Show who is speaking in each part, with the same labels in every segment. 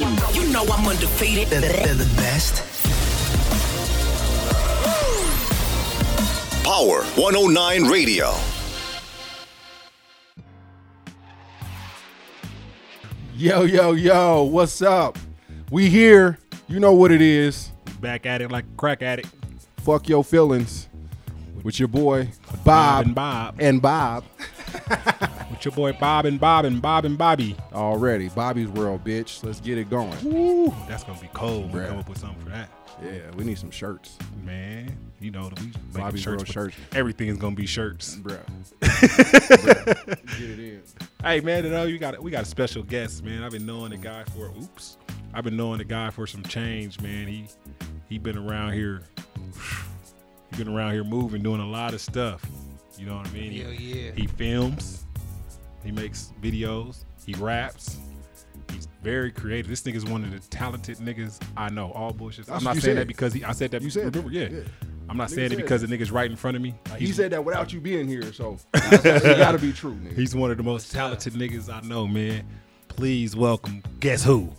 Speaker 1: know I'm undefeated.
Speaker 2: They're, they're the best.
Speaker 3: Power 109 Radio.
Speaker 4: Yo, yo, yo, what's up? We here. You know what it is.
Speaker 5: Back at it like a crack at it.
Speaker 4: Fuck your feelings. With your boy, Bob.
Speaker 5: and Bob.
Speaker 4: And Bob.
Speaker 5: With your boy Bob and Bob and Bob and Bobby.
Speaker 4: Already. Bobby's World, bitch. Let's get it going.
Speaker 5: Woo, that's gonna be cold. We
Speaker 4: Bruh.
Speaker 5: come up with something for that,
Speaker 4: Yeah, we need some shirts.
Speaker 5: man. You know that we making
Speaker 4: Bobby
Speaker 5: shirts.
Speaker 4: World
Speaker 5: but
Speaker 4: shirts.
Speaker 5: Everything's gonna be shirts.
Speaker 4: Bruh. Bruh. Get it in.
Speaker 5: Hey man, you know you got we got a special guest, man. I've been knowing the guy for oops. I've been knowing the guy for some change, man. He he been around here. He been around here moving, doing a lot of stuff. You know what I mean?
Speaker 6: Hell
Speaker 5: he,
Speaker 6: yeah.
Speaker 5: he films. He makes videos. He raps. He's very creative. This nigga's one of the talented niggas I know. All bullshit.
Speaker 4: That's
Speaker 5: I'm
Speaker 4: what
Speaker 5: not
Speaker 4: you
Speaker 5: saying
Speaker 4: said.
Speaker 5: that because he, I said that.
Speaker 4: You said
Speaker 5: remember,
Speaker 4: that.
Speaker 5: Yeah.
Speaker 4: Yeah.
Speaker 5: I'm not
Speaker 4: Nigga
Speaker 5: saying it
Speaker 4: said
Speaker 5: because
Speaker 4: that.
Speaker 5: the nigga's right in front of me.
Speaker 4: He
Speaker 5: He's-
Speaker 4: said that without you being here, so it gotta be true, nigga.
Speaker 5: He's one of the most talented niggas I know, man. Please welcome. Guess who?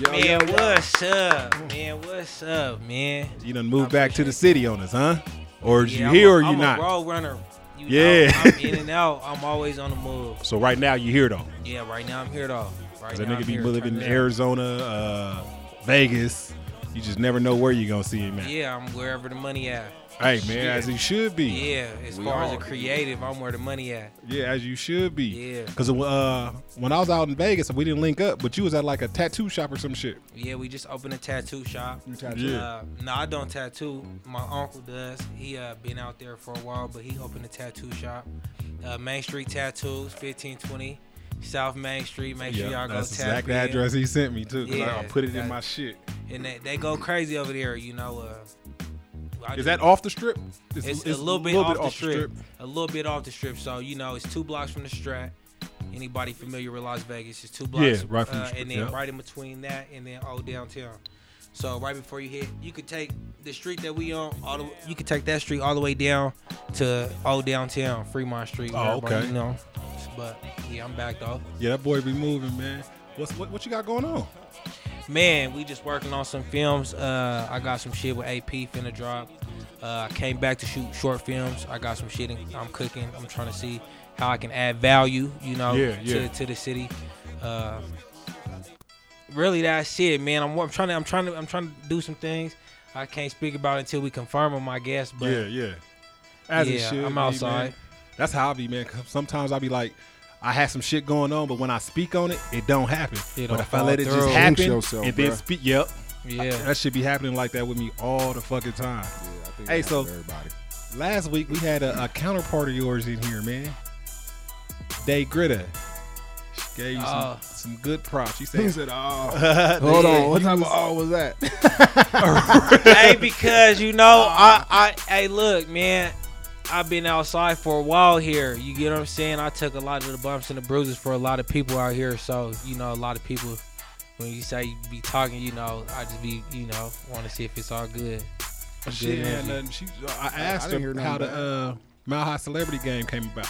Speaker 4: Yo, yo,
Speaker 5: Oh,
Speaker 6: Man, what's up? Man, what's up, man?
Speaker 5: You done moved back to the city on us, huh? Or is
Speaker 6: Yeah,
Speaker 5: you
Speaker 6: I'm
Speaker 5: here
Speaker 6: a-
Speaker 5: or you
Speaker 6: I'm
Speaker 5: not?
Speaker 6: A road runner. You
Speaker 5: Yeah.
Speaker 6: know, I'm in and out. I'm always on the move.
Speaker 5: So right now you here though,
Speaker 6: Yeah, right now I'm here though. Right
Speaker 5: because
Speaker 6: now
Speaker 5: that nigga
Speaker 6: I'm
Speaker 5: be
Speaker 6: here.
Speaker 5: living in
Speaker 6: Turn it up.
Speaker 5: Arizona, uh, Vegas. You just never know where you gonna see him at.
Speaker 6: Yeah, I'm wherever the money at.
Speaker 5: Hey man, as he should be.
Speaker 6: Yeah, as
Speaker 4: We
Speaker 6: far as
Speaker 4: are.
Speaker 6: a creative, I'm where the money at.
Speaker 5: Yeah, as you should be.
Speaker 6: Yeah.
Speaker 5: Cause uh, when I was out in Vegas, we didn't link up, but you was at like a tattoo shop or some shit.
Speaker 6: Yeah, we just opened a tattoo shop.
Speaker 4: You tattoo?
Speaker 5: Yeah.
Speaker 6: Uh, no, I don't tattoo. My uncle does. He uh, been out there for a while, but he opened a tattoo shop. Uh, Main Street Tattoos, 1520 South Main Street. Make sure y'all go
Speaker 5: that's the
Speaker 6: tap
Speaker 5: exact
Speaker 6: in.
Speaker 5: address he sent me too. Cause I, I
Speaker 6: Yeah,
Speaker 5: put it in
Speaker 6: that-
Speaker 5: my shit.
Speaker 6: And they, they go crazy over there, you know. Uh, I
Speaker 5: Is
Speaker 6: just-
Speaker 5: that off the strip?
Speaker 6: It's, a little bit off, the strip. A little bit off the strip. So you know, it's two blocks from the Strat. Anybody familiar with Las Vegas? It's two blocks.
Speaker 5: Yeah, right from the
Speaker 6: uh,
Speaker 5: Strat,
Speaker 6: And then
Speaker 5: yeah.
Speaker 6: right in between that, and then all downtown. So right before you hit, you could take the street that we on. All the, you could take that street all the way down to old downtown Fremont Street.
Speaker 5: Oh,
Speaker 6: everybody,
Speaker 5: okay.
Speaker 6: You know, but yeah, I'm back though.
Speaker 5: Yeah, that boy be moving, man. What's what, what you got going on?
Speaker 6: Man, we just working on some films. Uh, I got some shit with AP finna drop. Uh, I came back to shoot short films. I got some shit in, I'm cooking. I'm trying to see how I can add value, you know,
Speaker 5: Yeah, yeah.
Speaker 6: To, to the city. Uh, really, that's it, man. I'm, I'm trying to, I'm trying to, I'm trying to do some things. I can't speak about it until we confirm them, I guess. But
Speaker 5: yeah, yeah. As it
Speaker 6: Yeah,
Speaker 5: should
Speaker 6: I'm
Speaker 5: be,
Speaker 6: outside.
Speaker 5: man. That's how I be, man. 'Cause Sometimes I be like, I had some shit going on, but when I speak on it, it don't happen.
Speaker 6: It
Speaker 5: but
Speaker 6: don't
Speaker 5: if I
Speaker 6: fall
Speaker 5: let it
Speaker 6: through.
Speaker 5: just happen
Speaker 4: Jinx yourself,
Speaker 5: and then
Speaker 4: bruh.
Speaker 5: speak, yep,
Speaker 6: yeah.
Speaker 5: that should be happening like that with me all the fucking time.
Speaker 4: Yeah, I think
Speaker 5: Hey,
Speaker 4: that's
Speaker 5: so-
Speaker 4: everybody.
Speaker 5: Last week we had a, a counterpart of yours in here, man. Day Gritta. She gave you some,
Speaker 6: Oh.
Speaker 5: some good props. She
Speaker 4: He
Speaker 5: said,
Speaker 4: said, "Oh, hold on. What type of oh was that?"
Speaker 6: hey, because you know, I, I, hey, look, man, I've been outside for a while here. You get what I'm saying? I took a lot of the bumps and the bruises for a lot of people out here. So you know, a lot of people, when you say you be talking, you know, I just be, you know, want to see if it's all good.
Speaker 5: She
Speaker 6: Good
Speaker 5: didn't have
Speaker 6: energy.
Speaker 5: nothing. She, uh, I asked
Speaker 4: didn't hear
Speaker 5: her
Speaker 4: nothing
Speaker 5: how the
Speaker 4: back.
Speaker 5: uh, Mile High Celebrity Game came about.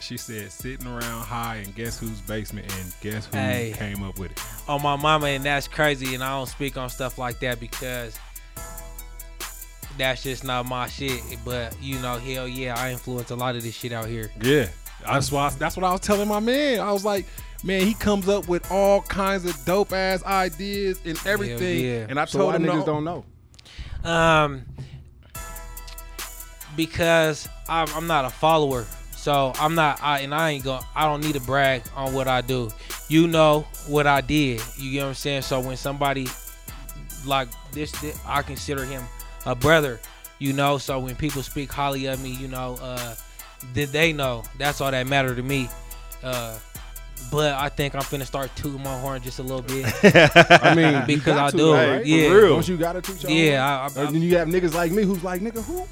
Speaker 5: She said, sitting around high and guess whose basement and guess who
Speaker 6: Hey.
Speaker 5: came up with it.
Speaker 6: on my mama, and that's crazy. And I don't speak on stuff like that because that's just not my shit. But you know, hell yeah, I influence a lot of this shit out here.
Speaker 5: Yeah, that's why. that's what I was telling my man. I was like, man, he comes up with all kinds of dope ass ideas and everything.
Speaker 6: yeah.
Speaker 5: And I
Speaker 4: So
Speaker 5: told
Speaker 4: why
Speaker 5: him,
Speaker 4: niggas
Speaker 5: no,
Speaker 4: don't know?
Speaker 6: Um, because I'm, I'm not a follower, so I'm not. I and I ain't going I don't need to brag on what I do. You know what I did. You get what I'm saying. So when somebody like this, thi- I consider him a brother. You know. So when people speak highly of me, you know, uh, did they know? That's all that mattered to me. Uh, but I think I'm finna start tooting my horn just a little bit.
Speaker 4: I mean, you
Speaker 6: Because
Speaker 4: got
Speaker 6: I
Speaker 4: to,
Speaker 6: do,
Speaker 4: right?
Speaker 6: right? Yeah.
Speaker 4: For real. Don't you gotta teach? your
Speaker 6: Yeah,
Speaker 4: own?
Speaker 6: I- I-
Speaker 4: And then you have niggas like me who's like, "Nigga, who?"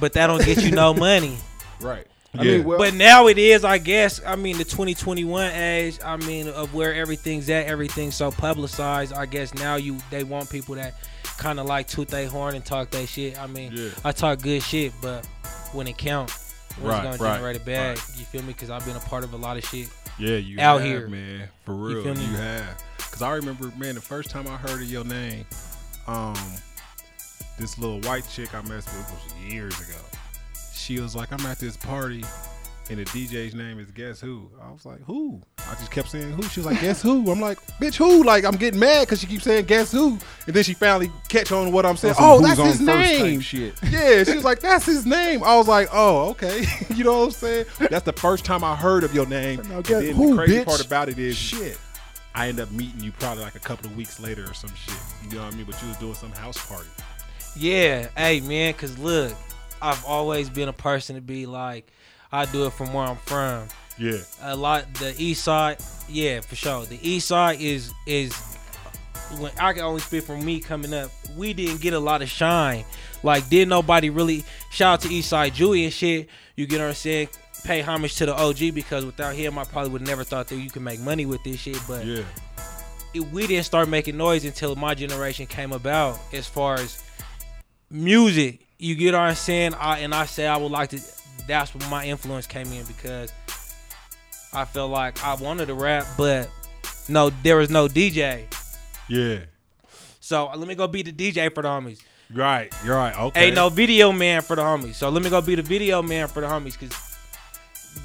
Speaker 6: but that don't get you no money.
Speaker 4: Right. I
Speaker 5: Yeah.
Speaker 4: mean, well,
Speaker 6: But now it is, I guess. I mean, the 2021 age. I mean, of where everything's at, everything's so publicized. I guess now you they want people that kind of like toot their horn and talk their shit. I mean,
Speaker 5: Yeah.
Speaker 6: I talk good shit, but when it count, when
Speaker 5: Right,
Speaker 6: it's gonna
Speaker 5: right,
Speaker 6: generate a bag. You feel me? Because I've been a part of a lot of shit.
Speaker 5: yeah, you
Speaker 6: out
Speaker 5: have,
Speaker 6: here.
Speaker 5: man, for real,
Speaker 6: feel me?
Speaker 5: you have. Cause I remember, man, the first time I heard of your name, um, this little white chick I messed with was years ago. She was like, I'm at this party, and the DJ's name is Guess Who. I was like, Who? I just kept saying Who. She was like, Guess Who? I'm like, Bitch, who? Like, I'm getting mad because she keeps saying Guess Who, and then she finally catch on to what I'm saying.
Speaker 4: That's some
Speaker 5: Oh,
Speaker 4: who's
Speaker 5: that's
Speaker 4: on
Speaker 5: his
Speaker 4: first type
Speaker 5: name.
Speaker 4: shit.
Speaker 5: Yeah, she was like, "That's his name." I was like, "Oh, okay." you know what I'm saying? That's the first time I heard of your name.
Speaker 4: Now
Speaker 5: And
Speaker 4: guess
Speaker 5: then
Speaker 4: who,
Speaker 5: the crazy
Speaker 4: bitch?
Speaker 5: part about it is,
Speaker 4: Shit.
Speaker 5: I end up meeting you probably like a couple of weeks later or some shit. You know what I mean? But you was doing some house party.
Speaker 6: Yeah, hey man, cause look, I've always been a person to be like, I do it from where I'm from.
Speaker 5: Yeah,
Speaker 6: A lot, the East Side, yeah, for sure. The East Side is is when I can only speak from me coming up. We didn't get a lot of shine. Like, did nobody really shout out to East Side Julie and shit? You get what I'm saying? Pay homage to the OG because without him, I probably would never thought that you could make money with this shit. But
Speaker 5: yeah,
Speaker 6: it- we didn't start making noise until my generation came about as far as music you get what i'm saying I, and i say i would like to that's where my influence came in because i felt like i wanted to rap but no there was no dj
Speaker 5: yeah.
Speaker 6: so uh, let me go be the dj for the homies
Speaker 5: Right, you're right. Okay,
Speaker 6: ain't no video man for the homies so let me go be the video man for the homies because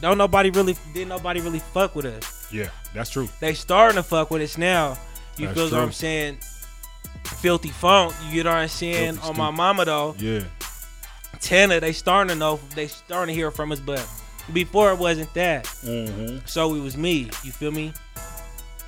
Speaker 6: don't nobody really didn't nobody really fuck with us
Speaker 5: Yeah, that's true.
Speaker 6: they starting to fuck with us now. You
Speaker 5: That's
Speaker 6: feel
Speaker 5: true.
Speaker 6: what I'm saying? Filthy Funk, you get what I'm saying?
Speaker 5: Filthy
Speaker 6: On my
Speaker 5: Scoop.
Speaker 6: mama though,
Speaker 5: Yeah,
Speaker 6: Tana, they starting to know, they starting to hear from us, but before it wasn't that.
Speaker 5: mm-hmm.
Speaker 6: So it was me, you feel me?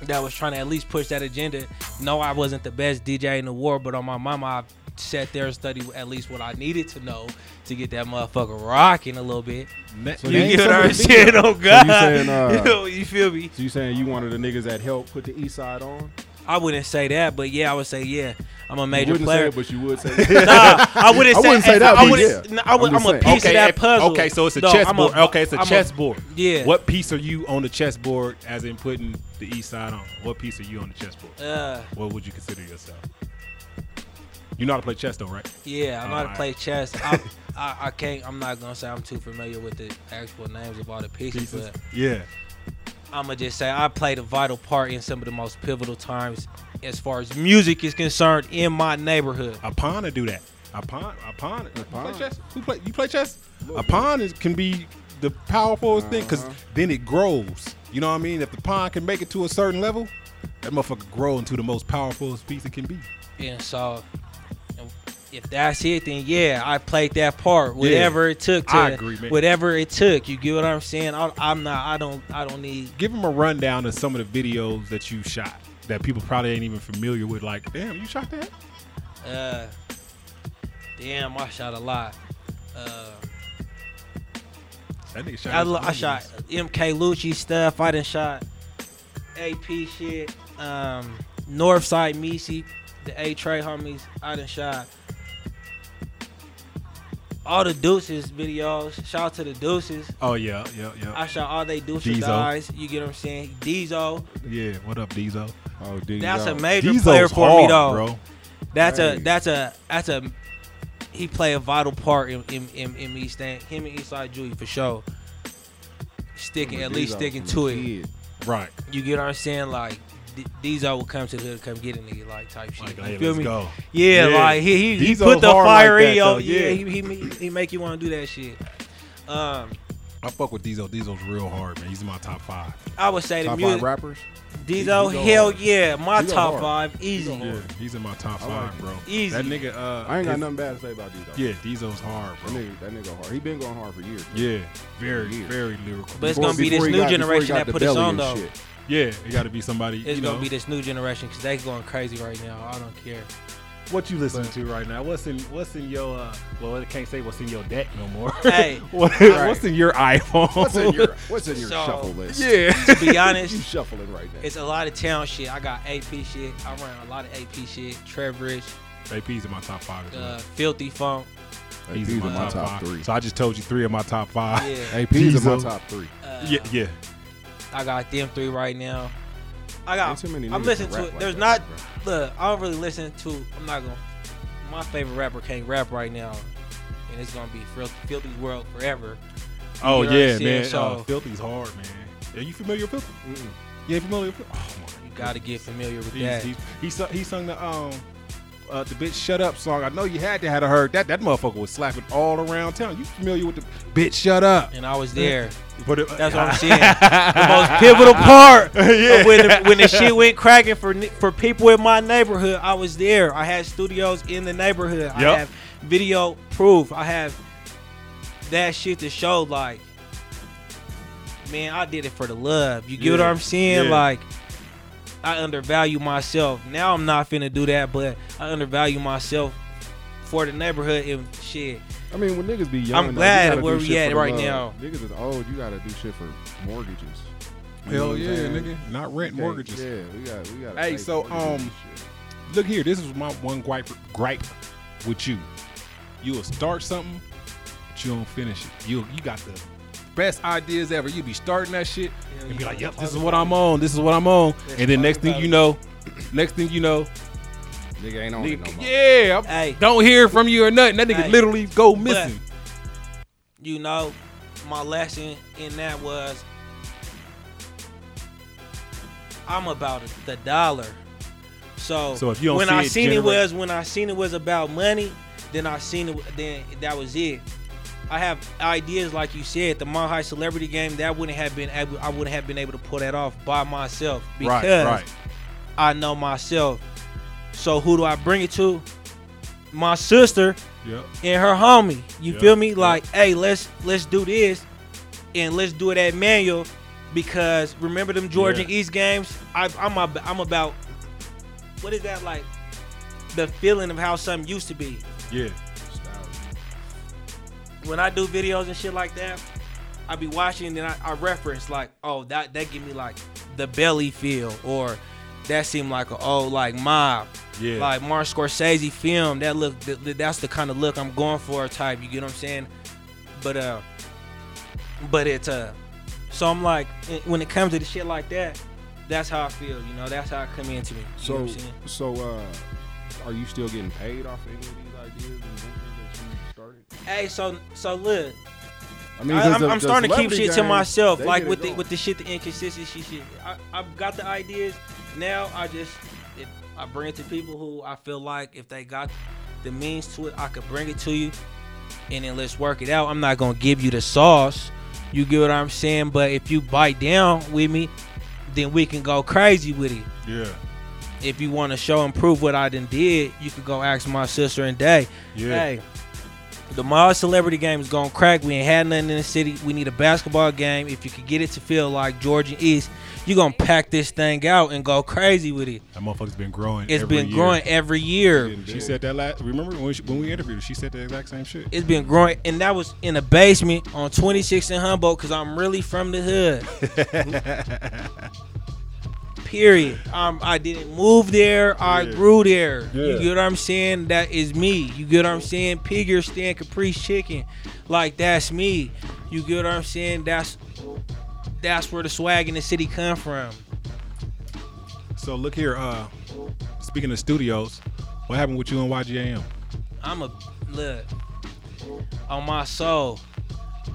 Speaker 6: That was trying to at least push that agenda. No, I wasn't the best DJ in the world, but on my mama, I sat there and studied at least what I needed to know to get that motherfucker rocking a little bit.
Speaker 5: Net-
Speaker 4: So
Speaker 6: You
Speaker 4: you ain't
Speaker 6: get what I'm
Speaker 4: selling the
Speaker 6: saying? Oh God,
Speaker 4: saying, uh,
Speaker 6: You know, you feel me?
Speaker 4: So you saying you one of the niggas that helped put the East Side on?
Speaker 6: I wouldn't say that, but yeah, I would say yeah. I'm a major
Speaker 4: you wouldn't
Speaker 6: player.
Speaker 4: say it, but you would say.
Speaker 6: nah, I wouldn't
Speaker 4: I
Speaker 6: say,
Speaker 4: wouldn't say that,
Speaker 6: I
Speaker 4: but
Speaker 6: wouldn't.
Speaker 4: yeah.
Speaker 6: no, I would,
Speaker 4: I'm
Speaker 6: I'm,
Speaker 4: just
Speaker 6: a
Speaker 4: saying.
Speaker 6: piece of that
Speaker 5: and-
Speaker 6: puzzle.
Speaker 5: Okay, so it's a
Speaker 6: No, I'm
Speaker 5: chessboard. okay, it's a
Speaker 6: I'm
Speaker 5: chessboard.
Speaker 6: yeah.
Speaker 5: What piece are you on the chessboard? As in putting the east side on. What piece are you on the chessboard?
Speaker 6: Uh,
Speaker 5: What would you consider yourself? You know how to play chess, though, right?
Speaker 6: yeah, I'm not to
Speaker 5: Alright.
Speaker 6: play chess. I, I, I can't. I'm not gonna say I'm too familiar with the actual names of all the pieces,
Speaker 5: Pieces.
Speaker 6: but
Speaker 5: Yeah.
Speaker 6: I'm gonna just say I played a vital part in some of the most pivotal times as far as music is concerned in my neighborhood.
Speaker 5: A pawn to do that. A pawn. A pawn. you
Speaker 4: pawn.
Speaker 5: Play chess. Who play? You play chess? A pawn is, can be the powerful thing because
Speaker 6: Uh-huh.
Speaker 5: then it grows. You know what I mean? If the pawn can make it to a certain level, that motherfucker grow into the most powerful piece it can be.
Speaker 6: And so, if that's it, then yeah, I played that part. Whatever it took to,
Speaker 5: I agree, man.
Speaker 6: whatever it took. You get what I'm saying? I, I'm not. I don't. I don't need.
Speaker 5: Give them a rundown of some of the videos that you shot that people probably ain't even familiar with. Like, damn, you shot that?
Speaker 6: Uh, damn, I shot a lot. Uh,
Speaker 5: That nigga shot.
Speaker 6: I,
Speaker 5: his
Speaker 6: lo- I
Speaker 5: videos.
Speaker 6: shot MK Lucci stuff. I done shot AP shit. Um, Northside Misi, the A Trey homies. I done shot all the Deuces videos. Shout out to the Deuces.
Speaker 5: Oh yeah, yeah, yeah,
Speaker 6: I shot all they Deuces
Speaker 5: Diesel.
Speaker 6: guys. You get what I'm saying? Diesel.
Speaker 5: yeah. What up, Diesel?
Speaker 4: oh, dude,
Speaker 6: That's a
Speaker 4: y'all.
Speaker 6: major
Speaker 5: Diesel's
Speaker 6: player for me
Speaker 5: hard,
Speaker 6: though.
Speaker 5: bro.
Speaker 6: That's a
Speaker 4: Right.
Speaker 6: that's a that's a he play a vital part in in, in, in me staying him and Eastside Julie for sure. Sticking at
Speaker 4: These
Speaker 6: least sticking
Speaker 4: are
Speaker 6: to
Speaker 4: from a
Speaker 6: it.
Speaker 4: kid.
Speaker 5: Right.
Speaker 6: You get what I'm saying? Like D- Diesel will come to the hood, come get a nigga like type shit.
Speaker 5: Like,
Speaker 6: you
Speaker 5: hey,
Speaker 6: feel
Speaker 5: let's
Speaker 6: me?
Speaker 5: go.
Speaker 6: Yeah,
Speaker 5: Yeah.
Speaker 6: like he he, he
Speaker 5: Diesel
Speaker 6: put the
Speaker 5: hard like
Speaker 6: fire
Speaker 5: that,
Speaker 6: in yo.
Speaker 5: though.
Speaker 6: Yeah,
Speaker 5: Yeah.
Speaker 6: he, he ma- he make you want to do that shit. Um,
Speaker 5: I fuck with Diesel. Diesel's real hard, man. He's in my top five.
Speaker 6: I would say the
Speaker 4: Top five
Speaker 6: music.
Speaker 4: rappers.
Speaker 6: Diesel,
Speaker 4: Diesel
Speaker 6: hell
Speaker 4: hard.
Speaker 6: yeah, my
Speaker 4: Diesel
Speaker 6: top
Speaker 4: hard.
Speaker 6: five, easy.
Speaker 5: Yeah, he's in my top
Speaker 4: I
Speaker 5: five,
Speaker 4: like it.
Speaker 5: bro.
Speaker 6: Easy.
Speaker 5: That nigga. Uh,
Speaker 4: I ain't got
Speaker 5: his-
Speaker 4: nothing bad to say about these though.
Speaker 5: Yeah, Diesel's hard,
Speaker 4: That
Speaker 5: bro.
Speaker 4: nigga, that nigga hard. He been going hard for years.
Speaker 5: Yeah, very,
Speaker 4: Yeah.
Speaker 5: very lyrical.
Speaker 6: But it's
Speaker 4: Before-
Speaker 6: gonna be this
Speaker 4: before he
Speaker 6: new
Speaker 4: got- before he
Speaker 6: generation
Speaker 4: got
Speaker 6: that
Speaker 4: the
Speaker 6: put us
Speaker 4: belly
Speaker 6: on
Speaker 4: and
Speaker 6: though.
Speaker 4: shit.
Speaker 5: yeah, it got to be somebody.
Speaker 6: It's
Speaker 5: you know.
Speaker 6: gonna be this new generation because they going crazy right now. I don't care.
Speaker 5: What you listening to right now? What's in What's in your? Uh, well, I can't say what's in your deck no more.
Speaker 6: Hey.
Speaker 5: What- what's in your iPhone?
Speaker 4: What's in your What's in your
Speaker 6: So-
Speaker 4: shuffle list?
Speaker 5: yeah.
Speaker 6: To be
Speaker 4: you
Speaker 6: honest,
Speaker 4: shuffling right now.
Speaker 6: it's a lot of town shit. I got AP shit. I run a lot of AP shit. Trevorish,
Speaker 5: AP's in my top five. As well.
Speaker 6: uh, Filthy Funk.
Speaker 4: Like,
Speaker 5: He's
Speaker 4: these
Speaker 5: in
Speaker 4: are
Speaker 5: my top,
Speaker 4: top
Speaker 5: five.
Speaker 4: three.
Speaker 5: So I just told you three of my top five.
Speaker 6: Yeah,
Speaker 4: AP's in my
Speaker 5: Diesel.
Speaker 4: top three.
Speaker 6: uh,
Speaker 5: yeah, yeah.
Speaker 6: I got them three right now. I got.
Speaker 4: Ain't too many
Speaker 6: I'm
Speaker 4: niggas
Speaker 6: listening
Speaker 4: that
Speaker 6: to
Speaker 4: rap
Speaker 6: it.
Speaker 4: like
Speaker 6: There's not.
Speaker 4: that,
Speaker 6: Look, I don't really listen to. I'm not gonna. My favorite rapper can't rap right now, and it's gonna be Fil- Filthy World forever.
Speaker 5: Oh
Speaker 6: You know what I'm
Speaker 5: yeah,
Speaker 6: saying?
Speaker 5: man.
Speaker 6: So-
Speaker 5: uh, Filthy's hard, man. Are you familiar with Pippa? You ain't familiar with Pippa? Oh my
Speaker 6: You gotta get familiar with
Speaker 5: He's,
Speaker 6: that.
Speaker 5: he's, he, sung, he sung the um uh, the bitch shut up song. I know you had to have heard that. That motherfucker was slapping all around town. You familiar with the bitch shut up?
Speaker 6: And I was there.
Speaker 5: But it,
Speaker 6: That's what I'm saying. The most pivotal part of when the, when the shit went cracking for ni- for people in my neighborhood. I was there. I had studios in the neighborhood. I
Speaker 5: Yep.
Speaker 6: have video proof. I have that shit to show. Like, man, I did it for the love. You get what
Speaker 5: Yeah.
Speaker 6: I'm saying?
Speaker 5: Yeah.
Speaker 6: Like. I undervalue myself. Now I'm not finna do that, but I undervalue myself for the neighborhood and shit.
Speaker 4: I mean, when niggas be young, though, you
Speaker 6: glad
Speaker 4: gotta do
Speaker 6: where we
Speaker 4: shit
Speaker 6: at
Speaker 4: for the
Speaker 6: right
Speaker 4: love.
Speaker 6: now.
Speaker 4: Niggas is old. You gotta do shit for mortgages. You know
Speaker 5: Hell
Speaker 4: what I'm
Speaker 5: yeah,
Speaker 6: Mm-hmm.
Speaker 4: saying?
Speaker 5: nigga. Not
Speaker 4: You
Speaker 5: rent
Speaker 4: can't-
Speaker 5: mortgages.
Speaker 4: Yeah, we got, we got.
Speaker 5: Hey, so, um, Look here, this is my one gripe, gripe with you. You'll start something, but you don't finish it. You you got the best ideas ever. You be starting that shit and be like, "Yep, this is what I'm on. This is what I'm on." And then next thing you know, next thing you know,
Speaker 4: nigga ain't on it no
Speaker 5: nigga,
Speaker 4: more.
Speaker 5: yeah, I'm-
Speaker 6: Hey.
Speaker 5: don't hear from you or nothing. That nigga
Speaker 6: Hey.
Speaker 5: literally go missing.
Speaker 6: you know, my lesson in that was I'm about the dollar. So,
Speaker 5: So if you don't
Speaker 6: when
Speaker 5: see
Speaker 6: I
Speaker 5: it
Speaker 6: seen
Speaker 5: generate-
Speaker 6: it was when I seen it was about money, then I seen it then that was it. I have ideas like you said, the Mile High Celebrity Game that wouldn't have been able I wouldn't have been able to pull that off by myself because I know myself. So who do I bring it to? My sister
Speaker 5: Yep.
Speaker 6: and her homie. You
Speaker 5: Yeah,
Speaker 6: feel me?
Speaker 5: yeah.
Speaker 6: Like, hey, let's let's do this, and let's do it at Manual, because remember them Georgia
Speaker 5: Yeah.
Speaker 6: East games? I, I'm ab- I'm about what is that like? The feeling of how something used to be.
Speaker 5: Yeah.
Speaker 6: When I do videos and shit like that, I be watching and then I, I reference like, oh, that that give me like the belly feel, or that seemed like a oh like mob.
Speaker 5: Yeah.
Speaker 6: Like Martin Scorsese film, that look, th- th- that's the kind of look I'm going for, type. You get what I'm saying? But uh, but it's uh, so I'm like, eh, when it comes to the shit like that, that's how I feel. You know, that's how it come into me. You know
Speaker 4: So,
Speaker 6: what I'm saying?
Speaker 4: so, uh, are you still getting paid off any of these ideas and ventures that you started?
Speaker 6: Hey, so so look,
Speaker 4: I mean,
Speaker 6: I,
Speaker 4: 'cause
Speaker 6: am
Speaker 4: the-
Speaker 6: I'm
Speaker 4: the
Speaker 6: starting to keep
Speaker 4: celebrity
Speaker 6: shit to
Speaker 4: game,
Speaker 6: myself,
Speaker 4: they
Speaker 6: like
Speaker 4: get it
Speaker 6: with the
Speaker 4: going.
Speaker 6: with the shit, the inconsistency shit. I, I've got the ideas. Now I just it, I bring it to people who I feel like if they got the means to it, I could bring it to you, and then let's work it out. I'm not gonna give you the sauce. You get what I'm saying? But if you bite down with me, then we can go crazy with it
Speaker 5: Yeah.
Speaker 6: if you want to show and prove what I done did, you could go ask my sister and day.
Speaker 5: Yeah.
Speaker 6: Hey, the mall celebrity game is gonna crack. We ain't had nothing in the city. We need a basketball game. If you could get it to feel like Georgia East, you gonna pack this thing out and go crazy with it.
Speaker 5: That motherfucker's been growing.
Speaker 6: It's
Speaker 5: It's
Speaker 6: been growing every year.
Speaker 5: She said that last. Remember when, she, when we interviewed her? She said the exact same shit.
Speaker 6: It's been growing, and that was in the basement on 26 and Humboldt because I'm really from the hood. Period. Um, I didn't move there. I
Speaker 5: Yeah.
Speaker 6: grew there.
Speaker 5: Yeah.
Speaker 6: You get what I'm saying? That is me. You get what I'm saying? Pig ear stand Caprice chicken, like that's me. You get what I'm saying? That's that's where the swag in the city come from.
Speaker 5: So look here. Uh, speaking of studios, what happened with you and YGAM?
Speaker 6: I'm a look on my soul.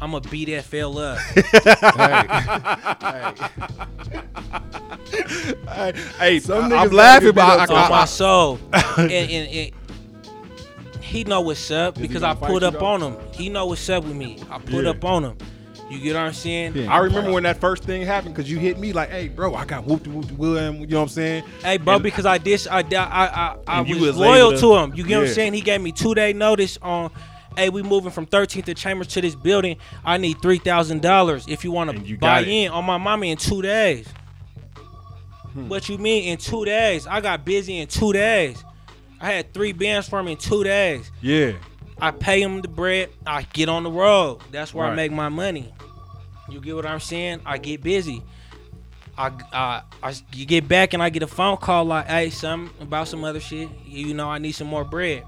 Speaker 6: I'm a beat FL up.
Speaker 5: Hey, hey
Speaker 4: some niggas
Speaker 5: I, am
Speaker 4: gotta
Speaker 5: laughing,
Speaker 4: get
Speaker 5: but I,
Speaker 4: beat
Speaker 6: on
Speaker 4: up
Speaker 5: I,
Speaker 6: my
Speaker 5: I,
Speaker 6: soul. and, and, and he know what's up because I
Speaker 4: gonna fight
Speaker 6: pulled
Speaker 4: you
Speaker 6: up
Speaker 4: though?
Speaker 6: on him. He know what's up with me. I pulled
Speaker 5: Yeah.
Speaker 6: up on him. You get what I'm saying?
Speaker 4: Yeah.
Speaker 5: I remember when that first thing happened because you hit me like, "Hey, bro, I got whooped, whooped, William." You know what I'm saying?
Speaker 6: Hey, bro,
Speaker 5: And-
Speaker 6: because I dis, I di- I I, I
Speaker 5: And you
Speaker 6: was,
Speaker 5: was
Speaker 6: loyal
Speaker 5: able to-
Speaker 6: to him. You get what I'm
Speaker 5: Yeah.
Speaker 6: saying? He gave me two day notice on. Hey, we moving from 13th of Chambers to this building. I need three thousand dollars if you want
Speaker 5: And
Speaker 6: to
Speaker 5: you
Speaker 6: buy
Speaker 5: got it.
Speaker 6: in on my mommy in two days.
Speaker 5: Hmm.
Speaker 6: What you mean in two days? I got busy in two days. I had three bands for him in two days.
Speaker 5: yeah,
Speaker 6: I pay him the bread. I get on the road. That's where I
Speaker 5: Right.
Speaker 6: make my money. You get what I'm saying? I get busy. I, I, I s- you get back and I get a phone call like, hey, some about some other shit. You know, I need some more bread.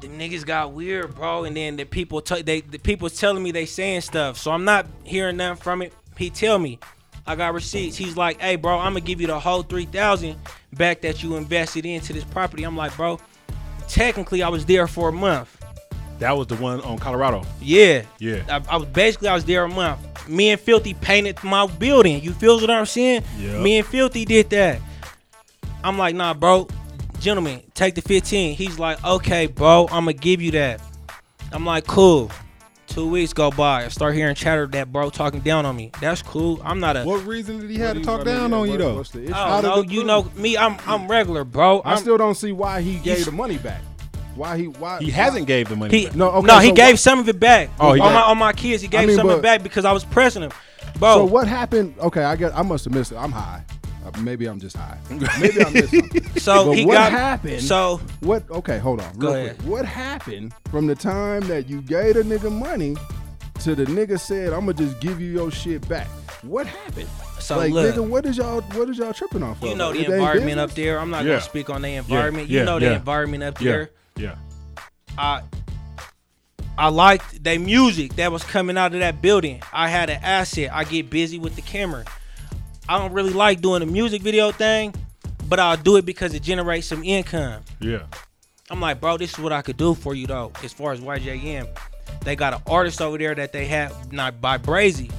Speaker 6: The niggas got weird, bro. And then the people, t- they the people telling me they saying stuff, so I'm not hearing nothing from it. He tell me, I got receipts. He's like, hey, bro, I'm gonna give you the whole three thousand back that you invested into this property. I'm like, bro, technically I was there for a month.
Speaker 5: That was the one on Colorado.
Speaker 6: Yeah.
Speaker 5: Yeah.
Speaker 6: I, I was basically I was there a month. Me and Filthy painted my building. You feel what I'm saying?
Speaker 5: Yeah.
Speaker 6: Me and Filthy did that. I'm like, nah, bro. Gentlemen, take the 15. He's like, okay, bro, I'ma give you that. I'm like, cool. Two weeks go by. I start hearing chatter of that bro talking down on me. That's cool. I'm not a
Speaker 5: What reason did he have to
Speaker 4: What
Speaker 5: talk
Speaker 4: do you- I mean,
Speaker 5: down on
Speaker 4: yeah,
Speaker 5: you
Speaker 4: what-
Speaker 5: though?
Speaker 4: what's the issue?
Speaker 6: Oh
Speaker 4: Out of
Speaker 6: no,
Speaker 4: the
Speaker 6: you
Speaker 4: blue.
Speaker 6: know me. I'm I'm regular, bro.
Speaker 4: I
Speaker 6: I'm,
Speaker 4: still don't see why he gave
Speaker 6: He's-
Speaker 4: the money back. Why he? Why
Speaker 5: He hasn't
Speaker 4: Why,
Speaker 5: gave the money.
Speaker 6: he,
Speaker 5: back.
Speaker 6: no,
Speaker 4: No, okay,
Speaker 6: no, he
Speaker 4: so
Speaker 6: gave
Speaker 4: what-
Speaker 6: some of it back.
Speaker 5: Oh, he
Speaker 6: on
Speaker 5: did.
Speaker 6: my on my kids, he gave
Speaker 4: mean,
Speaker 6: some of
Speaker 4: but-
Speaker 6: it back because I was pressing him, bro.
Speaker 4: So what happened? Okay, I get. I must have missed it. I'm high. Uh, maybe I'm just high. Maybe I missed something.
Speaker 6: So
Speaker 4: But
Speaker 6: he
Speaker 4: what
Speaker 6: got
Speaker 4: happened?
Speaker 6: So
Speaker 4: What? Okay, hold on.
Speaker 6: Go
Speaker 4: real
Speaker 6: ahead.
Speaker 4: Quick. What happened from the time that you gave a nigga money to the nigga said, "I'm gonna just give you your shit back"? What happened?
Speaker 6: So
Speaker 4: like,
Speaker 6: look.
Speaker 4: nigga, what is y'all? What is y'all tripping off?
Speaker 6: you
Speaker 4: of?
Speaker 6: know
Speaker 4: It
Speaker 6: the
Speaker 4: ain't
Speaker 6: environment up
Speaker 4: business?
Speaker 6: there. I'm not
Speaker 5: Yeah.
Speaker 6: gonna speak on the environment.
Speaker 5: yeah,
Speaker 6: you know the
Speaker 5: yeah.
Speaker 6: environment up
Speaker 5: yeah,
Speaker 6: there.
Speaker 5: yeah.
Speaker 6: I I liked the music that was coming out of that building. I had an asset. I get busy with the camera. I don't really like doing the music video thing, but I'll do it because it generates some income.
Speaker 5: Yeah.
Speaker 6: I'm like, bro, this is what I could do for you though. As far as YJM, they got an artist over there that they have not by Brazy.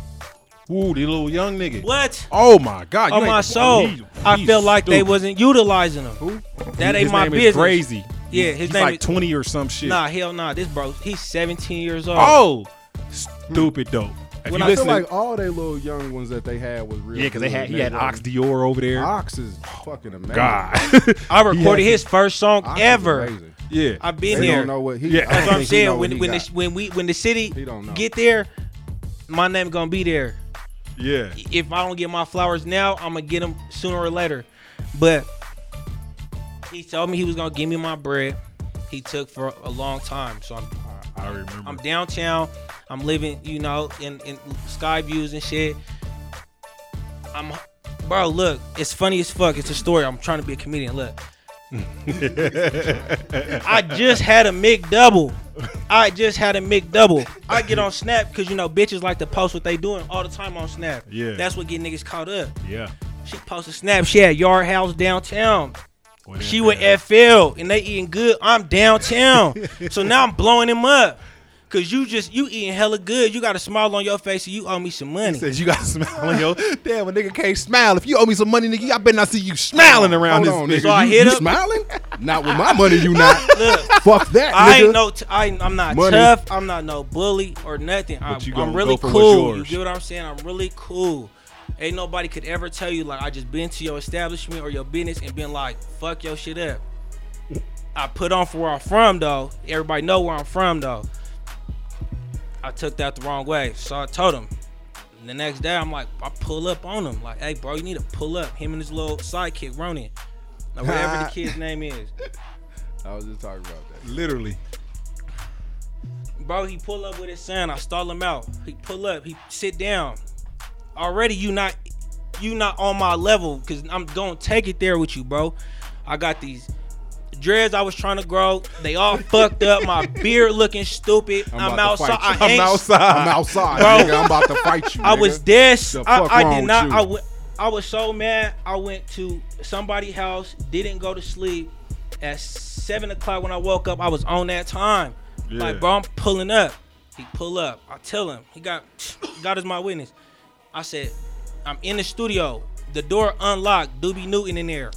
Speaker 5: Ooh, the little young nigga.
Speaker 6: What?
Speaker 5: Oh my God! you
Speaker 6: on
Speaker 5: ain't-
Speaker 6: my soul,
Speaker 5: he-
Speaker 6: I
Speaker 5: he's
Speaker 6: feel like they
Speaker 5: stupid.
Speaker 6: wasn't utilizing them. That ain't
Speaker 5: His
Speaker 6: my
Speaker 5: name
Speaker 6: business.
Speaker 5: Is crazy.
Speaker 6: Yeah,
Speaker 5: He's-
Speaker 6: his
Speaker 5: he's
Speaker 6: name
Speaker 5: like
Speaker 6: is-
Speaker 5: twenty or some shit.
Speaker 6: Nah, hell nah. This bro, he's 17 years old.
Speaker 5: Oh, stupid dope. If
Speaker 6: When
Speaker 5: you
Speaker 6: I
Speaker 4: I feel
Speaker 5: listening-
Speaker 4: like all they little young ones that they had was real.
Speaker 5: yeah, because they
Speaker 4: good,
Speaker 5: had he
Speaker 4: nigga.
Speaker 5: had Ox Dior over there.
Speaker 4: Ox is fucking amazing.
Speaker 5: God.
Speaker 6: I recorded
Speaker 5: Yeah.
Speaker 6: his first song
Speaker 4: Ox is
Speaker 6: ever.
Speaker 4: amazing.
Speaker 5: yeah.
Speaker 6: I've
Speaker 4: They
Speaker 6: been there.
Speaker 4: don't know what he. I
Speaker 5: Yeah. That's
Speaker 6: That's
Speaker 4: don't
Speaker 6: what I'm
Speaker 4: think he know
Speaker 6: saying.
Speaker 4: what
Speaker 6: When
Speaker 4: he
Speaker 6: when
Speaker 4: got.
Speaker 6: the, when we when the city
Speaker 4: He don't know.
Speaker 6: get there, my name gonna be there.
Speaker 5: yeah.
Speaker 6: If I don't get my flowers now, I'm gonna get them sooner or later. But he told me he was gonna give me my bread. He took for a long time, so I'm
Speaker 5: I remember.
Speaker 6: I'm downtown. I'm living, you know, in, in sky views and shit. I'm, bro. Look, it's funny as fuck. It's a story. I'm trying to be a comedian. Look, I just had a McDouble. I just had a McDouble. I get on Snap because you know bitches like to post what they doing all the time on Snap.
Speaker 5: Yeah.
Speaker 6: that's what get niggas caught up.
Speaker 5: yeah.
Speaker 6: She posted Snap. She had Yard House downtown.
Speaker 5: Went
Speaker 6: She
Speaker 5: in
Speaker 6: with
Speaker 5: there.
Speaker 6: FL and they eating good. I'm downtown. so now I'm blowing him up. Cause you just you eating hella good. You got a smile on your face and you owe me some money.
Speaker 5: Says you got to smile on your damn a nigga can't smile. If you owe me some money, nigga, I better not see you smiling around
Speaker 4: Hold on,
Speaker 5: this
Speaker 4: nigga.
Speaker 5: bitch.
Speaker 6: So I
Speaker 4: you,
Speaker 6: hit
Speaker 4: you
Speaker 6: up-
Speaker 4: smiling? Not with my money, you not.
Speaker 6: Look,
Speaker 4: Fuck that, nigga.
Speaker 6: I ain't no t- I ain't- I'm not
Speaker 4: Money.
Speaker 6: tough. I'm not no bully or nothing. I,
Speaker 5: But you
Speaker 6: I'm
Speaker 5: gonna
Speaker 6: really
Speaker 5: go for what's
Speaker 6: cool. You
Speaker 5: yours.
Speaker 6: get what I'm saying? I'm really cool. Ain't nobody could ever tell you like I just been to your establishment or your business and been like fuck your shit up. I put on for where I'm from though. Everybody know where I'm from though. I took that the wrong way, so I told him. The next day, I'm like, I pull up on him, like, hey, bro, you need to pull up. Him and his little sidekick, Ronin, or whatever the kid's name is.
Speaker 4: I was just talking about that.
Speaker 5: Literally.
Speaker 6: Bro, he pull up with his son. I stall him out. He pull up. He sit down. Already, you not you not on my level because I'm gonna take it there with you, bro. I got these dreads I was trying to grow. They all fucked up. My beard looking stupid. I'm,
Speaker 4: about to
Speaker 6: outside.
Speaker 4: fight
Speaker 6: I
Speaker 4: you.
Speaker 5: I'm
Speaker 6: ain't-
Speaker 5: outside.
Speaker 4: I'm outside,
Speaker 6: Bro.
Speaker 4: nigga. I'm about to fight you.
Speaker 6: I
Speaker 4: nigga.
Speaker 6: was dead. s-
Speaker 4: The
Speaker 6: I,
Speaker 4: fuck
Speaker 6: I
Speaker 4: wrong
Speaker 6: did
Speaker 4: with
Speaker 6: not.
Speaker 4: you?
Speaker 6: I went. I was so mad. I went to somebody's house. Didn't go to sleep. At seven o'clock when I woke up, I was on that time.
Speaker 5: Yeah.
Speaker 6: Like, bro, I'm pulling up. He pull up. I tell him. He got. God is my witness. I said, I'm in the studio. The door unlocked. Doobie Newton in there.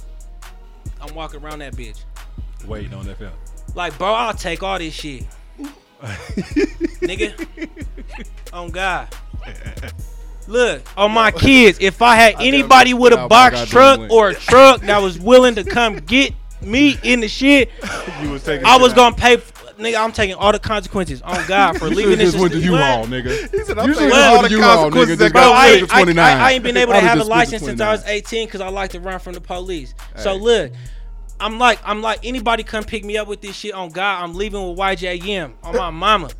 Speaker 6: I'm walking around that bitch.
Speaker 5: Waiting on FL.
Speaker 6: Like, bro, I'll take all this shit. Nigga. On God. Look, on my kids, if I had anybody with
Speaker 4: Oh my
Speaker 6: a box
Speaker 4: God,
Speaker 6: truck
Speaker 4: Dwayne.
Speaker 6: or a truck that was willing to come get me in the shit,
Speaker 5: You was taking.
Speaker 6: I was gonna pay. f- Nigga, I'm taking all the consequences on God for
Speaker 4: You
Speaker 6: leaving
Speaker 4: should
Speaker 6: this.
Speaker 4: just went to
Speaker 6: esti-
Speaker 4: U-Haul,
Speaker 6: What?
Speaker 4: nigga.
Speaker 5: He said, I'm
Speaker 4: you
Speaker 5: taking
Speaker 4: should
Speaker 5: all
Speaker 4: have
Speaker 5: the
Speaker 4: went to U-Haul, nigga.
Speaker 5: consequences
Speaker 4: Just
Speaker 5: that
Speaker 6: Bro,
Speaker 5: go
Speaker 4: got
Speaker 6: I,
Speaker 5: with
Speaker 4: paid
Speaker 6: ain't-
Speaker 4: to
Speaker 6: I, I-
Speaker 4: 29.
Speaker 6: I ain't been able to
Speaker 4: I'd've
Speaker 6: have a
Speaker 4: just went to
Speaker 6: license since I was
Speaker 4: 29.
Speaker 6: 18 because I like to run from the police. So
Speaker 4: Hey.
Speaker 6: look, I'm like, I'm like, anybody come pick me up with this shit on God. I'm leaving with YJM on my mama.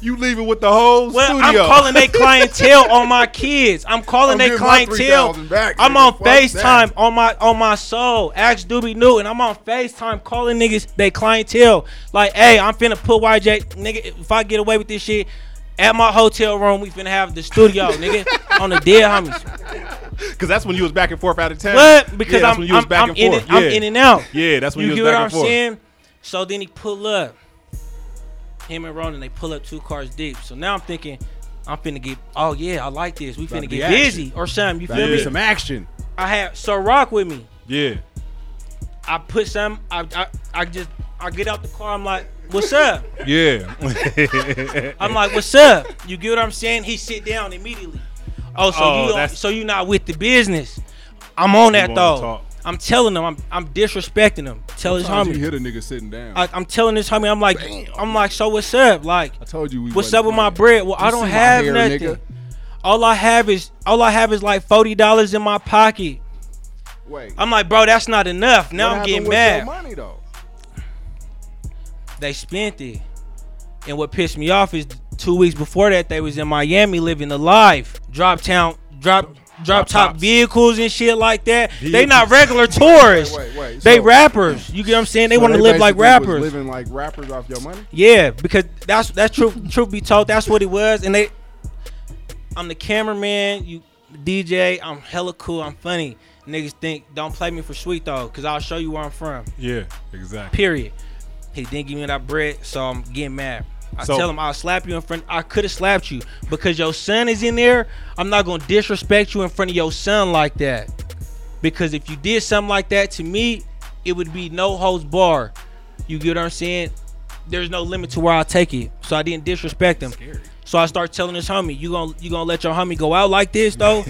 Speaker 5: You leaving with the whole
Speaker 6: Well,
Speaker 5: studio.
Speaker 6: I'm calling they clientele on my kids. I'm calling
Speaker 4: I'm
Speaker 6: they
Speaker 4: getting my
Speaker 6: clientele.
Speaker 4: 3,000 back,
Speaker 6: I'm
Speaker 4: nigga.
Speaker 6: on
Speaker 4: Fuck
Speaker 6: FaceTime
Speaker 4: that.
Speaker 6: on my on my soul. Ask Doobie Newton. I'm on FaceTime calling niggas they clientele. Like, hey, I'm finna put YJ nigga. If I get away with this shit, at my hotel room, we finna have the studio, nigga, on the dead homies.
Speaker 5: Because that's when you was back and forth out of town.
Speaker 6: What? Because
Speaker 5: Yeah, that's
Speaker 6: I'm
Speaker 5: when you was
Speaker 6: I'm,
Speaker 5: back
Speaker 6: I'm
Speaker 5: and
Speaker 6: in
Speaker 5: forth.
Speaker 6: and, I'm
Speaker 5: Yeah.
Speaker 6: in and out.
Speaker 5: Yeah, that's when you,
Speaker 6: you
Speaker 5: was
Speaker 6: get
Speaker 5: back and
Speaker 6: what I'm
Speaker 5: forth.
Speaker 6: saying? So then he pull up. him and Ronan, they pull up two cars deep. So now I'm thinking, I'm finna get, oh yeah, I like this. We
Speaker 4: About to
Speaker 6: finna
Speaker 4: be
Speaker 6: get busy or something. You
Speaker 4: About to
Speaker 6: feel
Speaker 4: be
Speaker 6: me?
Speaker 5: Yeah.
Speaker 4: some action.
Speaker 6: I had Sir Rock with me.
Speaker 5: Yeah.
Speaker 6: I put some. I, I I just I get out the car. I'm like, what's up?
Speaker 5: Yeah.
Speaker 6: I'm like, what's up? You get what I'm saying? He sit down immediately. Oh, so
Speaker 5: Oh,
Speaker 6: you don't,
Speaker 5: that's-
Speaker 6: so you not with the business? I'm on that
Speaker 5: wanna
Speaker 6: though.
Speaker 5: talk.
Speaker 6: I'm telling him. I'm I'm disrespecting him. Tell his
Speaker 4: Sometimes you
Speaker 6: homie.
Speaker 4: hit a nigga sitting down.
Speaker 6: I,
Speaker 4: I,
Speaker 6: I'm telling this homie. I'm like, I'm like, so what's up? Like,
Speaker 4: told you we.
Speaker 6: what's
Speaker 4: wasn't
Speaker 6: up with my
Speaker 4: playing.
Speaker 6: bread? Well,
Speaker 4: You
Speaker 6: I
Speaker 4: see
Speaker 6: don't
Speaker 4: my
Speaker 6: have
Speaker 4: hair,
Speaker 6: nothing.
Speaker 4: nigga?
Speaker 6: All I have is all I have is like forty dollars in my pocket.
Speaker 4: Wait.
Speaker 6: I'm like, bro, that's not enough. Now
Speaker 4: what
Speaker 6: I'm
Speaker 4: happened
Speaker 6: getting
Speaker 4: with
Speaker 6: mad.
Speaker 4: Your money though.
Speaker 6: they spent it. And what pissed me off is two weeks before that they was in Miami living the life. Drop town drop drop
Speaker 5: Drop
Speaker 6: top
Speaker 5: tops.
Speaker 6: vehicles and shit like that. They
Speaker 5: Vehicles.
Speaker 6: not regular tourists.
Speaker 4: Wait, wait,
Speaker 6: They
Speaker 4: so-
Speaker 6: rappers. You get what I'm saying? They
Speaker 4: So
Speaker 6: want to live
Speaker 4: basically
Speaker 6: like
Speaker 4: was
Speaker 6: rappers.
Speaker 4: Living like rappers off your money.
Speaker 6: Yeah, because that's that's truth. truth be told, that's what it was. And they, I'm the cameraman, you DJ. I'm hella cool. I'm funny. Niggas think don't play me for sweet though, cause I'll show you where I'm from.
Speaker 5: yeah. Exactly.
Speaker 6: Period. He didn't give me that bread, so I'm getting mad. I
Speaker 5: So-
Speaker 6: tell him I'll slap you in front. I could have slapped you because your son is in there. I'm not gonna disrespect you in front of your son like that. Because if you did something like that to me, it would be no holds bar. You get what I'm saying? There's no limit to where I take it. So I didn't disrespect him. So I start telling this homie, you gonna you gonna let your homie go out like this though?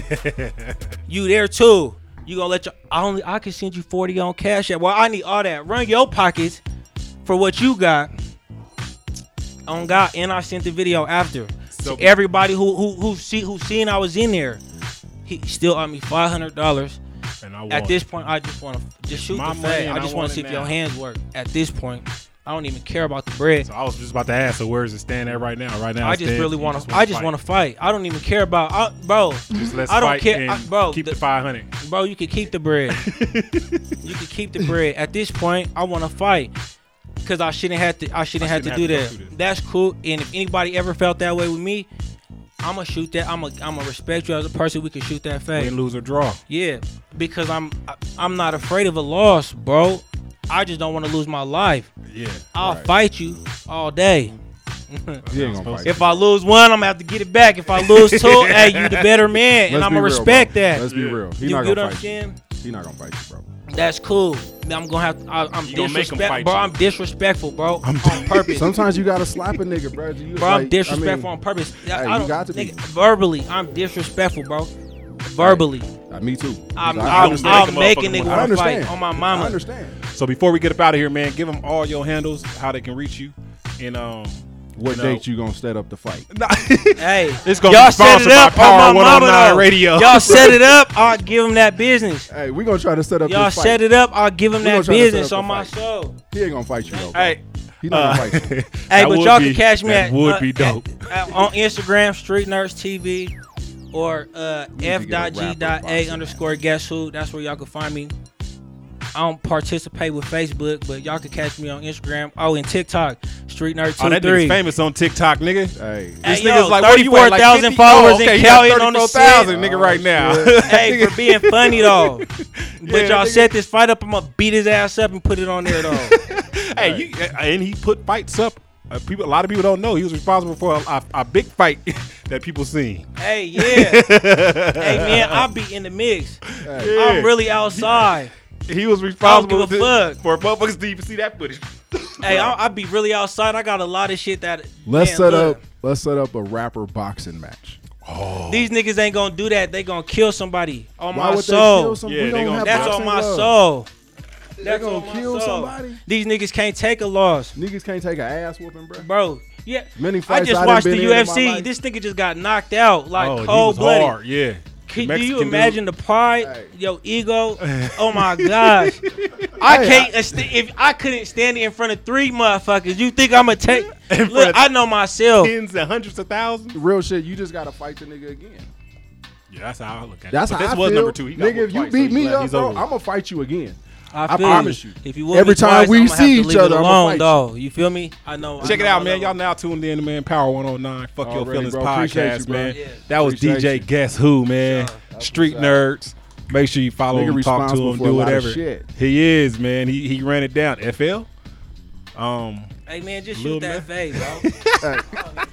Speaker 6: you there too. You gonna let your I only I can send you 40 on cash app. Well, I need all that. Run your pockets for what you got. On God, and I sent the video after.
Speaker 5: So-
Speaker 6: to everybody who who who see who seen I was in there, he still owed me five hundred dollars.
Speaker 5: And I want
Speaker 6: At this point, I just want to just shoot
Speaker 5: my
Speaker 6: the
Speaker 5: money
Speaker 6: fade.
Speaker 5: and
Speaker 6: I
Speaker 5: I
Speaker 6: just
Speaker 5: want
Speaker 6: want to
Speaker 5: it
Speaker 6: see if
Speaker 5: now.
Speaker 6: your hands work. At this point, I don't even care about the bread.
Speaker 5: So I was just about to ask. So where is it stand at right now? Right now.
Speaker 6: I
Speaker 5: it
Speaker 6: just
Speaker 5: stands-
Speaker 6: really
Speaker 5: you
Speaker 6: want to. I just
Speaker 5: fight.
Speaker 6: want to fight. I don't even care about, I, bro.
Speaker 5: Just let's
Speaker 6: I don't
Speaker 5: fight
Speaker 6: care,
Speaker 5: and
Speaker 6: I- bro.
Speaker 5: Keep
Speaker 6: the-
Speaker 5: the, five hundred.
Speaker 6: Bro, you can keep the bread. you can keep the bread. At this point, I want to fight because I shouldn't have to. I shouldn't, have
Speaker 5: shouldn't
Speaker 6: to do
Speaker 5: have to go
Speaker 6: that.
Speaker 5: through this.
Speaker 6: That's cool. And if anybody ever felt that way with me, I'm gonna shoot that. I'm gonna I'm gonna respect you as a person. We can shoot that fade.
Speaker 5: Win, lose or draw.
Speaker 6: Yeah, because I'm I- I'm not afraid of a loss, bro. I just don't want to lose my life.
Speaker 5: Yeah.
Speaker 6: I'll fight you all day.
Speaker 4: You ain't gonna fight.
Speaker 6: If I lose one, I'm gonna have to get it back. If I lose two, hey, you the better man, and
Speaker 4: Let's
Speaker 6: I'm
Speaker 4: be
Speaker 6: gonna
Speaker 4: real, bro.
Speaker 6: respect that.
Speaker 4: Let's be real. He
Speaker 6: you
Speaker 4: not
Speaker 6: get what
Speaker 4: gonna
Speaker 6: I'm
Speaker 4: fight you.
Speaker 6: saying?
Speaker 4: He not gonna fight you, bro.
Speaker 6: That's cool. I'm gonna have. I, I'm
Speaker 5: You gonna make 'em
Speaker 6: disrespectful,
Speaker 5: fight
Speaker 6: bro.
Speaker 5: you.
Speaker 6: I'm disrespectful, bro. on purpose.
Speaker 4: Sometimes you gotta slap a nigga, bro. You,
Speaker 6: bro,
Speaker 4: like,
Speaker 6: I'm disrespectful
Speaker 4: I
Speaker 6: on purpose. I,
Speaker 4: hey,
Speaker 6: I
Speaker 4: you
Speaker 6: don't,
Speaker 4: got to be.
Speaker 6: nigga, verbally. I'm disrespectful, bro. Verbally,
Speaker 4: mean, uh, me too.
Speaker 6: I'm,
Speaker 4: I
Speaker 6: I'm,
Speaker 5: understand.
Speaker 6: I'll
Speaker 5: Make a
Speaker 6: make
Speaker 5: motherfucker
Speaker 6: a nigga
Speaker 5: wanna
Speaker 6: want to fight
Speaker 4: understand.
Speaker 6: on my
Speaker 4: I
Speaker 6: mama.
Speaker 4: understand.
Speaker 5: So before we get up out of here, man, give them all your handles, how they can reach you, and um,
Speaker 4: What
Speaker 5: you know-
Speaker 4: date you gonna set up the fight?
Speaker 6: Hey,
Speaker 5: It's gonna
Speaker 6: y'all
Speaker 5: be
Speaker 6: set
Speaker 5: sponsored
Speaker 6: it up
Speaker 5: by Power
Speaker 6: on my mama
Speaker 5: 109
Speaker 6: though.
Speaker 5: Radio.
Speaker 6: Y'all set it up. I'll give him that business.
Speaker 4: Hey, we gonna try to set up.
Speaker 6: Y'all
Speaker 4: this fight.
Speaker 6: set it up. I'll give him
Speaker 4: We gonna
Speaker 6: that
Speaker 4: try to set
Speaker 6: business
Speaker 4: up
Speaker 6: on
Speaker 4: a
Speaker 6: my
Speaker 4: fight.
Speaker 6: soul.
Speaker 4: He ain't gonna fight you though.
Speaker 5: Hey,
Speaker 4: He not
Speaker 5: uh,
Speaker 4: gonna fight you.
Speaker 6: Hey,
Speaker 5: that
Speaker 6: but
Speaker 5: would
Speaker 6: y'all
Speaker 5: be-
Speaker 6: can catch me
Speaker 5: that
Speaker 6: at
Speaker 5: would
Speaker 6: uh,
Speaker 5: be
Speaker 6: at-
Speaker 5: dope.
Speaker 6: at- on Instagram, Street Nurse TV, or uh,
Speaker 4: need to get a rapper
Speaker 6: f.g.a
Speaker 4: boxing
Speaker 6: underscore guess who. That's where y'all can find me. I don't participate with Facebook, but y'all can catch me on Instagram. Oh, and TikTok, Street Nerd
Speaker 5: Oh,
Speaker 6: Two
Speaker 5: that
Speaker 6: Three.
Speaker 5: nigga's famous on TikTok, nigga.
Speaker 4: Hey,
Speaker 6: Hey,
Speaker 5: This
Speaker 6: yo,
Speaker 5: nigga's like, what, you at, like
Speaker 6: 34,000
Speaker 5: 50?
Speaker 6: followers
Speaker 5: Oh, okay,
Speaker 6: in
Speaker 5: he got
Speaker 6: Cali and on the
Speaker 5: 34,000, nigga,
Speaker 4: Oh,
Speaker 5: right
Speaker 4: shit.
Speaker 5: now.
Speaker 6: Hey, for being funny though. But
Speaker 5: Yeah,
Speaker 6: y'all
Speaker 5: nigga.
Speaker 6: set this fight up. I'm gonna beat his ass up and put it on there though.
Speaker 5: hey, you, and he put fights up. Uh, people, a lot of people don't know he was responsible for a, a, a big fight that people seen.
Speaker 6: hey, yeah. hey man, I be in the mix. I'm really outside.
Speaker 5: He was
Speaker 6: I
Speaker 5: responsible
Speaker 6: don't give a
Speaker 5: to-
Speaker 6: fuck.
Speaker 5: for motherfuckers to even see that footage.
Speaker 6: Hey, I, I be really outside. I got a lot of shit that.
Speaker 4: let's
Speaker 6: man,
Speaker 4: set
Speaker 6: look,
Speaker 4: up. Let's set up a rapper boxing match.
Speaker 6: These niggas ain't gonna do that. They gonna kill somebody on
Speaker 4: Why
Speaker 6: my
Speaker 4: would they
Speaker 6: soul.
Speaker 4: kill somebody?
Speaker 5: Yeah,
Speaker 4: we
Speaker 5: they
Speaker 4: don't
Speaker 5: gonna
Speaker 4: have
Speaker 5: kill
Speaker 6: That's
Speaker 5: somebody?
Speaker 6: on
Speaker 4: boxing
Speaker 6: my
Speaker 4: gloves.
Speaker 6: soul.
Speaker 4: They
Speaker 6: That's
Speaker 4: gonna
Speaker 6: on my
Speaker 4: kill
Speaker 6: soul.
Speaker 4: somebody.
Speaker 6: These niggas can't take a loss,
Speaker 4: Niggas can't take an ass whooping, bro.
Speaker 6: bro. Yeah,
Speaker 4: Many
Speaker 6: I
Speaker 4: fights I
Speaker 6: just
Speaker 4: done
Speaker 6: watched
Speaker 4: been
Speaker 6: the
Speaker 4: in in my
Speaker 6: UFC.
Speaker 4: life.
Speaker 6: This nigga just got knocked out like
Speaker 5: oh, he
Speaker 6: cold
Speaker 5: was
Speaker 6: blooded.
Speaker 5: hard. Yeah.
Speaker 6: Can, do
Speaker 5: Mexican
Speaker 6: you
Speaker 5: dude.
Speaker 6: imagine the pride,
Speaker 4: Hey.
Speaker 6: your ego? Oh my gosh, I
Speaker 4: Hey,
Speaker 6: can't. st- if I couldn't stand it in front of three motherfuckers, you think I'm gonna take?
Speaker 5: In
Speaker 6: Look,
Speaker 5: front of
Speaker 6: I know myself.
Speaker 5: tens and hundreds of thousands?
Speaker 4: Real shit. You just gotta fight the nigga again.
Speaker 5: Yeah, that's how I look at
Speaker 4: That's
Speaker 5: it. But
Speaker 4: how
Speaker 5: this
Speaker 4: I
Speaker 5: was
Speaker 4: feel.
Speaker 5: number two. He got
Speaker 4: nigga,
Speaker 5: one
Speaker 4: if you
Speaker 5: fight, so
Speaker 4: beat
Speaker 5: he's
Speaker 4: me
Speaker 5: glad
Speaker 4: up,
Speaker 5: he's
Speaker 4: bro,
Speaker 5: over.
Speaker 4: I'm gonna fight you again.
Speaker 6: I, feel
Speaker 4: promise you.
Speaker 6: If you whoop
Speaker 4: Every
Speaker 6: me
Speaker 4: time
Speaker 6: twice,
Speaker 4: we
Speaker 6: I'ma have
Speaker 4: see
Speaker 6: to
Speaker 4: each
Speaker 6: leave it
Speaker 4: other, I'ma
Speaker 6: alone,
Speaker 4: fight you.
Speaker 6: though. You feel me? I know. I
Speaker 5: Check it
Speaker 6: know,
Speaker 5: out,
Speaker 6: I
Speaker 5: man.
Speaker 6: know.
Speaker 5: Y'all now tuned in to man Power 109. Fuck your
Speaker 4: Already,
Speaker 5: feelings
Speaker 4: bro. Appreciate
Speaker 5: podcast,
Speaker 4: you, bro.
Speaker 5: man.
Speaker 6: Yeah.
Speaker 5: That was
Speaker 4: Appreciate
Speaker 5: DJ
Speaker 4: you.
Speaker 5: Guess Who, man. Street nerds. Make sure you follow
Speaker 4: Nigga
Speaker 5: him, talk to
Speaker 4: responsible
Speaker 5: him,
Speaker 4: for a
Speaker 5: do
Speaker 4: lot of
Speaker 5: whatever.
Speaker 4: shit.
Speaker 5: He is, man. He he ran it down. FL. Um
Speaker 6: Hey man, just
Speaker 5: Lil
Speaker 6: shoot that
Speaker 5: Mac.
Speaker 6: fade, bro.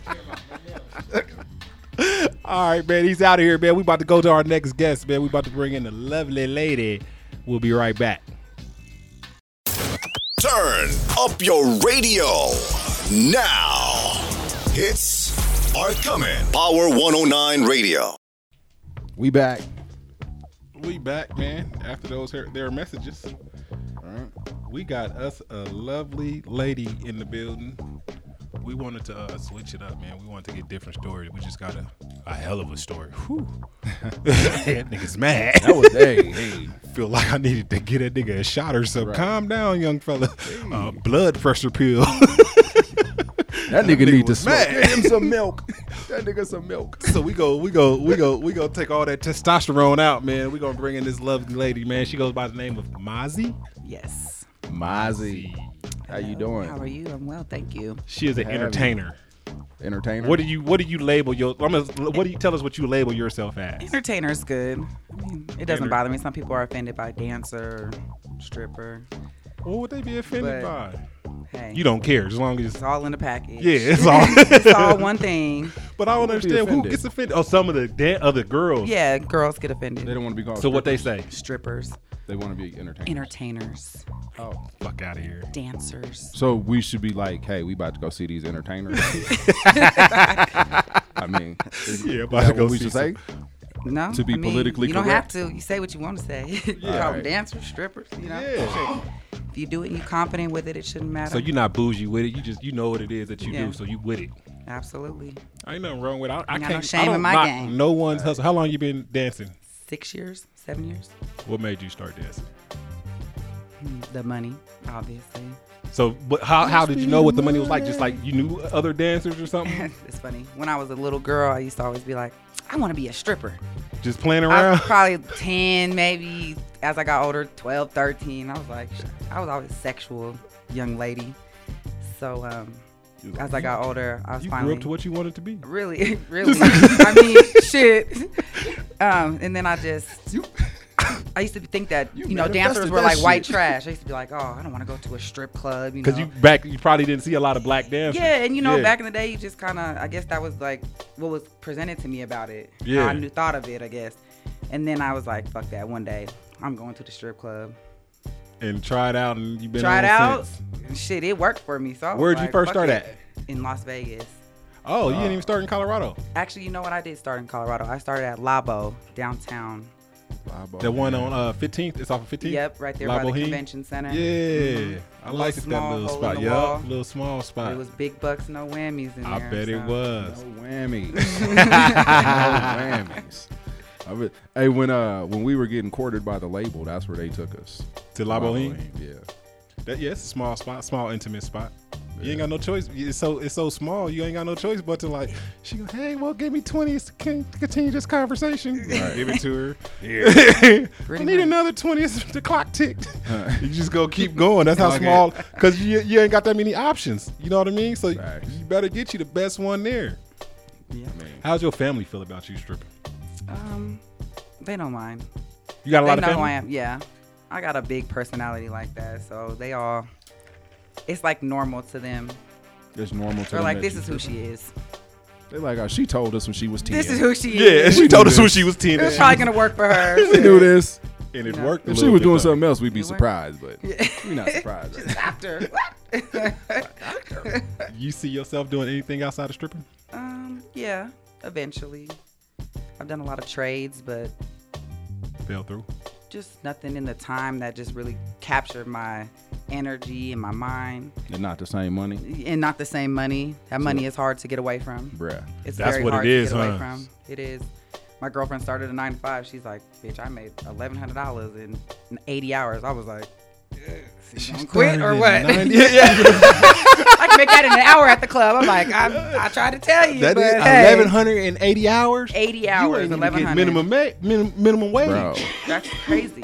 Speaker 5: All right, man. He's out of here, man. We about to go to our next guest, man. We about to bring in the lovely lady. We'll be right back.
Speaker 3: Turn up your radio now. Hits are coming. Power 109 Radio.
Speaker 4: We back.
Speaker 5: We back, man. After those her- their messages, we got us a lovely lady in the building. We wanted to uh, switch it up, man. We wanted to get different stories. We just got a, a hell of a story. Whew. that nigga's mad.
Speaker 4: That was hey, hey.
Speaker 5: feel like I needed to get that nigga a shot or something. Calm down, young fella. Uh, blood pressure pill.
Speaker 4: That nigga need to
Speaker 5: was
Speaker 4: smoke.
Speaker 5: mad.
Speaker 4: Give him some milk. That nigga some milk.
Speaker 5: so we go, we go, we go, we go take all that testosterone out, man. We gonna bring in this lovely lady, man. She goes by the name of Mozzie.
Speaker 1: Yes.
Speaker 4: Mozzie. How you
Speaker 1: Hello.
Speaker 4: doing?
Speaker 1: How are you? I'm well, thank you.
Speaker 5: She is an
Speaker 4: Have it.
Speaker 5: entertainer.
Speaker 4: Entertainer.
Speaker 5: What do you, what do you label your? I'm gonna, what do you tell us what you label yourself as?
Speaker 1: Entertainer's good. I mean, it doesn't
Speaker 5: Enter-
Speaker 1: bother me. Some people are offended by dancer, stripper.
Speaker 5: What would they be offended
Speaker 1: But-
Speaker 5: by?
Speaker 1: Hey,
Speaker 5: You don't care as long as
Speaker 1: it's all in the package.
Speaker 5: yeah, it's all.
Speaker 1: it's all one thing.
Speaker 5: but I
Speaker 4: Who
Speaker 5: don't
Speaker 4: would be
Speaker 5: understand who
Speaker 4: offended?
Speaker 5: gets offended. Oh, some of the da- other girls.
Speaker 1: Yeah, girls get
Speaker 4: They
Speaker 1: offended.
Speaker 4: don't want to be called.
Speaker 5: So what they say?
Speaker 1: Strippers,
Speaker 4: They want to be entertainers.
Speaker 1: entertainers,
Speaker 4: oh.
Speaker 5: Fuck out of here.
Speaker 1: dancers.
Speaker 4: So we should be like, hey, we about to go see these entertainers. I mean, is-
Speaker 5: Yeah,
Speaker 4: is
Speaker 5: about
Speaker 4: that
Speaker 5: to go
Speaker 4: what we
Speaker 5: see
Speaker 4: should
Speaker 5: some-
Speaker 4: say.
Speaker 1: No,
Speaker 4: To be
Speaker 1: I mean,
Speaker 4: politically
Speaker 1: you don't
Speaker 4: correct.
Speaker 1: have to. You say what you want to say. you call
Speaker 4: All right.
Speaker 1: them dancers, strippers. You know,
Speaker 5: Yeah.
Speaker 1: if you do it and you're confident with it, it shouldn't matter.
Speaker 5: So you're not bougie with it. You just you know what it is that you
Speaker 1: Yeah.
Speaker 5: do, so you with it.
Speaker 1: absolutely
Speaker 5: Ain't nothing wrong with it. I, I
Speaker 1: Ain't got no
Speaker 5: can't
Speaker 1: shame
Speaker 5: I
Speaker 1: in
Speaker 5: don't
Speaker 1: my
Speaker 5: knock
Speaker 1: game.
Speaker 5: No one's hustle. How long you been dancing?
Speaker 1: six years, seven years. Hmm,
Speaker 5: What made you start dancing?
Speaker 1: The money, obviously.
Speaker 5: So, but how how did you know what the money was like? Just like you knew other dancers or something?
Speaker 1: it's funny. When I was a little girl, I used to always be like, I want to be a stripper.
Speaker 5: Just playing
Speaker 1: I was
Speaker 5: around.
Speaker 1: probably 10, maybe as I got older, 12, 13. I was like, sh- I was always a sexual young lady. So um, as I got older, I was
Speaker 5: You
Speaker 1: finally
Speaker 5: grew up to what you wanted to be.
Speaker 1: really, really. I mean, shit. Um, and then I just. I used to think that you, know
Speaker 4: manifested
Speaker 1: dancers were
Speaker 4: that
Speaker 1: like white
Speaker 4: shit.
Speaker 1: trash. I used to be like, oh, I don't want to go to a strip club, you know.
Speaker 5: Cause you back, you probably didn't see a lot of black dancers.
Speaker 1: Yeah, and you know,
Speaker 5: Yeah.
Speaker 1: back in the day, you just kind of, I guess that was like what was presented to me about it. How
Speaker 5: Yeah.
Speaker 1: I knew, thought of it, I guess. And then I was like, fuck that. One day, I'm going to the strip club.
Speaker 5: and tried out, and you've been
Speaker 1: Try it
Speaker 5: on
Speaker 1: out.
Speaker 5: Since.
Speaker 1: Shit, it worked for me. So I was
Speaker 5: Where'd you
Speaker 1: like,
Speaker 5: first start
Speaker 1: fuck it.
Speaker 5: at?
Speaker 1: In Las Vegas.
Speaker 5: Oh, you didn't even start in Colorado.
Speaker 1: Actually, you know what? I did start in Colorado. I started at Labo downtown.
Speaker 4: Eyeball.
Speaker 5: The one on uh 15th. It's off of 15th.
Speaker 1: Oh, Yep, right there
Speaker 5: La
Speaker 1: by the
Speaker 5: Boheme?
Speaker 1: convention center. Mm-hmm.
Speaker 5: Yeah, I
Speaker 1: Little
Speaker 5: liked it, that
Speaker 1: small
Speaker 5: little
Speaker 1: hole in
Speaker 5: spot.
Speaker 1: the
Speaker 5: Yeah,
Speaker 1: wall.
Speaker 5: little small spot.
Speaker 1: It was big bucks, no whammies in
Speaker 5: I
Speaker 1: there.
Speaker 5: bet it
Speaker 1: so.
Speaker 4: No
Speaker 5: was.
Speaker 4: whammies. no whammies. I re- hey, when uh when we were getting quartered by the label, that's where they took us.
Speaker 5: To La Boheme?
Speaker 4: Yeah.
Speaker 5: That, yeah, it's a small spot, small intimate spot. You ain't got no choice. It's so it's so small. You ain't got no choice but to like. She go, hey, well, give me twenties to con- continue this conversation. Give it to her. I
Speaker 1: Pretty
Speaker 5: need
Speaker 1: much.
Speaker 5: another twenties. The clock ticked. You just go keep going. That's how small. Cause you you ain't got that many options. You know what I mean? So
Speaker 4: Facts.
Speaker 5: you better get you the best one there.
Speaker 1: Yeah.
Speaker 5: How's your family feel about you stripping?
Speaker 1: Um, they don't mind.
Speaker 5: You got a
Speaker 1: they
Speaker 5: lot of
Speaker 1: know who I
Speaker 5: family.
Speaker 1: am. Yeah, I got a big personality like that, so they all. It's like normal to them.
Speaker 4: It's normal to
Speaker 1: They're
Speaker 4: them
Speaker 1: like,
Speaker 4: that
Speaker 1: this
Speaker 4: you
Speaker 1: is who
Speaker 4: tripping.
Speaker 1: she is.
Speaker 4: They like, oh, she told us when she was ten.
Speaker 1: This is who she
Speaker 5: Yeah,
Speaker 1: is.
Speaker 5: she told us when she was ten.
Speaker 1: It's probably gonna work for her.
Speaker 4: we knew this.
Speaker 5: and it
Speaker 1: No.
Speaker 5: worked. a
Speaker 4: If she
Speaker 5: little
Speaker 4: was
Speaker 5: bit,
Speaker 4: doing
Speaker 5: though.
Speaker 4: something else, we'd be
Speaker 1: It worked.
Speaker 4: surprised, but we're not surprised. right?
Speaker 1: After.
Speaker 5: You see yourself doing anything outside of stripping?
Speaker 1: um. Yeah. Eventually, I've done a lot of trades, but
Speaker 5: Fell through.
Speaker 1: just nothing in the time that just really captured my energy and my mind,
Speaker 4: They're not the same money,
Speaker 1: and not the same money. That money is hard to get away from.
Speaker 4: bruh.
Speaker 1: It's
Speaker 5: That's
Speaker 1: very
Speaker 5: what it
Speaker 1: hard
Speaker 5: is,
Speaker 1: to get
Speaker 5: huh?
Speaker 1: away from. It is. My girlfriend started a nine to five. She's like, "Bitch, I made eleven hundred dollars in, in eighty hours." I was like,
Speaker 5: She
Speaker 1: gonna quit
Speaker 5: started
Speaker 1: or
Speaker 5: at
Speaker 1: what?
Speaker 5: 90 yeah, yeah.
Speaker 1: "I can make that in an hour at the club." I'm like, "I'm, I tried to tell you,
Speaker 5: That
Speaker 1: but
Speaker 5: is
Speaker 1: hey,
Speaker 5: eleven hundred and eighty hours.
Speaker 1: 80 hours,
Speaker 5: You ain't even
Speaker 1: 1100.
Speaker 5: get minimum ma- minimum minimum wage.
Speaker 4: Bro,
Speaker 1: That's crazy.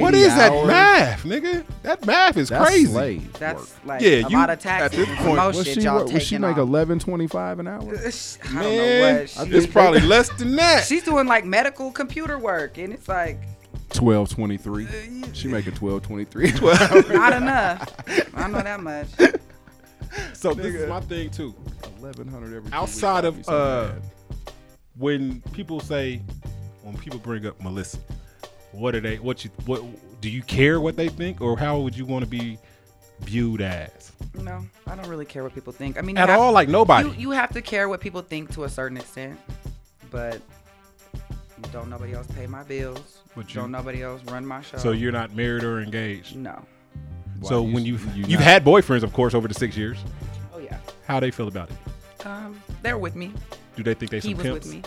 Speaker 5: What is that
Speaker 4: 80
Speaker 5: math, nigga? That math is
Speaker 4: That's
Speaker 5: crazy.
Speaker 4: slave
Speaker 1: That's
Speaker 4: work.
Speaker 1: like
Speaker 5: Yeah,
Speaker 1: a
Speaker 5: you-
Speaker 1: lot
Speaker 5: at
Speaker 1: of taxes
Speaker 5: this
Speaker 1: and
Speaker 5: point-
Speaker 1: promotion
Speaker 4: Was she,
Speaker 1: y'all
Speaker 4: what, was she
Speaker 1: taking
Speaker 4: make
Speaker 1: off.
Speaker 4: eleven twenty five an hour?
Speaker 1: I don't know
Speaker 5: Man,
Speaker 1: what she-
Speaker 5: it's probably less than that.
Speaker 1: She's doing like medical computer work, and it's like
Speaker 4: Twelve twenty three. She making twelve twenty three.
Speaker 1: not enough. I know that much.
Speaker 5: So this is
Speaker 4: Nigga.
Speaker 5: my thing too.
Speaker 4: Eleven hundred every two
Speaker 5: Outside
Speaker 4: weeks,
Speaker 5: of
Speaker 4: I'll
Speaker 5: uh,
Speaker 4: be so
Speaker 5: when people say, when people bring up Melissa, what are they? What you? What do you care what they think, or how would you want to be viewed as?
Speaker 1: No, I don't really care what people think. I mean, you
Speaker 5: At
Speaker 1: have-
Speaker 5: all, like nobody.
Speaker 1: You, you have to care what people think to a certain extent, but don't nobody else pay my bills.
Speaker 5: But you-
Speaker 1: don't nobody else run my show.
Speaker 5: so you're not married or engaged.
Speaker 1: no.
Speaker 4: mad.
Speaker 5: So
Speaker 4: Why,
Speaker 5: when you've
Speaker 4: you
Speaker 5: you've
Speaker 4: not-
Speaker 5: had boyfriends, of course, over the six years,
Speaker 1: Oh yeah.
Speaker 5: how they feel about it?
Speaker 1: Um, they're with me.
Speaker 5: Do they think they
Speaker 1: He
Speaker 5: some
Speaker 1: was
Speaker 5: pimps?
Speaker 1: with me.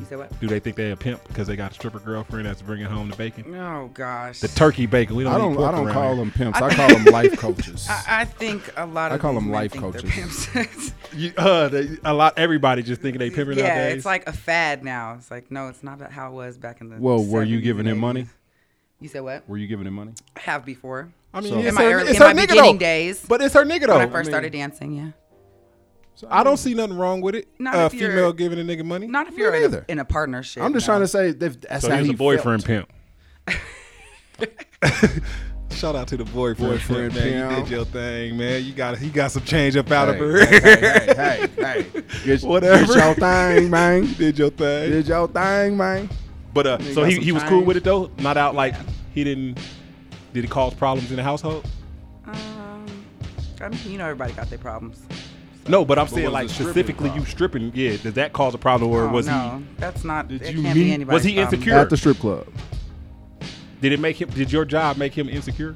Speaker 1: You said what?
Speaker 5: Do they think they a pimp because they got a stripper girlfriend that's bringing home the bacon?
Speaker 1: Oh gosh.
Speaker 5: The turkey bacon. We don't.
Speaker 4: I
Speaker 5: need
Speaker 4: don't.
Speaker 5: pork
Speaker 4: I don't
Speaker 5: around
Speaker 4: call
Speaker 5: here.
Speaker 4: them pimps. I call them life coaches.
Speaker 1: I, I think a lot
Speaker 4: I
Speaker 1: of
Speaker 4: call
Speaker 1: these
Speaker 4: them
Speaker 1: men
Speaker 4: life
Speaker 1: think they're
Speaker 4: coaches.
Speaker 1: pimps.
Speaker 5: You, uh, they, a lot. Everybody just thinking they pimping
Speaker 1: yeah,
Speaker 5: nowadays.
Speaker 1: it's like a fad now. It's like no, it's not how it was back in the.
Speaker 4: Well, were you
Speaker 1: 70s
Speaker 4: giving
Speaker 1: and
Speaker 4: him money?
Speaker 1: 80s. You said what?
Speaker 4: Were you giving him money?
Speaker 1: I have before.
Speaker 5: I mean,
Speaker 4: So-
Speaker 5: Oh, it's
Speaker 1: In my
Speaker 5: her,
Speaker 1: early-
Speaker 5: it's
Speaker 1: in
Speaker 5: her
Speaker 1: my
Speaker 5: nigga
Speaker 1: beginning
Speaker 5: though.
Speaker 1: days.
Speaker 5: But it's her nigga though.
Speaker 1: When Oh, I first
Speaker 5: mean,
Speaker 1: started dancing, yeah.
Speaker 5: I don't see nothing wrong with it.
Speaker 1: Not
Speaker 5: a
Speaker 1: if you're-
Speaker 5: female giving a nigga money.
Speaker 1: Not if
Speaker 4: Me
Speaker 1: you're in
Speaker 4: neither.
Speaker 1: a, in a partnership.
Speaker 4: I'm just
Speaker 1: no.
Speaker 4: trying to say that that's
Speaker 5: so
Speaker 4: how
Speaker 5: he was
Speaker 4: he
Speaker 5: a boyfriend
Speaker 4: felt.
Speaker 5: pimp. Shout out to the boyfriend,
Speaker 4: Boyfriend
Speaker 5: pimp, man. You
Speaker 4: pimp.
Speaker 5: did your thing, man. You got he got some change up out of her.
Speaker 4: Hey, hey, hey, hey, hey. Get,
Speaker 5: Whatever.
Speaker 4: Get your thing, man.
Speaker 5: you did your thing.
Speaker 4: Did your thing, man.
Speaker 5: But uh,
Speaker 4: Nigga
Speaker 5: so
Speaker 4: got
Speaker 5: he,
Speaker 4: some
Speaker 5: he was cool
Speaker 4: change.
Speaker 5: with it though. Not out like he didn't. Did it cause problems in the household?
Speaker 1: Um, I mean, you know, everybody got their problems.
Speaker 5: No, but I'm
Speaker 4: was
Speaker 5: saying
Speaker 4: the
Speaker 5: like
Speaker 4: stripping
Speaker 5: specifically you stripping. Yeah, did that cause a problem or
Speaker 1: Oh,
Speaker 5: was
Speaker 1: no, that's not.
Speaker 5: Did
Speaker 1: it
Speaker 5: you
Speaker 1: can't
Speaker 5: meet-
Speaker 1: be anybody's
Speaker 5: was he
Speaker 1: problem.
Speaker 5: insecure?
Speaker 4: At the strip club.
Speaker 5: he? Did it make him? Did your job make him insecure?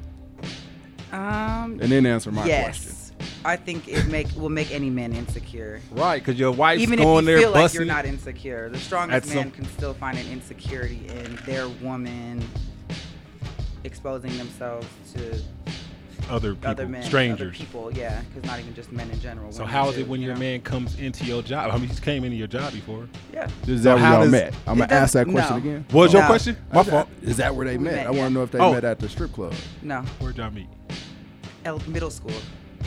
Speaker 1: Um,
Speaker 4: And then answer my question.
Speaker 1: yes, I think it make will make any man insecure.
Speaker 5: Right, because your wife's
Speaker 1: Even if you
Speaker 5: going there
Speaker 1: feel like
Speaker 5: busting.
Speaker 1: you're not insecure, the
Speaker 5: At
Speaker 1: strongest
Speaker 5: some-
Speaker 1: man can still find an insecurity in their woman exposing themselves to
Speaker 5: other people,
Speaker 1: other men, other
Speaker 5: strangers.
Speaker 1: people, yeah, because not even just men in general.
Speaker 5: So
Speaker 1: women
Speaker 5: how is it
Speaker 1: too,
Speaker 5: when
Speaker 1: you
Speaker 5: your
Speaker 1: know?
Speaker 5: man comes into your job? I mean, he's came into your job before.
Speaker 1: Yeah,
Speaker 4: Is that
Speaker 5: So
Speaker 4: where
Speaker 5: how
Speaker 4: y'all
Speaker 5: does-
Speaker 4: met? I'm
Speaker 1: It
Speaker 4: gonna ask that
Speaker 1: doesn't-
Speaker 4: question
Speaker 1: no.
Speaker 4: again.
Speaker 5: What was your
Speaker 1: No.
Speaker 5: question? My fault.
Speaker 4: Is that where they
Speaker 1: We
Speaker 4: met?
Speaker 1: met,
Speaker 4: I want
Speaker 1: yeah.
Speaker 4: to know if they
Speaker 5: Oh.
Speaker 4: met at the strip club.
Speaker 1: no,
Speaker 5: Where'd y'all meet?
Speaker 1: El- middle school.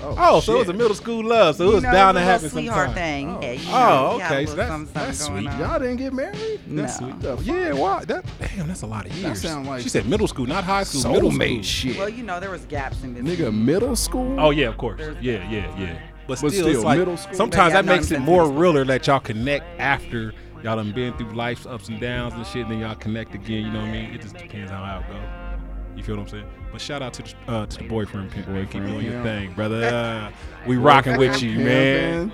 Speaker 4: Oh,
Speaker 5: Oh, so it was a
Speaker 4: shit.
Speaker 5: middle school love. So it
Speaker 1: You
Speaker 5: was
Speaker 1: know,
Speaker 5: bound to
Speaker 1: it's a little
Speaker 5: happen
Speaker 1: sweetheart
Speaker 5: sometime.
Speaker 1: thing.
Speaker 4: Oh.
Speaker 1: Yeah, you know,
Speaker 5: Oh,
Speaker 1: you got a
Speaker 5: okay, so
Speaker 1: little
Speaker 5: that's-
Speaker 1: something, something
Speaker 5: that's
Speaker 1: going
Speaker 5: sweet.
Speaker 1: on.
Speaker 4: Y'all didn't get married?
Speaker 5: That's
Speaker 1: No.
Speaker 5: sweet.
Speaker 4: The
Speaker 5: Yeah,
Speaker 4: fuck?
Speaker 5: why? That damn, that's a lot of years.
Speaker 4: sound like
Speaker 5: she said middle school, not high school. middle school.
Speaker 4: Soulmate shit.
Speaker 1: Well, you know, there was gaps in this.
Speaker 4: Nigga, middle school?
Speaker 5: Oh yeah, of course. Yeah, yeah, yeah. But,
Speaker 4: But
Speaker 5: still, it's
Speaker 4: still,
Speaker 5: like
Speaker 4: middle school.
Speaker 5: sometimes
Speaker 1: But yeah,
Speaker 5: that makes it
Speaker 1: nonsense.
Speaker 5: more realer that y'all connect after y'all done been through life's ups and downs and shit, and then y'all connect again. You know what I mean? It just depends on how it go. You feel what I'm saying? But shout out to the, uh, to the boyfriend pimp, man. Keep doing your
Speaker 4: pimp.
Speaker 5: thing, brother. Uh, we rocking with you, man.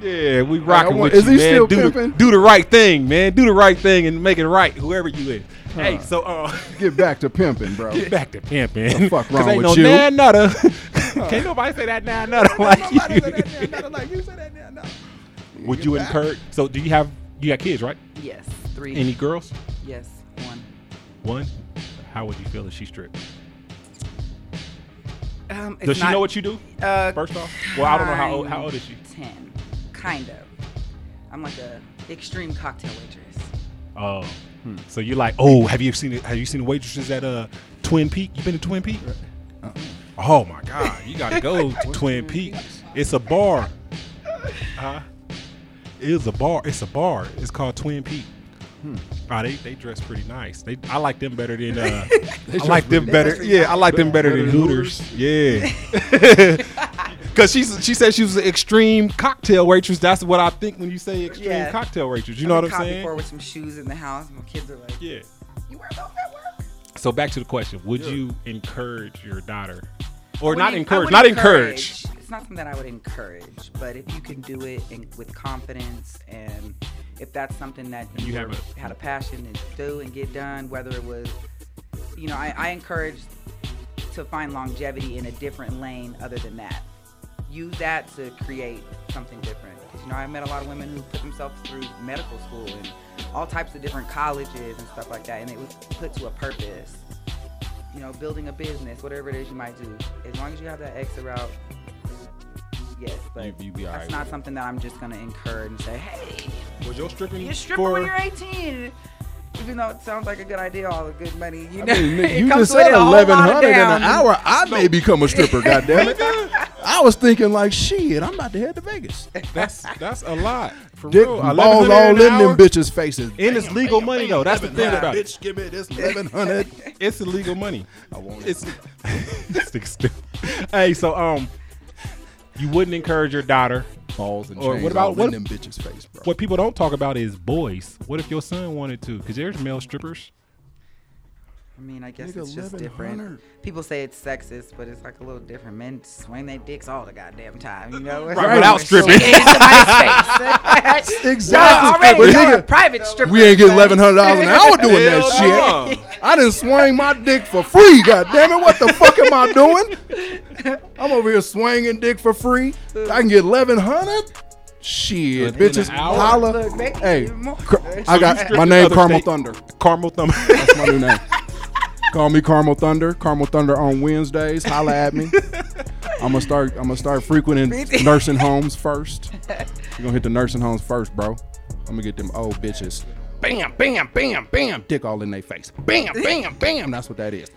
Speaker 5: Yeah, we rocking
Speaker 4: want-
Speaker 5: with
Speaker 4: is
Speaker 5: you,
Speaker 4: he
Speaker 5: man.
Speaker 4: still
Speaker 5: do, the,
Speaker 4: pimping?
Speaker 5: do the right thing, man. Do the right thing and make it right, whoever you is. Hey, so uh,
Speaker 4: Get back to pimping, bro.
Speaker 5: Get back to pimping.
Speaker 4: The fuck
Speaker 5: Cause
Speaker 4: wrong
Speaker 5: ain't
Speaker 4: with
Speaker 5: no
Speaker 4: you?
Speaker 5: Nan nutter. Can't nobody say that nan nutter like
Speaker 4: Nobody said that
Speaker 5: you.
Speaker 4: damn nothing like you said that damn nothing.
Speaker 5: Would you
Speaker 4: Get back.
Speaker 5: encourage? So do you have you got kids right?
Speaker 1: Yes, three.
Speaker 5: Any girls?
Speaker 1: yes, one.
Speaker 5: One. How would you feel if she stripped?
Speaker 1: Um, it's
Speaker 5: Does she
Speaker 1: not-
Speaker 5: know what you do?
Speaker 1: Uh,
Speaker 5: First off, well I don't know how old, how old is she?
Speaker 1: Ten, kind of. I'm like a extreme cocktail waitress.
Speaker 5: Oh,
Speaker 4: Hmm.
Speaker 5: so you're like oh have you seen have you seen the waitresses at uh Twin Peak? You been to Twin Peak?
Speaker 4: Uh-uh.
Speaker 5: Oh my God, you gotta go to Twin Peak. It's a bar. Huh? It's a bar. It's a bar. It's called Twin Peak.
Speaker 4: Hmm.
Speaker 5: Ah, they, they dress pretty nice. They I like them better than uh, I
Speaker 4: dress
Speaker 5: like them
Speaker 4: pretty
Speaker 5: better. Yeah, I like them better,
Speaker 4: Better
Speaker 5: than
Speaker 4: than
Speaker 5: Hooters. Yeah, because she she said she was an extreme cocktail waitress. That's what I think when you say extreme
Speaker 1: Yeah.
Speaker 5: cocktail waitress. You know what I'm
Speaker 1: Caught
Speaker 5: saying?
Speaker 1: before with some shoes in the house. My kids are like,
Speaker 5: Yeah.
Speaker 1: "You wear those at work?"
Speaker 5: So back to the question: Would you encourage your daughter, or
Speaker 1: Wouldn't
Speaker 5: not
Speaker 1: en- I
Speaker 5: encourage?
Speaker 1: would
Speaker 5: Not encourage.
Speaker 1: It's not something that I would encourage, but if you can do it in, with confidence and if that's something that you,
Speaker 5: You have
Speaker 1: were-
Speaker 5: a-
Speaker 1: had a passion to do and get done, whether it was, you know, I, I encourage to find longevity in a different lane other than that. Use that to create something different. 'Cause, You know, I met a lot of women who put themselves through medical school and all types of different colleges and stuff like that, and it was put to a purpose you know, building a business, whatever it is you might do, as long as you have that exit route, yes. But
Speaker 5: You- you be
Speaker 1: that's
Speaker 5: alright
Speaker 1: not
Speaker 5: with it.
Speaker 1: something that I'm just gonna incur and say, hey,
Speaker 5: Was your stripping?
Speaker 1: you're stripping when you're 18. Even though it sounds like a good idea, all the good money, you
Speaker 4: I
Speaker 1: know,
Speaker 4: mean, nigga,
Speaker 1: it
Speaker 4: you
Speaker 1: comes
Speaker 4: just
Speaker 1: with
Speaker 4: said
Speaker 1: a whole lot of
Speaker 4: eleven hundred in
Speaker 1: down.
Speaker 4: an hour. I may become a stripper. goddammit. I was thinking like, shit, I'm about to head to Vegas.
Speaker 5: that's that's a lot. For
Speaker 4: Dick
Speaker 5: real,
Speaker 4: balls all in them bitches' faces.
Speaker 5: And it's legal money though. That's the thing
Speaker 4: Nah,
Speaker 5: about it.
Speaker 4: bitch, give me this eleven hundred.
Speaker 5: It's illegal money.
Speaker 4: I want it.
Speaker 5: It's. This nigga stupid. hey, so um, You wouldn't encourage your daughter.
Speaker 4: Balls and
Speaker 5: Or
Speaker 4: chains
Speaker 5: what about-
Speaker 4: all
Speaker 5: what-
Speaker 4: in them bitches' face, bro.
Speaker 5: What people don't talk about is boys. What if your son wanted to? Because there's male strippers.
Speaker 1: I mean, I guess
Speaker 4: Nigga,
Speaker 1: it's just
Speaker 4: 1100.
Speaker 1: different. People say it's sexist, but it's like a little different. Men swing their dicks all the goddamn time, you know?
Speaker 5: Right, without stripping.
Speaker 1: Well,
Speaker 4: exactly.
Speaker 1: already
Speaker 4: But
Speaker 1: you're a
Speaker 4: nigga,
Speaker 1: private Um, stripper.
Speaker 4: we ain't get eleven hundred dollars an hour doing
Speaker 5: Hell
Speaker 4: that shit. I didn't swing my dick for free. God damn it! What the fuck am I doing? I'm over here swinging dick for free. I can get eleven hundred. Shit,
Speaker 5: In
Speaker 4: bitches,
Speaker 5: an hour?
Speaker 4: holla.
Speaker 1: Look, make it
Speaker 4: hey,
Speaker 1: even more.
Speaker 4: cr- I got
Speaker 5: stripped
Speaker 4: my
Speaker 5: in
Speaker 4: name
Speaker 5: other
Speaker 4: Carmel
Speaker 5: state-
Speaker 4: Thunder.
Speaker 5: Caramel thumb.
Speaker 4: That's my new name. Call me Carmel Thunder. Carmel Thunder on Wednesdays. Holla at me. I'm gonna start. I'm gonna start frequenting nursing homes first. We're gonna hit the nursing homes first, bro. I'm gonna get them old bitches. Bam, bam, bam, bam. Dick all in their face. Bam, bam, bam. That's what that is.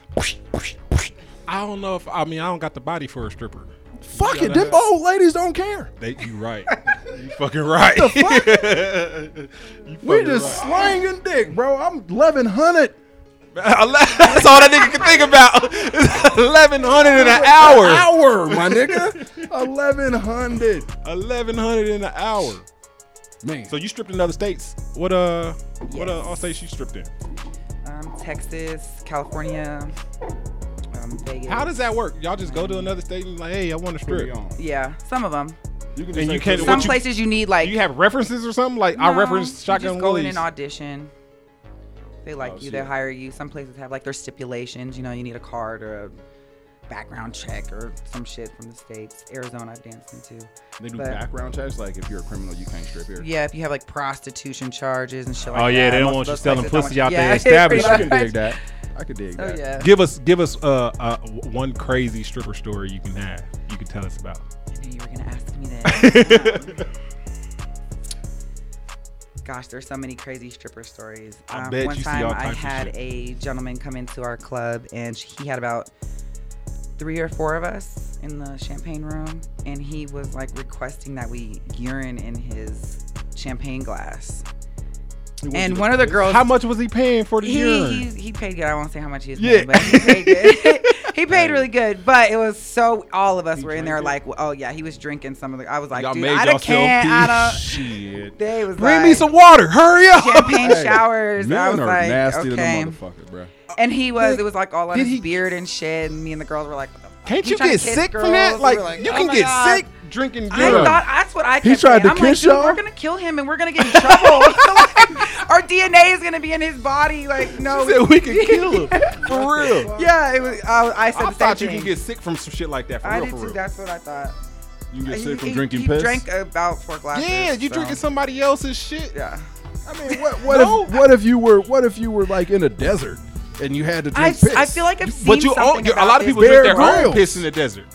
Speaker 5: I don't know if I mean I don't got the body for a stripper.
Speaker 4: Fuck it. Them old ladies don't care.
Speaker 5: They, you right. you fucking right. you
Speaker 4: We
Speaker 5: fucking
Speaker 4: just
Speaker 5: right.
Speaker 4: slanging dick, bro. I'm 1100.
Speaker 5: That's all that nigga can think about. Eleven hundred in an hour.
Speaker 4: Hour, my nigga. 1100.
Speaker 5: Eleven hundred in an hour.
Speaker 4: Man.
Speaker 5: So you stripped in other states. What uh? What uh?
Speaker 1: Yes.
Speaker 5: All states you stripped in.
Speaker 1: Um, Texas, California, um, Vegas.
Speaker 5: How does that work? Y'all just go to another state and like, hey, I want to
Speaker 4: Put it
Speaker 5: strip.
Speaker 4: on.
Speaker 1: Yeah, some of them.
Speaker 4: You can
Speaker 5: And you can't-
Speaker 1: Some
Speaker 5: What you-
Speaker 1: places you need like.
Speaker 5: Do you have references or something? Like I
Speaker 1: No,
Speaker 5: referenced
Speaker 1: you
Speaker 5: Shotgun
Speaker 1: just go
Speaker 5: Willie's.
Speaker 1: in and audition. They like
Speaker 4: Oh,
Speaker 1: you, they
Speaker 4: shit.
Speaker 1: hire you. Some places have like their stipulations. You know, you need a card or a background check or some shit from the states. Arizona, I've danced into.
Speaker 4: They do
Speaker 1: But-
Speaker 4: background checks. Like if you're a criminal, you can't strip here.
Speaker 1: Yeah, if you have like prostitution charges and shit like
Speaker 5: Oh,
Speaker 1: that.
Speaker 5: yeah, they don't want
Speaker 1: most
Speaker 5: you
Speaker 1: of those
Speaker 5: selling
Speaker 1: places don't
Speaker 5: pussy
Speaker 1: want-
Speaker 5: out there
Speaker 1: Yeah, pretty
Speaker 5: established.
Speaker 4: I can
Speaker 1: much.
Speaker 4: dig that. I can dig
Speaker 1: Oh
Speaker 4: that.
Speaker 1: yeah.
Speaker 5: Give us give us uh, uh w- one crazy stripper story you can have. You can tell us about.
Speaker 1: I knew you were gonna ask me that. Um, gosh, there's so many crazy stripper stories. Um,
Speaker 5: I bet
Speaker 1: one
Speaker 5: you see
Speaker 1: time
Speaker 5: all
Speaker 1: I
Speaker 5: types of
Speaker 1: had
Speaker 5: shit.
Speaker 1: a gentleman come into our club, and he had about three or four of us in the champagne room, and he was like requesting that we urine in his champagne glass. And one of the girls
Speaker 5: How much was he paying for the
Speaker 1: he, he
Speaker 5: urine?
Speaker 1: he paid good. I won't say how much he was
Speaker 5: Yeah.
Speaker 1: paying, but he paid good. he paid really good, but it was so all of us were in there like, oh yeah, he was drinking some of the. I was like, dude, I don't can't. I don't.
Speaker 4: Shit.
Speaker 1: They was
Speaker 5: Bring
Speaker 1: like,
Speaker 5: me some water. Hurry up.
Speaker 1: champagne
Speaker 4: Hey,
Speaker 1: showers. I was like, okay.
Speaker 4: motherfucker, bro.
Speaker 1: And he was. It was like all on
Speaker 5: Did
Speaker 1: his
Speaker 5: he-
Speaker 1: beard and shit. And me and the girls were like, what the fuck?
Speaker 5: Can't
Speaker 1: He
Speaker 5: you
Speaker 1: trying to
Speaker 5: get
Speaker 1: kiss
Speaker 5: sick from
Speaker 1: girls.
Speaker 5: that?
Speaker 1: We
Speaker 5: Like
Speaker 1: were like,
Speaker 5: you
Speaker 1: "Oh
Speaker 5: can
Speaker 1: my
Speaker 5: get
Speaker 1: God."
Speaker 5: sick drinking
Speaker 1: I
Speaker 5: urine.
Speaker 1: thought that's what I. Kept
Speaker 4: tried to
Speaker 1: saying. I'm like,
Speaker 4: kiss
Speaker 1: "Dude,
Speaker 4: y'all?
Speaker 1: We're gonna kill him, and we're gonna get in trouble. Like, our DNA is gonna be in his body. Like, no,
Speaker 5: She said we can kill him for real.
Speaker 1: Yeah, it was. I,
Speaker 5: I
Speaker 1: I said the same
Speaker 5: thought you
Speaker 1: thing.
Speaker 5: can get sick from some shit like that for
Speaker 1: I
Speaker 5: real.
Speaker 1: did
Speaker 5: for
Speaker 1: too.
Speaker 5: real.
Speaker 1: That's what I thought.
Speaker 4: You can get
Speaker 1: He-
Speaker 4: sick from
Speaker 1: he-
Speaker 4: drinking
Speaker 1: he
Speaker 4: piss.
Speaker 1: drank about four glasses.
Speaker 5: yeah, you
Speaker 1: so-
Speaker 5: drinking somebody else's shit.
Speaker 1: Yeah.
Speaker 4: I mean, what, what
Speaker 5: No.
Speaker 4: if what if you were what if you were like in a desert and you had to
Speaker 1: I,
Speaker 4: drink piss?
Speaker 1: I feel like I've seen
Speaker 5: But you
Speaker 1: something
Speaker 5: own you- a
Speaker 1: about
Speaker 5: lot of
Speaker 1: this
Speaker 5: people drink their
Speaker 1: before.
Speaker 5: own
Speaker 4: Grylls.
Speaker 5: piss in the desert.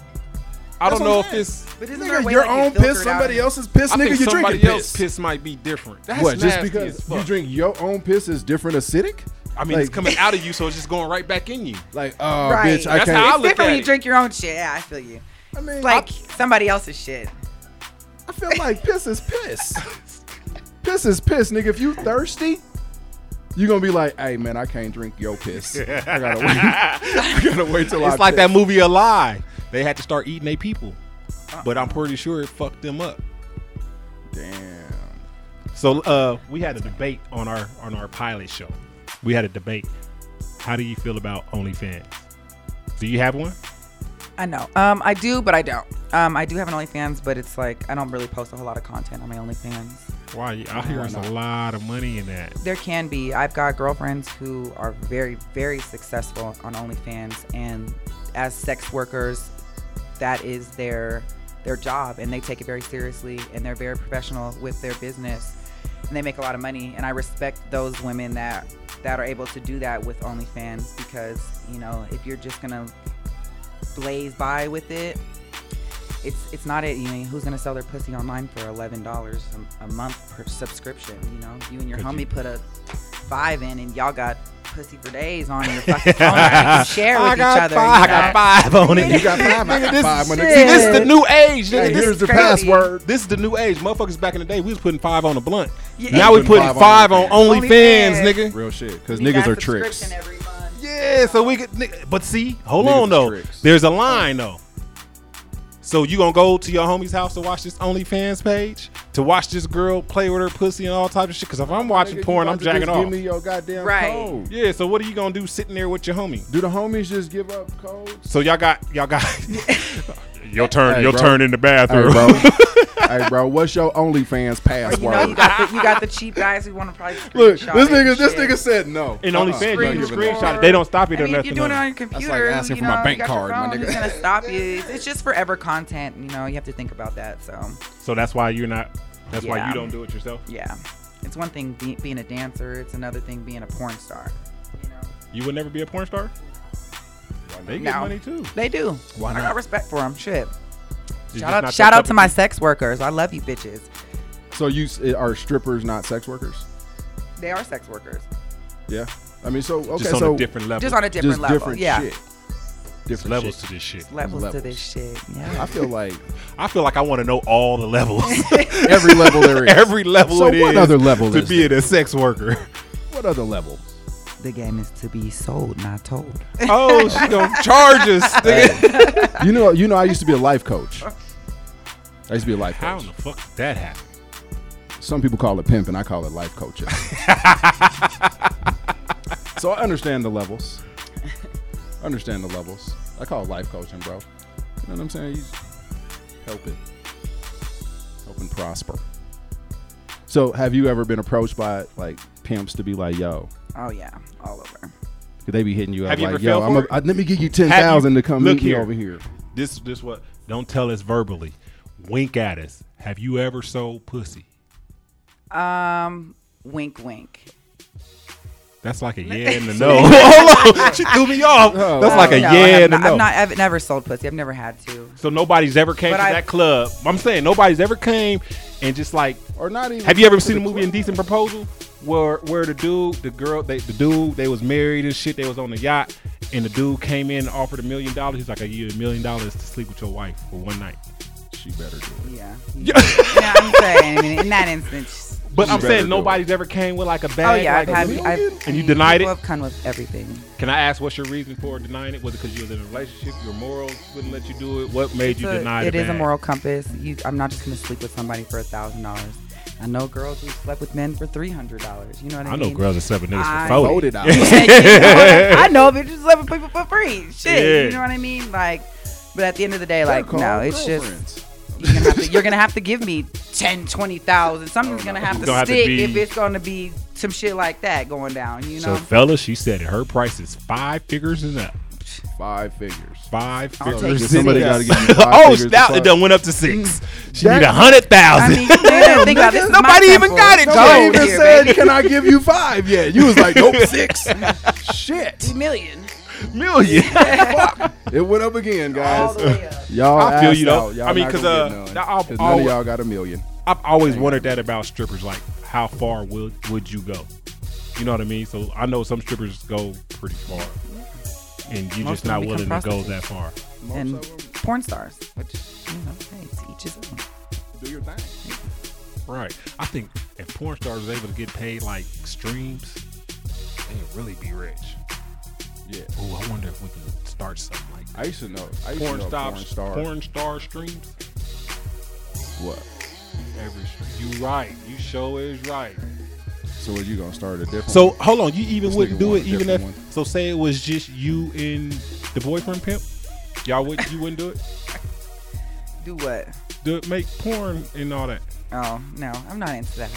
Speaker 5: I
Speaker 4: That's
Speaker 5: don't
Speaker 4: what
Speaker 5: know
Speaker 4: I'm
Speaker 5: if
Speaker 4: saying.
Speaker 5: it's.
Speaker 1: But isn't there a
Speaker 4: nigga,
Speaker 1: way,
Speaker 4: your
Speaker 1: like, you
Speaker 4: own
Speaker 1: filter
Speaker 4: piss,
Speaker 1: it out
Speaker 4: somebody
Speaker 1: and-
Speaker 4: else's piss,
Speaker 5: I
Speaker 4: nigga.
Speaker 5: think
Speaker 4: You
Speaker 5: somebody
Speaker 4: drinking
Speaker 5: else's
Speaker 4: piss.
Speaker 5: piss might be different. That's
Speaker 4: What? Just
Speaker 5: nasty as
Speaker 4: because
Speaker 5: fuck.
Speaker 4: you drink your own piss is different acidic?
Speaker 5: I mean,
Speaker 4: like,
Speaker 5: it's coming out of you, so it's just going right back in you.
Speaker 4: Like, oh,
Speaker 1: Right.
Speaker 4: bitch, I can't.
Speaker 5: That's how I
Speaker 1: It's
Speaker 5: look
Speaker 1: different
Speaker 5: at
Speaker 1: when you
Speaker 5: it.
Speaker 1: drink your own shit. Yeah, I feel you.
Speaker 4: I mean,
Speaker 1: Like somebody else's shit.
Speaker 4: I feel like piss is piss. piss is piss, nigga. If you thirsty, you gonna be like, hey man, I can't drink your piss. I gotta wait. I gotta wait till I
Speaker 5: It's like
Speaker 4: piss.
Speaker 5: that movie Alive. They had to start eating their people, but I'm pretty sure it fucked them up.
Speaker 4: Damn.
Speaker 5: So uh, we had a debate on our on our pilot show. We had a debate. How do you feel about OnlyFans? Do you have one?
Speaker 1: I know. Um, I do, but I don't. Um, I do have an OnlyFans, but it's like I don't really post a whole lot of content on my OnlyFans.
Speaker 5: Why? I hear there's a lot of money in that.
Speaker 1: There can be. I've got girlfriends who are very, very successful on OnlyFans, and as sex workers, that is their their job, and they take it very seriously, and they're very professional with their business, and they make a lot of money. And I respect those women that that are able to do that with OnlyFans because you know if you're just gonna blaze by with it. It's, it's not it. You mean, who's gonna sell their pussy online for eleven dollars a month per subscription? You know, you and your
Speaker 5: Could
Speaker 1: homie
Speaker 5: you-
Speaker 1: put a five in, and y'all got pussy for days on your fucking phone. that you can share with each other. you know?
Speaker 5: five on it.
Speaker 4: You got five. I got five. My
Speaker 1: shit.
Speaker 4: nigga.
Speaker 5: See, this is the new age. Nigga.
Speaker 4: Hey,
Speaker 5: this,
Speaker 4: here's the
Speaker 1: crazy.
Speaker 4: password.
Speaker 5: this is the new age. Motherfuckers back in the day, we was putting five on a blunt.
Speaker 1: Yeah.
Speaker 5: now we putting five on OnlyFans,
Speaker 1: OnlyFans.
Speaker 5: nigga.
Speaker 4: Real shit, because
Speaker 1: You
Speaker 4: niggas
Speaker 1: got
Speaker 4: are tricks.
Speaker 1: subscription every month.
Speaker 5: Yeah, so we could. nigga- But see, hold
Speaker 4: Niggas
Speaker 5: on
Speaker 4: is
Speaker 5: though.
Speaker 4: tricks.
Speaker 5: There's a line though. So you gonna go to your homie's house to watch this OnlyFans page to watch this girl play with her pussy and all type of shit? Because if I'm watching
Speaker 4: Nigga,
Speaker 5: porn,
Speaker 4: you
Speaker 5: I'm
Speaker 4: about to
Speaker 5: jacking
Speaker 4: just
Speaker 5: off.
Speaker 4: Give me your goddamn
Speaker 1: Right.
Speaker 4: code.
Speaker 5: yeah. So what are you gonna do sitting there with your homie?
Speaker 4: Do the homies just give up codes?
Speaker 5: So y'all got y'all got your turn.
Speaker 4: Hey,
Speaker 5: your
Speaker 4: bro.
Speaker 5: turn in the
Speaker 4: Hey,
Speaker 5: bathroom.
Speaker 4: bro. hey, bro. What's your OnlyFans
Speaker 1: Or, you know, you
Speaker 4: password?
Speaker 1: got the, you got the cheap guys who want to probably
Speaker 4: Look, this
Speaker 1: screenshot
Speaker 4: nigga,
Speaker 1: and
Speaker 4: this
Speaker 1: shit.
Speaker 4: nigga said no.
Speaker 5: And
Speaker 4: Uh-uh.
Speaker 5: OnlyFans,
Speaker 4: Not
Speaker 5: you
Speaker 4: giving
Speaker 5: screen
Speaker 4: up.
Speaker 5: shot it. They don't stop you
Speaker 1: I
Speaker 5: or
Speaker 1: mean, if
Speaker 5: nothing.
Speaker 1: you're doing it
Speaker 5: on
Speaker 1: on
Speaker 5: it.
Speaker 1: your computer,
Speaker 4: asking
Speaker 1: you
Speaker 4: for
Speaker 1: know,
Speaker 4: my
Speaker 1: you
Speaker 4: bank
Speaker 1: got your
Speaker 4: card, my
Speaker 1: phone,
Speaker 4: nigga.
Speaker 1: Who's gonna stop you? It's just forever content. You know, you have to think about that. So,
Speaker 5: So that's why you're not. That's why
Speaker 1: Yeah.
Speaker 5: you don't do it yourself.
Speaker 1: yeah, it's one thing be, being a dancer. It's another thing being a porn star. You know,
Speaker 5: You would never be a porn star. They get
Speaker 1: No.
Speaker 5: money too.
Speaker 1: they do.
Speaker 5: Why
Speaker 1: I
Speaker 5: not?
Speaker 1: got respect for them. Shit.
Speaker 5: It's just
Speaker 1: Shout out,
Speaker 5: not
Speaker 1: shout
Speaker 5: your
Speaker 1: out
Speaker 5: cup
Speaker 1: to
Speaker 5: of
Speaker 1: my
Speaker 5: tea.
Speaker 1: sex workers. I love you, bitches.
Speaker 4: So you s- are strippers not sex workers?
Speaker 1: They are sex workers,
Speaker 4: Yeah. I mean, so okay,
Speaker 5: Just on
Speaker 4: so
Speaker 5: a different level.
Speaker 1: just on a different
Speaker 4: just
Speaker 1: level.
Speaker 4: different
Speaker 1: yeah,
Speaker 4: shit. Different
Speaker 5: levels
Speaker 4: shit.
Speaker 5: to this shit.
Speaker 1: levels,
Speaker 4: Levels.
Speaker 1: to this shit. Yeah.
Speaker 4: I feel like
Speaker 5: I feel like I want to know all the levels.
Speaker 4: every level there is.
Speaker 5: Every level
Speaker 4: So
Speaker 5: it is.
Speaker 4: what other level
Speaker 5: to
Speaker 4: is
Speaker 5: be a sex worker?
Speaker 4: What other level?
Speaker 1: the game is to be sold, not told.
Speaker 5: oh, she gonna charge us.
Speaker 4: You know, you know, I used to be a life coach. I used to be a life
Speaker 5: How in
Speaker 4: coach.
Speaker 5: the fuck did that happen?
Speaker 4: Some people call it pimping. I call it life coaching. so I understand the levels. I understand the levels. I call it life coaching, bro. You know what I'm saying? You helping, helping prosper. So, have you ever been approached by like pimps to be like, "Yo"?
Speaker 1: Oh yeah, all over.
Speaker 4: Could they be hitting you up
Speaker 5: Have you
Speaker 4: like,
Speaker 5: ever
Speaker 4: "Yo,
Speaker 5: fell
Speaker 4: I'm
Speaker 5: for
Speaker 4: a,
Speaker 5: it?
Speaker 4: I, let me give you ten thousand to come
Speaker 5: look
Speaker 4: meet me
Speaker 5: here.
Speaker 4: over here."
Speaker 5: This this what? Don't tell us verbally. Wink at us. Have you ever sold pussy?
Speaker 1: Um, wink, wink.
Speaker 5: That's like a yeah and a no. Hold on, she threw me off.
Speaker 4: Oh,
Speaker 5: That's like a
Speaker 1: Oh, No, I
Speaker 5: yeah
Speaker 1: have
Speaker 5: and a
Speaker 1: not-
Speaker 5: no.
Speaker 1: I've not. I've never sold pussy. I've never had to.
Speaker 5: so nobody's ever came
Speaker 1: But
Speaker 5: to
Speaker 1: I-
Speaker 5: that club. I'm saying nobody's ever came and just like.
Speaker 4: Or not even.
Speaker 5: Have you ever seen the movie Indecent Proposal? Where where the dude, the girl, they, the dude, they was married and shit. They was on the yacht, and the dude came in and offered a million dollars. He's like, "I give you a million dollars to sleep with your wife for one night."
Speaker 4: She better do it.
Speaker 1: Yeah. yeah. I'm saying I mean, in that instance.
Speaker 5: But
Speaker 4: You
Speaker 5: I'm
Speaker 4: better do
Speaker 5: saying nobody's ever came with like a
Speaker 1: Oh
Speaker 5: bag.
Speaker 1: yeah, I've
Speaker 5: like,
Speaker 1: had.
Speaker 5: a-
Speaker 1: I've,
Speaker 5: And you denied it?
Speaker 1: I've come with everything.
Speaker 5: Can I ask what's your reason for denying it? Was it because you was in a relationship? Your morals wouldn't let you do it. What made you
Speaker 1: So
Speaker 5: deny
Speaker 1: it
Speaker 5: the
Speaker 1: is a
Speaker 5: bag?
Speaker 1: moral compass. You, I'm not just gonna sleep with somebody for a thousand dollars. I know girls who slept with men for three hundred dollars. You know what I,
Speaker 5: I
Speaker 1: mean?
Speaker 5: know girls are seven niggas
Speaker 1: I-
Speaker 5: for forty.
Speaker 4: Voted out.
Speaker 1: You know, I know bitches slept with people for free. Shit.
Speaker 5: Yeah.
Speaker 1: You know what I mean? Like, but at the end of the day, like,
Speaker 4: Call
Speaker 1: no, it's just.
Speaker 4: girlfriends.
Speaker 1: You're gonna, have to, you're gonna have to give me 10, 20,000.
Speaker 4: Oh,
Speaker 1: Something's gonna have
Speaker 5: It's
Speaker 1: to
Speaker 5: gonna have to
Speaker 1: stick
Speaker 5: be-
Speaker 1: if it's gonna be some shit like that going down, you
Speaker 5: So,
Speaker 1: know?
Speaker 5: fella, she said her price is five figures and up.
Speaker 4: five figures.
Speaker 5: Five
Speaker 1: I'll take
Speaker 5: figures.
Speaker 1: it.
Speaker 4: Somebody
Speaker 5: and up.
Speaker 4: gotta give me five
Speaker 5: oh,
Speaker 4: figures to
Speaker 5: snap!
Speaker 4: fuck.
Speaker 5: It done went up to six. She
Speaker 4: That-
Speaker 5: need a hundred
Speaker 1: I
Speaker 5: thousand.
Speaker 1: mean, you gotta think about this. is my
Speaker 5: Nobody even
Speaker 1: temple.
Speaker 5: got it,
Speaker 1: Go
Speaker 5: Nobody
Speaker 4: Nobody
Speaker 1: over
Speaker 4: even
Speaker 1: here,
Speaker 4: said,
Speaker 1: baby.
Speaker 4: "Can I give you five yet?" You was like, "Nope, six. Shit,
Speaker 1: million.
Speaker 5: Million.
Speaker 4: it went up again,
Speaker 1: All
Speaker 4: guys.
Speaker 1: the way up.
Speaker 4: Y'all,
Speaker 5: I feel you,
Speaker 4: assed
Speaker 5: though.
Speaker 4: out. Y'all
Speaker 5: I mean,
Speaker 4: not
Speaker 5: 'cause,
Speaker 4: gonna
Speaker 5: uh,
Speaker 4: get none.
Speaker 5: now I'll-
Speaker 4: 'Cause
Speaker 5: I'll-
Speaker 4: none of y'all got a million.
Speaker 5: I've always wondered that about strippers. Like, how far would would you go? You know what I mean? So I know some strippers go pretty far, and you're just
Speaker 1: Most of
Speaker 5: not
Speaker 1: them
Speaker 5: willing
Speaker 1: become
Speaker 5: to go
Speaker 1: prostitutes.
Speaker 5: that far.
Speaker 1: And porn stars, which, you know, hey, it's each his own.
Speaker 4: Do your thing.
Speaker 5: Right. I think if porn stars are able to get paid like streams, they'd really be rich.
Speaker 4: Yeah,
Speaker 5: Ooh, I wonder if we can start something like that.
Speaker 4: I used to know. I used to
Speaker 5: Porn
Speaker 4: know
Speaker 5: stars,
Speaker 4: porn star.
Speaker 5: porn star streams.
Speaker 4: What?
Speaker 5: Every stream. You right. You show is right.
Speaker 4: So are you gonna start a different?
Speaker 5: So
Speaker 4: one?
Speaker 5: hold on, you even
Speaker 4: This
Speaker 5: wouldn't
Speaker 4: nigga
Speaker 5: do
Speaker 4: want
Speaker 5: it
Speaker 4: a
Speaker 5: even if
Speaker 4: different
Speaker 5: so say it was just you and the boyfriend pimp. Y'all would you wouldn't do it?
Speaker 1: Do what?
Speaker 5: Do it make porn and all that.
Speaker 1: Oh, no, I'm not into that.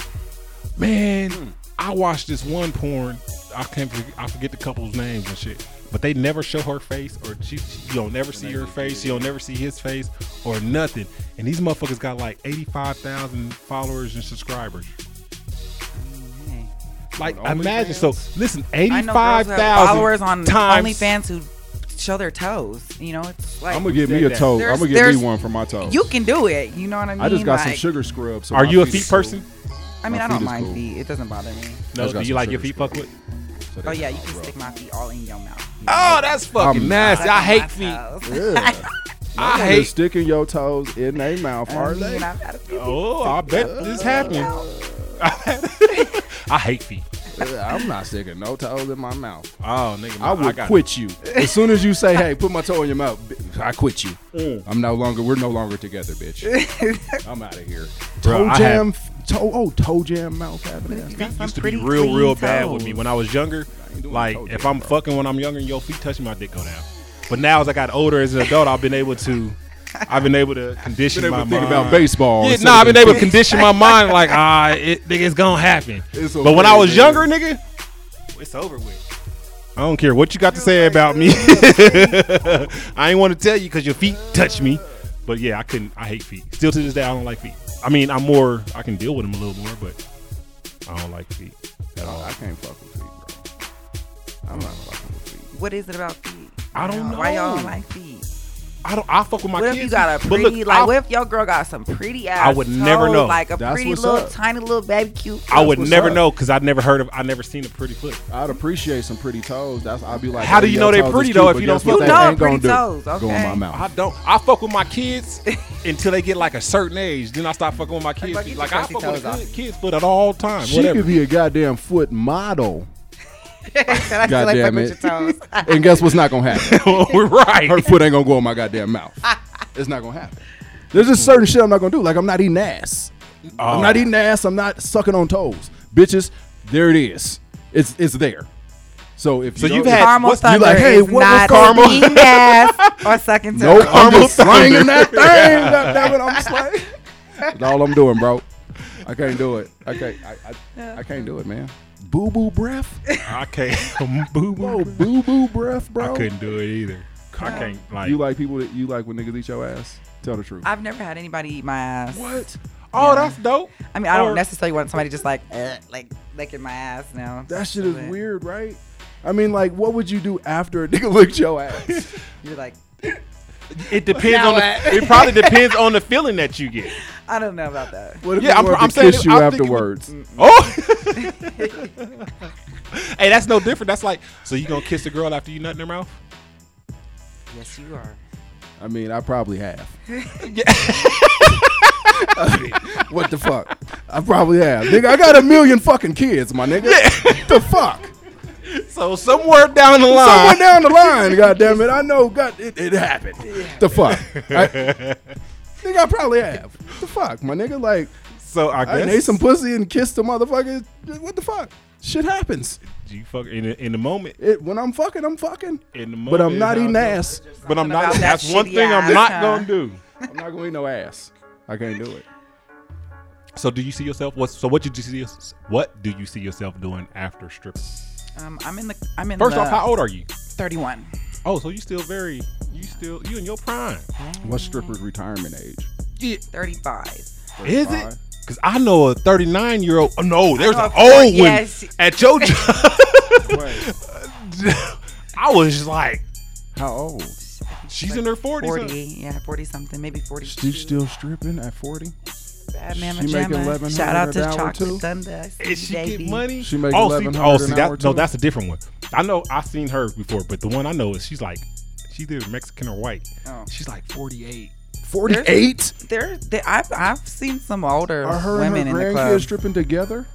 Speaker 5: Man, Hmm. I watched this one porn. I can't forget, I forget the couple's names and shit. But they never show her face or she, she- you don't never see her face, you don't never see his face or nothing. And these motherfuckers got like 85,000 followers and subscribers.
Speaker 1: Hey.
Speaker 5: Like
Speaker 4: On
Speaker 5: imagine
Speaker 4: OnlyFans?
Speaker 5: so listen,
Speaker 1: I know girls who have
Speaker 5: 85,000
Speaker 1: followers on
Speaker 5: times
Speaker 1: OnlyFans who show their toes. You know, it's like,
Speaker 4: I'm gonna get me a
Speaker 5: There's-
Speaker 4: toe. I'm gonna get
Speaker 1: there's-
Speaker 4: me one for my toe.
Speaker 1: you can do it. You know what I mean?
Speaker 4: I just got some
Speaker 1: Like,
Speaker 4: sugar scrubs. so
Speaker 5: Are
Speaker 4: my
Speaker 5: you a
Speaker 4: feet
Speaker 5: feet
Speaker 4: is cool.
Speaker 5: person?
Speaker 1: I mean,
Speaker 4: My
Speaker 1: I
Speaker 4: feet
Speaker 1: don't
Speaker 4: is
Speaker 1: mind
Speaker 4: cool.
Speaker 1: feet. It doesn't bother me.
Speaker 5: No,
Speaker 4: That's
Speaker 5: do
Speaker 4: got
Speaker 5: you
Speaker 4: some
Speaker 5: like your
Speaker 4: sugar
Speaker 5: feet fucked with?
Speaker 4: So they
Speaker 1: Oh yeah, you
Speaker 4: all
Speaker 1: can
Speaker 4: rough.
Speaker 1: stick my feet all in your mouth.
Speaker 5: Oh, that's fucking
Speaker 4: I'm-
Speaker 5: nasty. I hate feet.
Speaker 1: feet.
Speaker 4: Yeah.
Speaker 5: I
Speaker 4: They're
Speaker 5: hate
Speaker 4: sticking your toes in their mouth, are they?
Speaker 1: I've had a few.
Speaker 5: Oh, I bet this happened. I hate feet.
Speaker 4: I'm not sticking no toes in my mouth.
Speaker 5: Oh, nigga,
Speaker 4: I
Speaker 5: I
Speaker 4: would
Speaker 5: got-
Speaker 4: quit you as soon as you say, "Hey, put my toe in your mouth." bi- I quit you.
Speaker 5: Mm.
Speaker 4: I'm no longer. We're no longer together, bitch. I'm out of here.
Speaker 5: Bro,
Speaker 4: toe
Speaker 5: I
Speaker 4: jam. f- toe. Oh, toe jam mouth having ass.
Speaker 5: used to be
Speaker 2: pretty
Speaker 5: real,
Speaker 2: clean
Speaker 5: real bad
Speaker 2: toes.
Speaker 5: with me when I was younger.
Speaker 4: doing
Speaker 5: Like
Speaker 4: toe
Speaker 5: if
Speaker 4: jam,
Speaker 5: I'm fucking when I'm younger and your feet touching my dick go down. But now as I got older as an adult, I've been able to, I've been able to condition
Speaker 4: Been able
Speaker 5: my
Speaker 4: to think
Speaker 5: mind.
Speaker 4: about baseball.
Speaker 5: Yeah,
Speaker 4: instead
Speaker 5: nah,
Speaker 4: of
Speaker 5: I've been
Speaker 4: being
Speaker 5: able to condition my mind like ah, it, nigga, it's gonna happen.
Speaker 4: It's
Speaker 5: but when
Speaker 4: okay,
Speaker 5: I was
Speaker 4: nigga.
Speaker 5: younger, nigga, it's over with. I don't care what you got to say about me. I ain't want to tell you because your feet touch me. But yeah, I couldn't. I hate feet. Still to this day, I don't like feet. I mean, I'm more. I can deal with them a little more, but I don't like feet at all.
Speaker 4: Oh, I can't fuck with feet, bro. I'm not fucking with feet.
Speaker 1: What is it about feet?
Speaker 5: I don't know.
Speaker 1: Why y'all like feet?
Speaker 5: I don't. I fuck with my
Speaker 1: what
Speaker 5: kids.
Speaker 1: if you got a
Speaker 5: but
Speaker 1: pretty
Speaker 5: look,
Speaker 1: like?
Speaker 5: I,
Speaker 1: what if your girl got some pretty ass?
Speaker 5: I would never
Speaker 1: toes,
Speaker 5: know.
Speaker 1: Like a
Speaker 4: That's
Speaker 1: pretty
Speaker 4: what's
Speaker 1: little,
Speaker 4: up.
Speaker 1: tiny little baby cute.
Speaker 5: I would
Speaker 4: what's
Speaker 5: never
Speaker 4: up.
Speaker 5: know because I'd never heard of. I never seen a pretty foot.
Speaker 4: I'd appreciate some pretty toes. That's I'd be like.
Speaker 5: How do
Speaker 4: hey,
Speaker 5: you
Speaker 4: your
Speaker 5: know they
Speaker 4: toes is
Speaker 5: pretty,
Speaker 4: cute,
Speaker 5: though, if
Speaker 4: but
Speaker 5: you don't
Speaker 4: guess
Speaker 5: fuck
Speaker 4: what
Speaker 5: with
Speaker 4: they
Speaker 1: them?
Speaker 4: ain't gonna
Speaker 1: Pretty
Speaker 4: do?
Speaker 1: toes,
Speaker 4: Go in my
Speaker 1: okay.
Speaker 5: I
Speaker 4: mouth.
Speaker 5: don't. I fuck with my kids until they get like a certain age. Then I stop fucking with my kids.
Speaker 1: Like,
Speaker 5: feet.
Speaker 1: you
Speaker 5: Like,
Speaker 1: can
Speaker 5: I
Speaker 1: cut your
Speaker 5: fuck with a
Speaker 1: toes
Speaker 5: kid, kid's foot at all times.
Speaker 4: She
Speaker 5: whatever.
Speaker 4: could be a goddamn foot model.
Speaker 1: God
Speaker 4: Goddamn it. and guess what's not gonna happen?
Speaker 5: We're right.
Speaker 4: Her foot ain't gonna go in my goddamn mouth. It's not gonna happen. There's just certain shit I'm not gonna do. Like I'm not eating ass.
Speaker 5: Oh,
Speaker 4: I'm not eating ass. I'm not sucking on toes, bitches. There it is. It's it's there. So if
Speaker 5: So
Speaker 4: you
Speaker 5: you've
Speaker 4: don't-
Speaker 5: had-
Speaker 1: Caramel
Speaker 5: what's- you
Speaker 1: thunder
Speaker 4: like, hey,
Speaker 1: is
Speaker 4: what was
Speaker 1: not
Speaker 4: caramel?
Speaker 1: eating ass or sucking
Speaker 4: no,
Speaker 1: toes.
Speaker 4: I'm just slanging that thing. God damn it, I'm slanging. That's all I'm doing, bro. I can't do it. I can't. I, I, I can't do it, man. Boo boo breath.
Speaker 5: I can't. Oh, Boo
Speaker 4: Whoa,
Speaker 5: boo.
Speaker 4: boo boo breath, bro.
Speaker 5: I couldn't do it either. I can't. Like,
Speaker 4: You like people that you like when niggas eat your ass? Tell the truth.
Speaker 1: I've never had anybody eat my ass.
Speaker 4: what?
Speaker 5: oh, that's dope.
Speaker 1: I mean, I don't
Speaker 5: Or-
Speaker 1: necessarily want somebody just like uh, like licking my ass now.
Speaker 4: That
Speaker 5: Oh,
Speaker 4: shit is
Speaker 1: But
Speaker 4: weird, right? I mean, like, what would you do after a nigga licked your ass?
Speaker 1: You're like,
Speaker 5: It depends on. The, it probably depends on the feeling that you get.
Speaker 1: I don't know about that.
Speaker 4: What if
Speaker 5: Yeah,
Speaker 4: he
Speaker 5: I'm-
Speaker 4: wanted
Speaker 5: I'm
Speaker 4: to
Speaker 5: saying
Speaker 4: kiss
Speaker 5: it-
Speaker 4: you
Speaker 5: I'm thinking-
Speaker 4: afterwards?
Speaker 5: Oh. hey, that's no different. That's like, so you gonna kiss the girl after you nut in her mouth?
Speaker 1: Yes, you are.
Speaker 4: I mean, I probably have. what the fuck? I probably have. Nigga, I got a million fucking kids, my nigga. the fuck?
Speaker 5: So somewhere down the
Speaker 4: Someone
Speaker 5: line,
Speaker 4: down the line, goddamn it! I know God, it, it happened. The fuck? I, nigga, I probably have. The fuck, my nigga? Like,
Speaker 5: so I
Speaker 4: I
Speaker 5: guess
Speaker 4: ate some pussy and kissed the motherfucker. What the fuck? Shit happens.
Speaker 5: you fuck in the, in the moment.
Speaker 4: It, when I'm fucking, I'm fucking.
Speaker 5: In the moment,
Speaker 4: But I'm not
Speaker 5: I
Speaker 4: eating
Speaker 5: know.
Speaker 4: ass.
Speaker 5: But I'm not.
Speaker 1: about that
Speaker 5: That's one
Speaker 1: shitty
Speaker 5: thing I'm
Speaker 1: ass,
Speaker 5: not
Speaker 1: huh?
Speaker 5: gonna do.
Speaker 4: I'm not gonna eat no ass. I can't do it.
Speaker 5: So do you see yourself? What? So what did you see? yours- What do you see yourself doing after stripping?
Speaker 1: Um, I'm in the. I'm in.
Speaker 5: First
Speaker 1: the
Speaker 5: off, how old are you?
Speaker 1: 31.
Speaker 5: Oh, so you still very. You still you in your prime?
Speaker 4: What's stripper's retirement age?
Speaker 1: 35.
Speaker 5: Is
Speaker 4: Fine.
Speaker 5: it? Because I know a 39 year old. Oh, no, there's an
Speaker 1: know a four-
Speaker 5: old one
Speaker 1: yes.
Speaker 5: at your job.
Speaker 4: Wait,
Speaker 5: I was just like,
Speaker 4: how old?
Speaker 5: she's
Speaker 1: Like
Speaker 5: in her 40s.
Speaker 1: 40,
Speaker 5: huh?
Speaker 1: yeah, 40 something, maybe 40.
Speaker 4: She's still stripping at 40?
Speaker 1: Bad Mama
Speaker 4: she make
Speaker 1: Jamma.
Speaker 4: 1100
Speaker 1: Shout out to
Speaker 4: an hour, too?
Speaker 1: Chocolate Thunder.
Speaker 5: And she
Speaker 1: baby.
Speaker 5: get money.
Speaker 4: She make
Speaker 5: oh, see,
Speaker 4: 1100
Speaker 5: oh, see
Speaker 4: an hour,
Speaker 5: that, no,
Speaker 4: too.
Speaker 5: that's a different one. I know I've seen her before, but the one I know is she's like, she's either Mexican or white.
Speaker 1: Oh.
Speaker 5: She's like 48.
Speaker 4: 48?
Speaker 1: There, there I've, I've seen some older
Speaker 4: Are her
Speaker 1: women
Speaker 4: and her
Speaker 1: in the
Speaker 4: grandkids
Speaker 1: club.
Speaker 4: stripping together?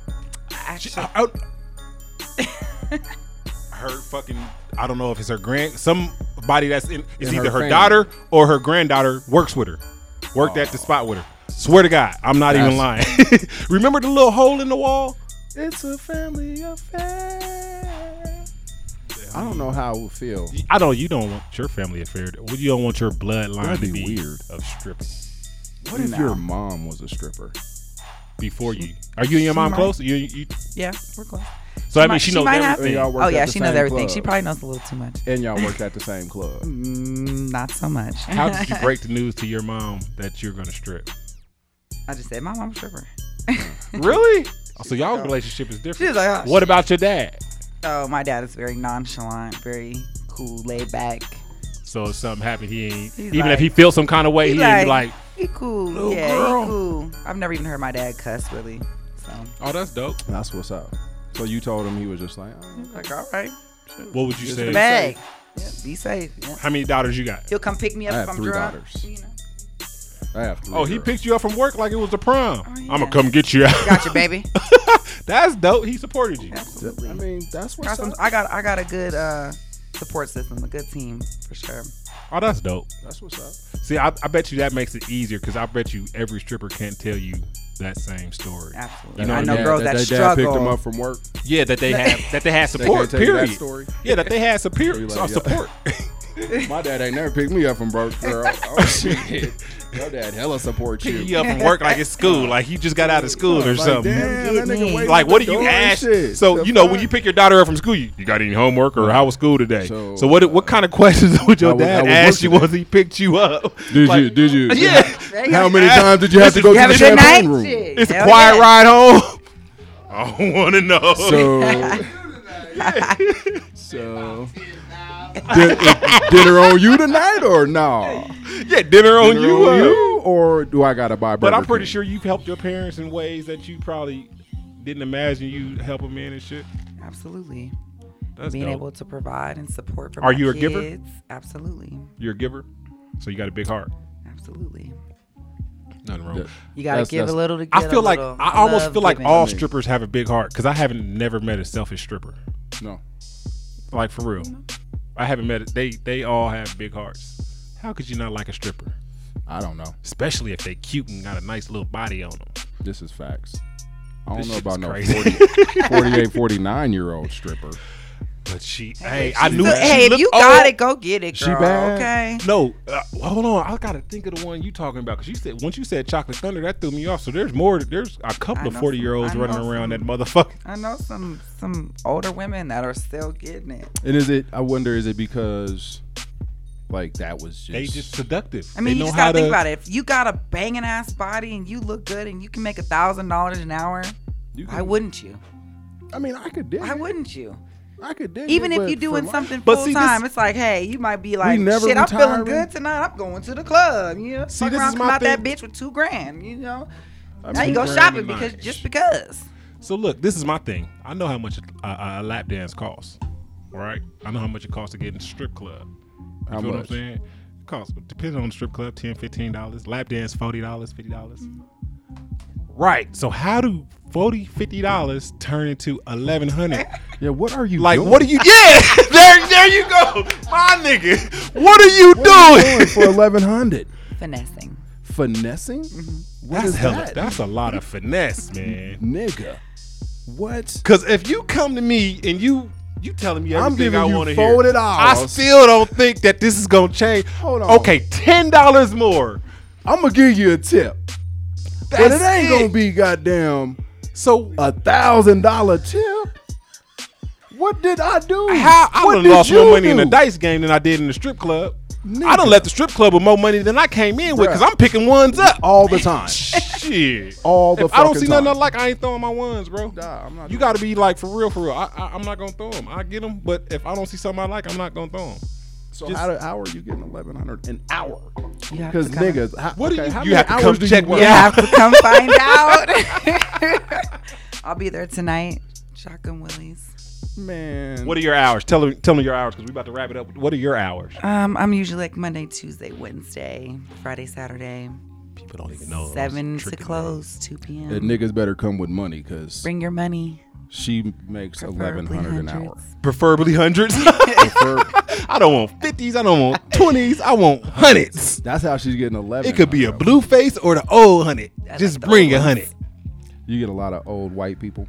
Speaker 5: She,
Speaker 1: Actually,
Speaker 5: I, I- her fucking. I don't know if it's her grand. Somebody that's in. It's
Speaker 4: In her
Speaker 5: either her,
Speaker 4: family.
Speaker 5: daughter or her granddaughter works with her. Worked at the spot with her. Swear to God, I'm not even lying. Remember the little hole in the wall?
Speaker 4: It's a family affair. I don't know how it would feel.
Speaker 5: I don't. You don't want your family affair. to- You don't want your bloodline
Speaker 4: That'd
Speaker 5: to
Speaker 4: be
Speaker 5: be
Speaker 4: weird.
Speaker 5: of stripping
Speaker 4: What if your mom was a stripper?
Speaker 5: before you. Are you and your mom
Speaker 1: might.
Speaker 5: close? You, you,
Speaker 1: yeah, we're close.
Speaker 5: so I mean,
Speaker 1: might-
Speaker 5: she
Speaker 1: she
Speaker 5: knows
Speaker 1: might have-
Speaker 5: everything.
Speaker 4: Y'all worked
Speaker 1: Oh,
Speaker 4: at
Speaker 1: yeah,
Speaker 4: the
Speaker 1: she knows
Speaker 4: same
Speaker 1: everything.
Speaker 4: club.
Speaker 1: She probably knows a little too much.
Speaker 4: And y'all worked at the same club.
Speaker 1: Mm, not so much.
Speaker 5: How did you break the news to your mom that you're gonna strip?
Speaker 1: I just said, Mom, I'm a stripper.
Speaker 5: Really? Oh, So y'all relationship is different.
Speaker 1: She's like, oh,
Speaker 5: what about your dad?
Speaker 1: oh, my dad is very nonchalant, very cool, laid back.
Speaker 5: So if something happened, he ain't.
Speaker 1: He's
Speaker 5: even if
Speaker 1: like-
Speaker 5: he feels some kind of way,
Speaker 1: He
Speaker 5: he ain't be like,
Speaker 1: he cool.
Speaker 5: "Little
Speaker 1: Yeah,
Speaker 5: girl."
Speaker 1: he cool. I've never even heard my dad cuss, really. So,
Speaker 5: "Oh, that's dope."
Speaker 4: That's what's up. So you told him he was just like, oh,
Speaker 1: like, all right.
Speaker 5: What would you say?
Speaker 1: Bag. Yeah, be safe. Yeah.
Speaker 5: How many daughters you got?
Speaker 1: He'll come pick me up
Speaker 4: I
Speaker 1: if
Speaker 4: have
Speaker 1: I'm
Speaker 4: three
Speaker 1: drunk.
Speaker 4: daughters.
Speaker 1: You know.
Speaker 4: I have to.
Speaker 5: Oh, he picked you up from work like it was the prom.
Speaker 1: Oh, yeah.
Speaker 5: I'm gonna come get you out.
Speaker 1: Gotcha, baby.
Speaker 5: That's dope. He supported you.
Speaker 1: Absolutely.
Speaker 4: I mean, that's
Speaker 1: Got
Speaker 4: what's
Speaker 1: some-
Speaker 4: up.
Speaker 1: I got I got a good uh, support system, a good team for sure.
Speaker 5: Oh, that's dope.
Speaker 4: That's what's up.
Speaker 5: See, I, I bet you that makes it easier because I bet you every stripper can't tell you that same story.
Speaker 1: Absolutely.
Speaker 5: You know
Speaker 1: I
Speaker 5: what
Speaker 1: know
Speaker 5: I mean?
Speaker 1: girls that,
Speaker 4: that, dad
Speaker 1: struggle.
Speaker 4: picked him up from work.
Speaker 5: Yeah, that they have that they had support.
Speaker 4: tell you that
Speaker 5: period.
Speaker 4: story?
Speaker 5: Yeah, that they had superior,
Speaker 4: So you like,
Speaker 5: uh,
Speaker 4: yeah.
Speaker 5: support.
Speaker 4: My dad ain't never picked me up from work, girl. Oh shit, your dad hella supports you.
Speaker 5: He up from work like it's school, like he just got out of school or
Speaker 4: Like,
Speaker 5: something.
Speaker 4: damn, that nigga waiting
Speaker 5: Like,
Speaker 1: Like,
Speaker 4: at
Speaker 5: what
Speaker 4: the
Speaker 5: do you
Speaker 4: door and
Speaker 5: ask?
Speaker 4: shit.
Speaker 5: So
Speaker 4: The
Speaker 5: you know, when
Speaker 4: fuck?
Speaker 5: you pick your daughter up from school, you, you got any homework or how was school today? So,
Speaker 4: So,
Speaker 5: what did- what kind of questions would your
Speaker 4: how was-
Speaker 5: dad
Speaker 4: how was
Speaker 5: ask
Speaker 4: work
Speaker 5: you
Speaker 4: today?
Speaker 5: once he picked you up?
Speaker 4: Did
Speaker 5: Like,
Speaker 4: you? Did you?
Speaker 5: Yeah,
Speaker 4: How many times did you have to
Speaker 5: Did
Speaker 4: go
Speaker 5: you
Speaker 4: to
Speaker 5: have
Speaker 4: the
Speaker 5: a good
Speaker 4: champagne
Speaker 1: night?
Speaker 4: room?
Speaker 1: Shit.
Speaker 5: it's a
Speaker 1: Hell
Speaker 5: quiet
Speaker 1: yeah.
Speaker 5: ride home. I don't want to know.
Speaker 4: So, so Din- dinner on you tonight or no?
Speaker 5: yeah, dinner on
Speaker 4: Dinner on
Speaker 5: you. uh,
Speaker 4: you or do I gotta buy?
Speaker 5: But
Speaker 4: Burger
Speaker 5: I'm pretty
Speaker 4: King?
Speaker 5: sure you've helped your parents in ways that you probably didn't imagine you help them in and shit.
Speaker 1: Absolutely.
Speaker 5: That's
Speaker 1: Being
Speaker 5: dope.
Speaker 1: able to provide and support for
Speaker 5: Are
Speaker 1: my
Speaker 5: you a
Speaker 1: kids.
Speaker 5: giver?
Speaker 1: Absolutely.
Speaker 5: You're a giver, so you got a big heart.
Speaker 1: Absolutely.
Speaker 5: Nothing wrong.
Speaker 4: Yeah.
Speaker 1: You gotta
Speaker 4: That's-
Speaker 1: give
Speaker 4: that's-
Speaker 1: a little to get
Speaker 5: I feel
Speaker 1: a
Speaker 5: like
Speaker 1: little.
Speaker 5: I almost
Speaker 1: love
Speaker 5: feel like
Speaker 1: giving.
Speaker 5: all strippers have a big heart because I haven't never met a selfish stripper.
Speaker 4: No.
Speaker 5: Like for real, I haven't met it. They they all have big hearts. How could you not like a stripper,
Speaker 4: I don't know.
Speaker 5: especially if they cute and got a nice little body on them?
Speaker 4: This is facts. I don't
Speaker 5: This
Speaker 4: know
Speaker 5: shit's
Speaker 4: about no
Speaker 5: crazy.
Speaker 4: 40, 48, 49 year old stripper.
Speaker 5: But she, hey, I knew.
Speaker 1: So,
Speaker 5: she
Speaker 1: hey, if
Speaker 5: looked
Speaker 1: you got
Speaker 5: old.
Speaker 1: it, go get it,
Speaker 4: She
Speaker 1: girl.
Speaker 4: bad.
Speaker 1: Okay.
Speaker 5: No, uh, hold on. I gotta think of the one you talking about because you said once you said chocolate thunder, that threw me off. So there's more. There's a
Speaker 1: I
Speaker 5: couple of
Speaker 1: know
Speaker 5: forty year olds
Speaker 1: some- I
Speaker 5: running
Speaker 1: know
Speaker 5: around that
Speaker 1: some.
Speaker 5: motherfucker.
Speaker 1: I know some some older women that are still getting it.
Speaker 4: And is it? I wonder. Is it because, like, that was just?
Speaker 5: They just seductive.
Speaker 1: I mean,
Speaker 5: they
Speaker 1: you
Speaker 5: know
Speaker 1: just
Speaker 5: how
Speaker 1: gotta
Speaker 5: to.
Speaker 1: think about it. If you got a banging ass body and you look good and you can make a thousand dollars an hour,
Speaker 4: You
Speaker 1: why
Speaker 4: can-
Speaker 1: wouldn't you?
Speaker 4: I mean, I could dig.
Speaker 1: Why
Speaker 4: it.
Speaker 1: wouldn't you?
Speaker 4: I could dig.
Speaker 1: Even
Speaker 4: it,
Speaker 1: if
Speaker 4: but
Speaker 1: you're
Speaker 4: for
Speaker 1: doing
Speaker 4: my-
Speaker 1: something
Speaker 5: But
Speaker 1: full
Speaker 5: see, this-
Speaker 1: time, it's like, hey, you might be like,
Speaker 4: never
Speaker 1: shit, I'm feeling
Speaker 4: retiring.
Speaker 1: good tonight. I'm going to the club. You know,
Speaker 5: See,
Speaker 1: fuck
Speaker 5: this
Speaker 1: around,
Speaker 5: is
Speaker 1: come
Speaker 5: my
Speaker 1: out that
Speaker 5: thing.
Speaker 1: bitch with two grand. You know,
Speaker 4: I
Speaker 1: now
Speaker 4: mean,
Speaker 1: you go
Speaker 5: grand
Speaker 1: shopping
Speaker 5: and
Speaker 1: because
Speaker 5: nice.
Speaker 1: just because.
Speaker 5: So look, this is my thing. I know how much a, a, a lap dance costs, right? I know how much it costs to get in a strip club. You
Speaker 4: How
Speaker 5: feel what I'm
Speaker 4: much?
Speaker 5: saying? It costs depending on the strip club, 10 dollars. Lap dance, forty dollars, fifty dollars. Right. So how do 40 50 dollars turn into eleven hundred?
Speaker 4: Yeah. What are you?
Speaker 5: Like
Speaker 4: doing?
Speaker 5: what are you? Yeah, there, there you go, my nigga. What are you
Speaker 4: What are you
Speaker 5: doing?
Speaker 4: doing for eleven hundred?
Speaker 1: Finessing.
Speaker 4: Finessing? What
Speaker 5: That's
Speaker 4: is
Speaker 5: hella.
Speaker 4: that?
Speaker 5: That's a lot of finesse, man.
Speaker 4: nigga. What?
Speaker 5: Cause if you come to me and you you telling me
Speaker 4: I'm
Speaker 5: everything
Speaker 4: giving
Speaker 5: I
Speaker 4: you
Speaker 5: want to hear,
Speaker 4: folded
Speaker 5: I
Speaker 4: dollars.
Speaker 5: still don't think that this is gonna change.
Speaker 4: Hold on.
Speaker 5: Okay, ten dollars more.
Speaker 4: I'm gonna give you a tip, but it
Speaker 5: That's
Speaker 4: ain't gonna be goddamn
Speaker 5: So
Speaker 4: a thousand dollar tip. What did I do?
Speaker 5: how I
Speaker 4: Hmm. What
Speaker 5: would
Speaker 4: did
Speaker 5: have lost more
Speaker 4: you
Speaker 5: money in the
Speaker 4: do?
Speaker 5: dice game than I did in the strip club. I
Speaker 4: Nigga.
Speaker 5: done left the strip club with more money than I came in with
Speaker 4: Bruh.
Speaker 5: because I'm picking ones up.
Speaker 4: all the time.
Speaker 5: Shit.
Speaker 4: All the
Speaker 5: if I don't
Speaker 4: fucking
Speaker 5: see
Speaker 4: time.
Speaker 5: nothing I like, I ain't throwing my ones, bro.
Speaker 4: Nah, I'm not
Speaker 5: you
Speaker 4: doing
Speaker 5: got to be like for real, for real. I, I, I'm not gonna throw them. I get them, but if I don't see something I like, I'm not gonna throw them.
Speaker 4: So
Speaker 5: Just-
Speaker 4: how, do, how are you getting eleven hundred an hour?
Speaker 1: You have
Speaker 4: Because
Speaker 1: to come-
Speaker 4: niggas, how,
Speaker 5: What do
Speaker 4: okay,
Speaker 5: you-
Speaker 4: how
Speaker 5: you
Speaker 4: many
Speaker 5: have to
Speaker 4: hours
Speaker 5: come
Speaker 4: do
Speaker 5: check
Speaker 4: you
Speaker 5: one
Speaker 4: work?
Speaker 1: You
Speaker 5: Yeah.
Speaker 1: have to come find out. I'll be there tonight. Shotgun Willies.
Speaker 4: man?
Speaker 5: What are your hours? Tell them, tell them your hours because we about to wrap it up. What are your hours?
Speaker 1: Um, I'm usually like Monday, Tuesday, Wednesday, Friday, Saturday,
Speaker 5: People don't even know.
Speaker 1: seven to close, two p.m.
Speaker 4: that niggas better come with money because
Speaker 1: Bring your money.
Speaker 4: she makes eleven
Speaker 1: preferably
Speaker 4: hundred an hour.
Speaker 1: hundreds.
Speaker 5: Preferably hundreds.
Speaker 4: Her-
Speaker 5: I don't want fifties. I don't want twenties. I want hundreds.
Speaker 4: That's how she's getting eleven.
Speaker 5: It could be a
Speaker 4: hundred.
Speaker 5: blue face or the old hundred.
Speaker 1: like
Speaker 5: Just
Speaker 1: the
Speaker 5: bring
Speaker 1: old
Speaker 5: a
Speaker 1: ones.
Speaker 5: hundred.
Speaker 4: You get a lot of old white people.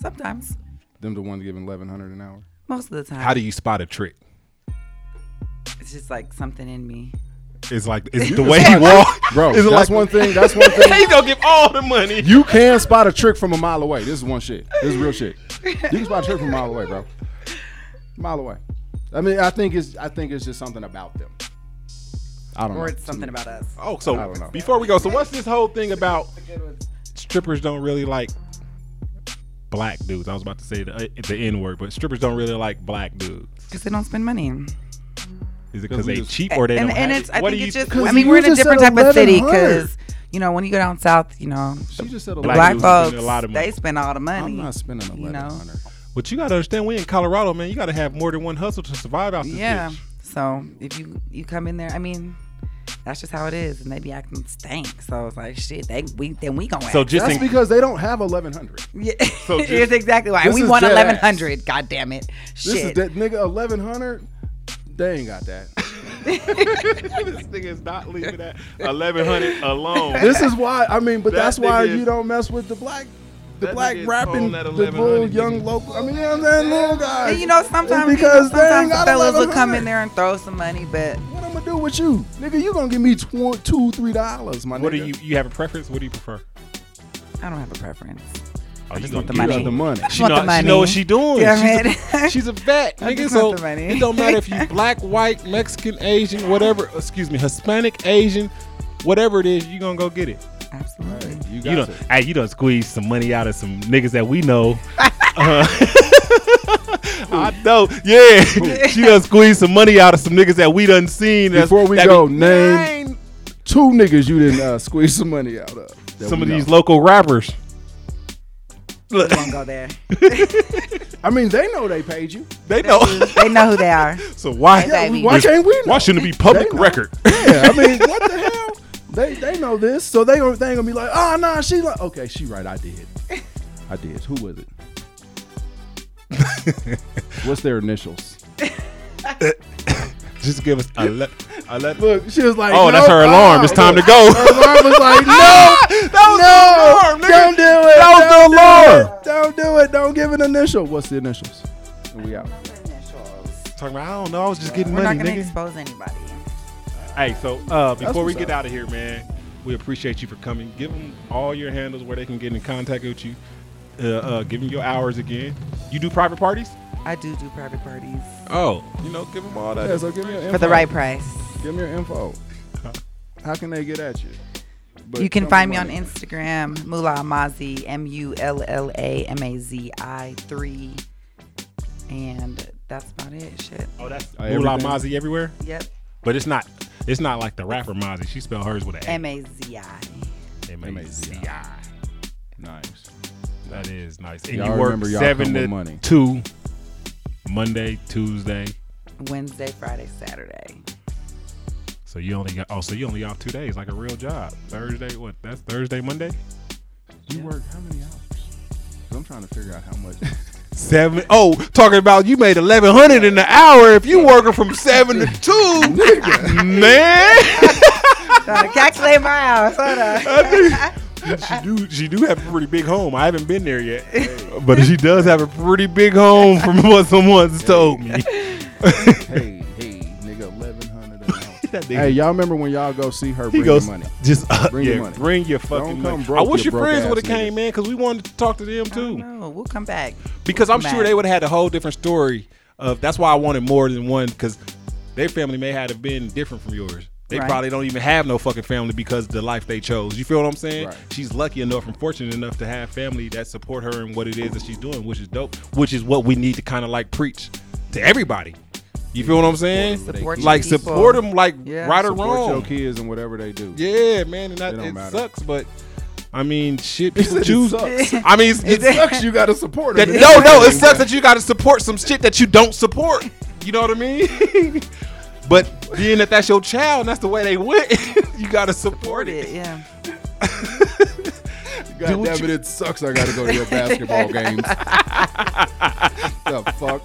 Speaker 1: Sometimes,
Speaker 4: Them the ones giving eleven hundred an hour.
Speaker 1: most of the time.
Speaker 5: How do you spot a trick?
Speaker 1: It's just like something in me.
Speaker 5: It's like is it the way he walk,
Speaker 4: Bro,
Speaker 5: Is it
Speaker 4: that's
Speaker 5: like
Speaker 4: one thing. That's one thing.
Speaker 5: he gonna give all the money?
Speaker 4: You can spot a trick from a mile away. This is one shit. This is real shit. You can spot a trick from a mile away, bro. Mile away. I mean, I think it's I think it's just something about them. I don't
Speaker 1: Or
Speaker 4: know.
Speaker 1: it's something about us.
Speaker 5: oh,
Speaker 4: I
Speaker 5: so
Speaker 4: don't know.
Speaker 5: before we go, so what's this whole thing about strippers don't really like black dudes? I was about to say the uh, the n word, but strippers don't really like black dudes.
Speaker 1: Because they don't spend money.
Speaker 5: Is
Speaker 4: 'Cause
Speaker 5: it because
Speaker 4: we
Speaker 5: they
Speaker 4: just-
Speaker 5: cheap or they
Speaker 1: and
Speaker 5: don't
Speaker 1: and
Speaker 5: have
Speaker 1: it's
Speaker 5: it?
Speaker 1: I
Speaker 5: What
Speaker 1: think
Speaker 5: do
Speaker 1: it's
Speaker 5: you
Speaker 1: just
Speaker 4: 'Cause
Speaker 1: I mean
Speaker 4: you
Speaker 1: we're in a
Speaker 4: just said
Speaker 1: different type of city
Speaker 4: 1100.
Speaker 1: because you know when you go down south you know
Speaker 4: She just said
Speaker 1: the
Speaker 5: Black
Speaker 1: black
Speaker 5: dudes spend
Speaker 1: folks
Speaker 5: a lot of money.
Speaker 1: they spend all the money.
Speaker 4: I'm not spending
Speaker 1: you
Speaker 4: eleven
Speaker 1: know?
Speaker 4: hundred.
Speaker 5: But you gotta understand, we in Colorado, man. You gotta have more than one hustle to survive out this
Speaker 1: Yeah.
Speaker 5: bitch.
Speaker 1: So if you you come in there, I mean, that's just how it is, and they be acting stank. So I was like, shit, they we then we gonna.
Speaker 5: So
Speaker 1: act
Speaker 5: just
Speaker 4: That's
Speaker 5: in,
Speaker 4: because they don't have 1100.
Speaker 1: Yeah,
Speaker 5: So
Speaker 1: it's
Speaker 5: just-
Speaker 1: exactly why
Speaker 4: This
Speaker 1: we
Speaker 4: is
Speaker 1: won
Speaker 4: dead ass.
Speaker 1: eleven hundred. God damn it!
Speaker 4: This is
Speaker 1: Shit,
Speaker 4: that nigga 1100. They ain't got that.
Speaker 5: this nigga is not leaving that 1100
Speaker 6: uh,
Speaker 5: alone.
Speaker 4: this is why I mean, but
Speaker 5: That
Speaker 4: that's why
Speaker 5: nigga-
Speaker 4: you don't mess with the black, the
Speaker 5: That
Speaker 4: black
Speaker 5: nigga is
Speaker 4: rapping,
Speaker 5: on that
Speaker 4: the
Speaker 5: 1100
Speaker 4: little young
Speaker 5: nigga.
Speaker 4: local. I mean, you know what I'm saying, little guys.
Speaker 1: and you know
Speaker 4: It's
Speaker 1: sometimes you
Speaker 4: because
Speaker 1: know,
Speaker 4: they ain't
Speaker 1: sometimes the
Speaker 4: got
Speaker 1: fellas will come
Speaker 4: 1100.
Speaker 1: in there and throw some money, but
Speaker 4: What I'm gonna do with you, nigga? You gonna give me tw- two, three dollars, my
Speaker 5: What do
Speaker 4: nigga.
Speaker 5: you you have a preference? What do you prefer?
Speaker 1: I don't have a preference.
Speaker 5: Oh, you
Speaker 1: want
Speaker 5: gonna
Speaker 1: the
Speaker 4: You
Speaker 5: get
Speaker 1: money.
Speaker 4: got
Speaker 5: it.
Speaker 4: the money.
Speaker 5: She
Speaker 1: want
Speaker 5: know,
Speaker 1: the
Speaker 5: she know what
Speaker 1: money.
Speaker 5: she doing.
Speaker 1: Yeah,
Speaker 5: she's, a,
Speaker 1: man.
Speaker 5: she's a vet.
Speaker 1: I
Speaker 5: Nigga,
Speaker 1: just
Speaker 5: so
Speaker 1: want the money.
Speaker 5: it don't matter if you black, white, Mexican, Asian, whatever. Excuse me, Hispanic, Asian, whatever it is, you gonna go get it.
Speaker 1: Absolutely.
Speaker 4: You
Speaker 5: You
Speaker 4: got
Speaker 5: don't.
Speaker 4: it.
Speaker 5: Hey, you don't squeeze some money out of some niggas that we know. Uh, I know, yeah. she done squeezed some money out of some niggas that we done seen. that's-
Speaker 4: Before we
Speaker 5: that
Speaker 4: go, name two niggas you didn't uh, squeeze some money out of. that
Speaker 5: some
Speaker 4: we
Speaker 5: of these
Speaker 4: know.
Speaker 5: local rappers. Look,
Speaker 1: We won't go there.
Speaker 4: I mean, they know they paid you.
Speaker 5: they know.
Speaker 1: They know who they are.
Speaker 5: so why?
Speaker 1: Yeah, baby.
Speaker 4: Why can't we? Know?
Speaker 5: Why shouldn't it be public
Speaker 4: They know.
Speaker 5: record?
Speaker 4: Yeah, I mean, what the hell? They they know this, so they gonna they gonna be like, oh nah, she like, okay, she right, I did, I did. Who was it? What's their initials?
Speaker 5: Just give us a let. A let
Speaker 4: Look, she was like,
Speaker 5: Oh, that's
Speaker 4: "Nope,
Speaker 5: her alarm.
Speaker 4: ah."
Speaker 5: It's time to
Speaker 4: Look,
Speaker 5: go.
Speaker 4: Her alarm was like, no,
Speaker 5: that was
Speaker 4: no, don't do it.
Speaker 5: That was the
Speaker 4: don't
Speaker 5: alarm.
Speaker 4: do it. Don't do it. Don't give an initial. What's the initials? And we out.
Speaker 5: Talking about, I don't know. I was just getting
Speaker 1: We're not
Speaker 5: money,
Speaker 1: gonna
Speaker 5: nigga.
Speaker 1: expose anybody.
Speaker 5: hey, so uh, before we
Speaker 4: what's
Speaker 5: get
Speaker 4: up.
Speaker 5: out of here, man, we appreciate you for coming. Give them all your handles where they can get in contact with you. Uh, uh, give them your hours again. You do private parties?
Speaker 1: I do do private parties
Speaker 5: Oh, you know, give them all that.
Speaker 4: Yeah, so give me your info.
Speaker 1: for the right price.
Speaker 4: Give me your info. How can they get at you? But
Speaker 1: You can
Speaker 4: tell
Speaker 1: find me on
Speaker 4: money.
Speaker 1: Instagram, Mula Amazi, M U L L A M A Z I 3. And that's about it. Shit.
Speaker 5: oh, that's
Speaker 4: Uh,
Speaker 5: Moolah
Speaker 4: everything.
Speaker 5: Mozzie everywhere,
Speaker 1: Yep.
Speaker 5: but it's not. It's not like the rapper Mozzie. She spelled hers with an
Speaker 1: M A Z I.
Speaker 5: M-A-Z-I.
Speaker 4: Nice.
Speaker 5: That is nice. And
Speaker 4: Y'all
Speaker 5: you work
Speaker 4: remember y'all
Speaker 5: seven
Speaker 4: come
Speaker 5: to
Speaker 4: with money.
Speaker 5: two, Monday, Tuesday.
Speaker 1: Wednesday, Friday, Saturday.
Speaker 5: So you only got oh, so you only off two days like a real job. Thursday, what? That's Thursday, Monday.
Speaker 4: You work how many hours? 'Cause I'm trying to figure out how much.
Speaker 5: Seven. Oh, talking about you made eleven hundred in an hour. If you working from seven to two, man.
Speaker 1: Trying to calculate my hours. Hold on.
Speaker 5: she do. She do have a pretty big home. I haven't been there yet, but she does have a pretty big home from what someone's told me.
Speaker 4: hey, hey, nigga, eleven hundred an hour.
Speaker 5: That nigga
Speaker 4: Hey, y'all remember when y'all go see her?
Speaker 5: He
Speaker 4: Bring your
Speaker 5: goes,
Speaker 4: money.
Speaker 5: just uh,
Speaker 4: Bring
Speaker 5: yeah,
Speaker 4: your money.
Speaker 5: bring your fucking
Speaker 4: come
Speaker 5: money.
Speaker 4: broke,
Speaker 5: I wish
Speaker 4: you
Speaker 5: your friends
Speaker 4: broke-ass
Speaker 5: would have came,
Speaker 4: niggas.
Speaker 5: man, because we wanted to talk to them too.
Speaker 1: No, we'll come back.
Speaker 5: Because I'm sure
Speaker 1: Mad.
Speaker 5: they would have had a whole different story. Of that's why I wanted more than one because their family may have been different from yours. They
Speaker 1: Right.
Speaker 5: probably don't even have no fucking family because the life they chose. You feel what I'm saying?
Speaker 4: Right.
Speaker 5: She's lucky enough and fortunate enough to have family that support her in what it is that she's doing, which is dope. Which is what we need to kind of like preach to everybody. You feel what I'm saying?
Speaker 1: Support your
Speaker 5: like
Speaker 1: people.
Speaker 5: support them, like
Speaker 1: Yeah.
Speaker 5: right or
Speaker 4: Support
Speaker 5: wrong.
Speaker 4: your kids and whatever they do.
Speaker 5: Yeah, man, and that
Speaker 4: It don't
Speaker 5: it
Speaker 4: matter.
Speaker 5: sucks, but I mean, shit, people
Speaker 4: said it
Speaker 5: choose.
Speaker 4: sucks.
Speaker 5: I mean, it's,
Speaker 4: It
Speaker 5: it's-
Speaker 4: sucks. You gotta support
Speaker 5: that,
Speaker 4: them.
Speaker 5: no, no, it sucks that you got to support some shit that you don't support. You know what I mean? but being that that's your child, and that's the way they went, you got to support
Speaker 1: Support
Speaker 5: it.
Speaker 1: it. Yeah.
Speaker 4: God
Speaker 5: do what
Speaker 4: damn
Speaker 5: you-
Speaker 4: it, it sucks. I gotta go to your basketball games. the fuck?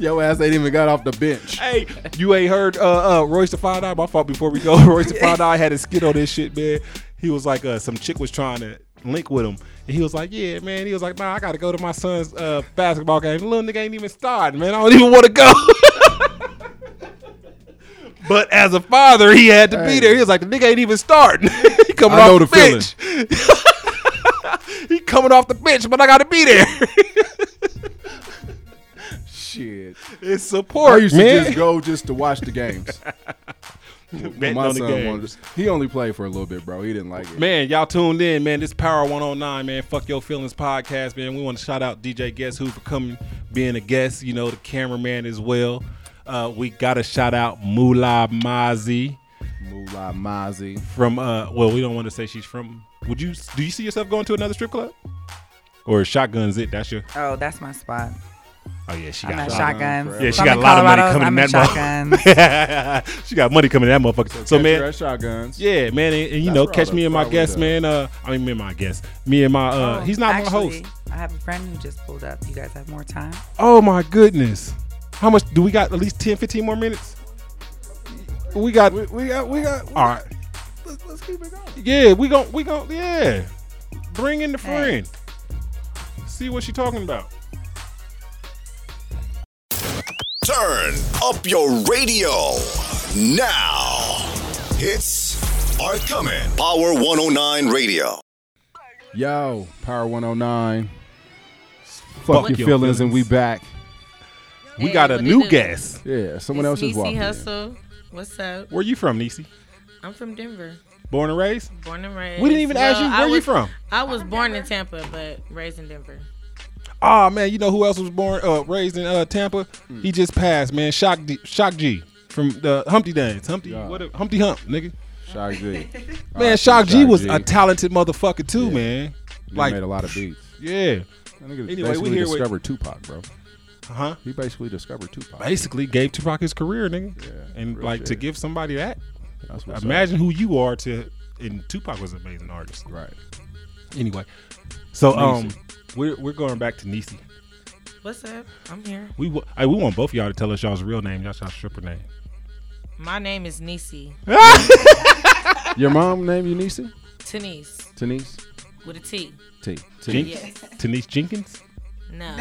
Speaker 4: Your ass ain't even got off the bench.
Speaker 5: Hey, you ain't heard uh, uh, Royce the Five Eye? My fault. Before we go, Royce the Five Eye had a skit on this shit, man. He was like, uh, some chick was trying to link with him, and he was like, "Yeah, man." He was like, "Nah, I gotta go to my son's uh, basketball game. The little nigga ain't even starting, man. I don't even want to go." But as a father, he had to be
Speaker 4: Hey.
Speaker 5: there. He was like, the nigga ain't even starting. he coming
Speaker 4: I
Speaker 5: off
Speaker 4: know
Speaker 5: the,
Speaker 4: the feeling.
Speaker 5: bench. he coming off the bench, but I gotta be there.
Speaker 4: Shit.
Speaker 5: it's
Speaker 4: I
Speaker 5: support,
Speaker 4: used
Speaker 5: man.
Speaker 4: to just go just to watch the games.
Speaker 5: Betting
Speaker 4: My
Speaker 5: on the
Speaker 4: son
Speaker 5: game.
Speaker 4: wanted. He only played for a little bit, bro. He didn't like it.
Speaker 5: Man, y'all tuned in, man. This Power 109, man. Fuck your feelings podcast, man. We want to shout out DJ Guess Who for coming, being a guest, you know, the cameraman as well. Uh, we got to shout out Mula Mazi
Speaker 4: Moolah Mazi.
Speaker 5: from, uh, well, we don't want to say she's from, would you, do you see yourself going to another strip club? Or is Shotgun's it? That's your,
Speaker 1: Oh, that's my spot.
Speaker 5: Oh yeah, she
Speaker 1: I'm
Speaker 5: got.
Speaker 1: at
Speaker 5: a lot.
Speaker 1: shotguns.
Speaker 5: Yeah,
Speaker 1: If
Speaker 5: she
Speaker 1: I'm
Speaker 5: got
Speaker 1: in
Speaker 5: a lot of money coming
Speaker 1: Colorado,
Speaker 5: in
Speaker 1: I'm
Speaker 5: that
Speaker 1: shotguns.
Speaker 5: motherfucker. she got money coming in that motherfucker. So
Speaker 4: Catch
Speaker 5: man,
Speaker 4: you at shotguns.
Speaker 5: Yeah, man, and, and you
Speaker 4: That's
Speaker 5: know,
Speaker 4: right,
Speaker 5: catch me
Speaker 4: that's
Speaker 5: and my
Speaker 4: right, we
Speaker 5: guest,
Speaker 4: done.
Speaker 5: man. Uh, I mean, me and my guest, me and my. uh
Speaker 1: Oh,
Speaker 5: He's not my
Speaker 1: actually,
Speaker 5: host.
Speaker 1: I have a friend who just pulled up. You guys have more time?
Speaker 5: Oh my goodness, how much do we got? At least 10, 15 more minutes. We got.
Speaker 4: We, we got, we got.
Speaker 5: all right.
Speaker 4: Let's, let's keep it going.
Speaker 5: Yeah, we gon' we gon' yeah. Bring in the
Speaker 1: Hey.
Speaker 5: friend. See what she talking about.
Speaker 3: Turn up your radio now. Hits are coming. Power 109 Radio.
Speaker 4: Yo, Power 109. Fuck,
Speaker 5: Fuck
Speaker 4: your,
Speaker 5: your
Speaker 4: feelings, and we
Speaker 5: feelings.
Speaker 4: back.
Speaker 5: We
Speaker 2: Hey,
Speaker 5: got a
Speaker 2: what
Speaker 5: new
Speaker 2: it do?
Speaker 5: guest.
Speaker 4: Yeah, someone else
Speaker 2: It's
Speaker 4: is
Speaker 2: Niecy
Speaker 4: walking. in.
Speaker 2: Hustle. What's up?
Speaker 5: Where you from, Nisi?
Speaker 2: I'm from Denver,
Speaker 5: Born and raised?
Speaker 2: born and raised.
Speaker 5: We didn't even ask you
Speaker 2: I
Speaker 5: where you
Speaker 2: was-
Speaker 5: from.
Speaker 2: I was born in Tampa, but raised in Denver.
Speaker 5: Oh man, you know who else was born uh raised in uh Tampa?
Speaker 4: Mm.
Speaker 5: He just passed, man. Shock D- Shock G from the Humpty Dance. Humpty
Speaker 4: Yeah.
Speaker 5: what a, Humpty Hump, nigga.
Speaker 4: Shock G.
Speaker 5: Man, Shock G was a talented motherfucker too,
Speaker 4: Yeah.
Speaker 5: man.
Speaker 4: like,
Speaker 5: like-
Speaker 4: made a lot of beats.
Speaker 5: Yeah.
Speaker 4: That nigga
Speaker 5: Anyway, we
Speaker 4: basically
Speaker 5: here with-
Speaker 4: discovered Tupac, bro.
Speaker 5: Huh?
Speaker 4: He basically discovered Tupac.
Speaker 5: Basically gave Tupac his career, nigga.
Speaker 4: Yeah,
Speaker 5: and
Speaker 4: real
Speaker 5: like to
Speaker 4: shit.
Speaker 5: give somebody that.
Speaker 4: That's what's up.
Speaker 5: Imagine who you are to and Tupac was an amazing artist.
Speaker 4: Right.
Speaker 5: anyway so um
Speaker 4: Nisi.
Speaker 5: we're, we're going back to Nisi.
Speaker 2: What's up? I'm here.
Speaker 5: we wa- I, we want both of y'all to tell us y'all's real name y'all's y'all's stripper name
Speaker 2: My name is Nisi
Speaker 4: Your mom named you Nisi?
Speaker 2: Tenise
Speaker 4: Denise?
Speaker 2: with a T.
Speaker 4: T.
Speaker 5: Jinx?
Speaker 4: T.
Speaker 2: Yes.
Speaker 5: Denise Jenkins
Speaker 2: No,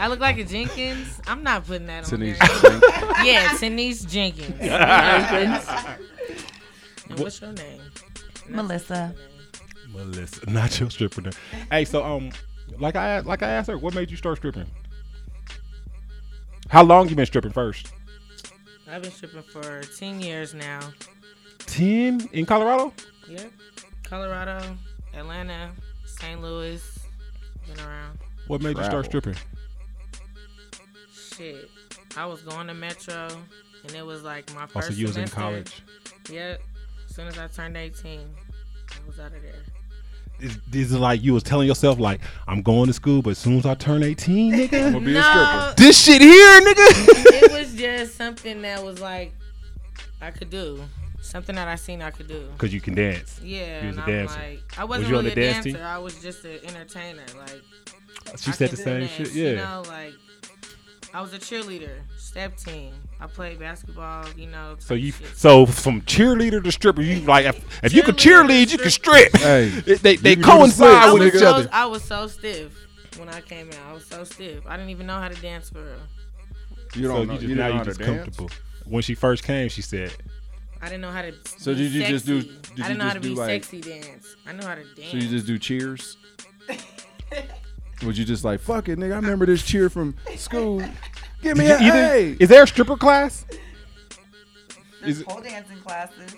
Speaker 2: I look like a Jenkins. I'm not putting that on there.
Speaker 4: Denise.
Speaker 2: Yeah, Tenise Jenkins. and what's your name?
Speaker 1: Melissa.
Speaker 5: Melissa not your stripper name hey so um like I like I asked her what made you start stripping how long you been stripping first
Speaker 2: I've been stripping for 10 years now.
Speaker 5: 10 in Colorado
Speaker 2: Yeah. Colorado, Atlanta, St. Louis. Been around.
Speaker 5: what made you start
Speaker 4: Travel.
Speaker 5: stripping
Speaker 2: Shit. I was going to Metro and it was like my first
Speaker 5: also Oh, you was in
Speaker 2: semester.
Speaker 5: college
Speaker 2: Yep. As soon as I turned 18, I was out of there.
Speaker 5: is, is it like you was telling yourself like I'm going to school but as soon as I turn 18 nigga
Speaker 4: Be a stripper.
Speaker 2: no,
Speaker 5: this shit here nigga
Speaker 2: it was just something that was like I could do. Something that I seen I could do.
Speaker 5: cause you can dance
Speaker 2: Yeah,
Speaker 5: You was
Speaker 2: and
Speaker 5: a
Speaker 2: I'm
Speaker 5: dancer.
Speaker 2: like, I wasn't
Speaker 5: you on
Speaker 2: really a
Speaker 5: the dance
Speaker 2: dancer.
Speaker 5: team?
Speaker 2: I was just an entertainer. Like
Speaker 5: she
Speaker 2: I
Speaker 5: said the
Speaker 2: could
Speaker 5: same
Speaker 2: dance,
Speaker 5: shit yeah
Speaker 2: You know, like I was a cheerleader, step team. I played basketball. You know.
Speaker 5: So
Speaker 2: type
Speaker 5: you,
Speaker 2: shit.
Speaker 5: so from cheerleader to stripper, you like if, if you can cheerlead, you can strip.
Speaker 4: Hey,
Speaker 5: They- they
Speaker 4: you
Speaker 5: they
Speaker 4: can do the
Speaker 5: coincide
Speaker 2: I
Speaker 4: switch,
Speaker 5: with
Speaker 2: was
Speaker 5: each
Speaker 2: so,
Speaker 5: other.
Speaker 2: I was so stiff when I came out. I was so stiff. I didn't even know how to dance for real.
Speaker 4: You don't
Speaker 5: So
Speaker 4: know.
Speaker 5: you just
Speaker 4: you don't
Speaker 5: now
Speaker 4: know
Speaker 5: you
Speaker 4: how to
Speaker 5: just
Speaker 4: dance?
Speaker 5: comfortable. When she first came, she said,
Speaker 2: I didn't know how to.
Speaker 4: So
Speaker 2: be
Speaker 4: did you just do-
Speaker 2: sexy.
Speaker 4: did you
Speaker 2: I didn't know
Speaker 4: just
Speaker 2: how to
Speaker 4: do,
Speaker 2: be
Speaker 4: like-
Speaker 2: sexy dance. I knew how to dance.
Speaker 4: So you just do cheers? Would you just like fuck it, nigga? I remember this cheer from school. Give me
Speaker 5: "You-
Speaker 4: a
Speaker 5: you
Speaker 4: hey.
Speaker 5: think- "Is there a stripper class?" Is it-
Speaker 1: pole dancing classes.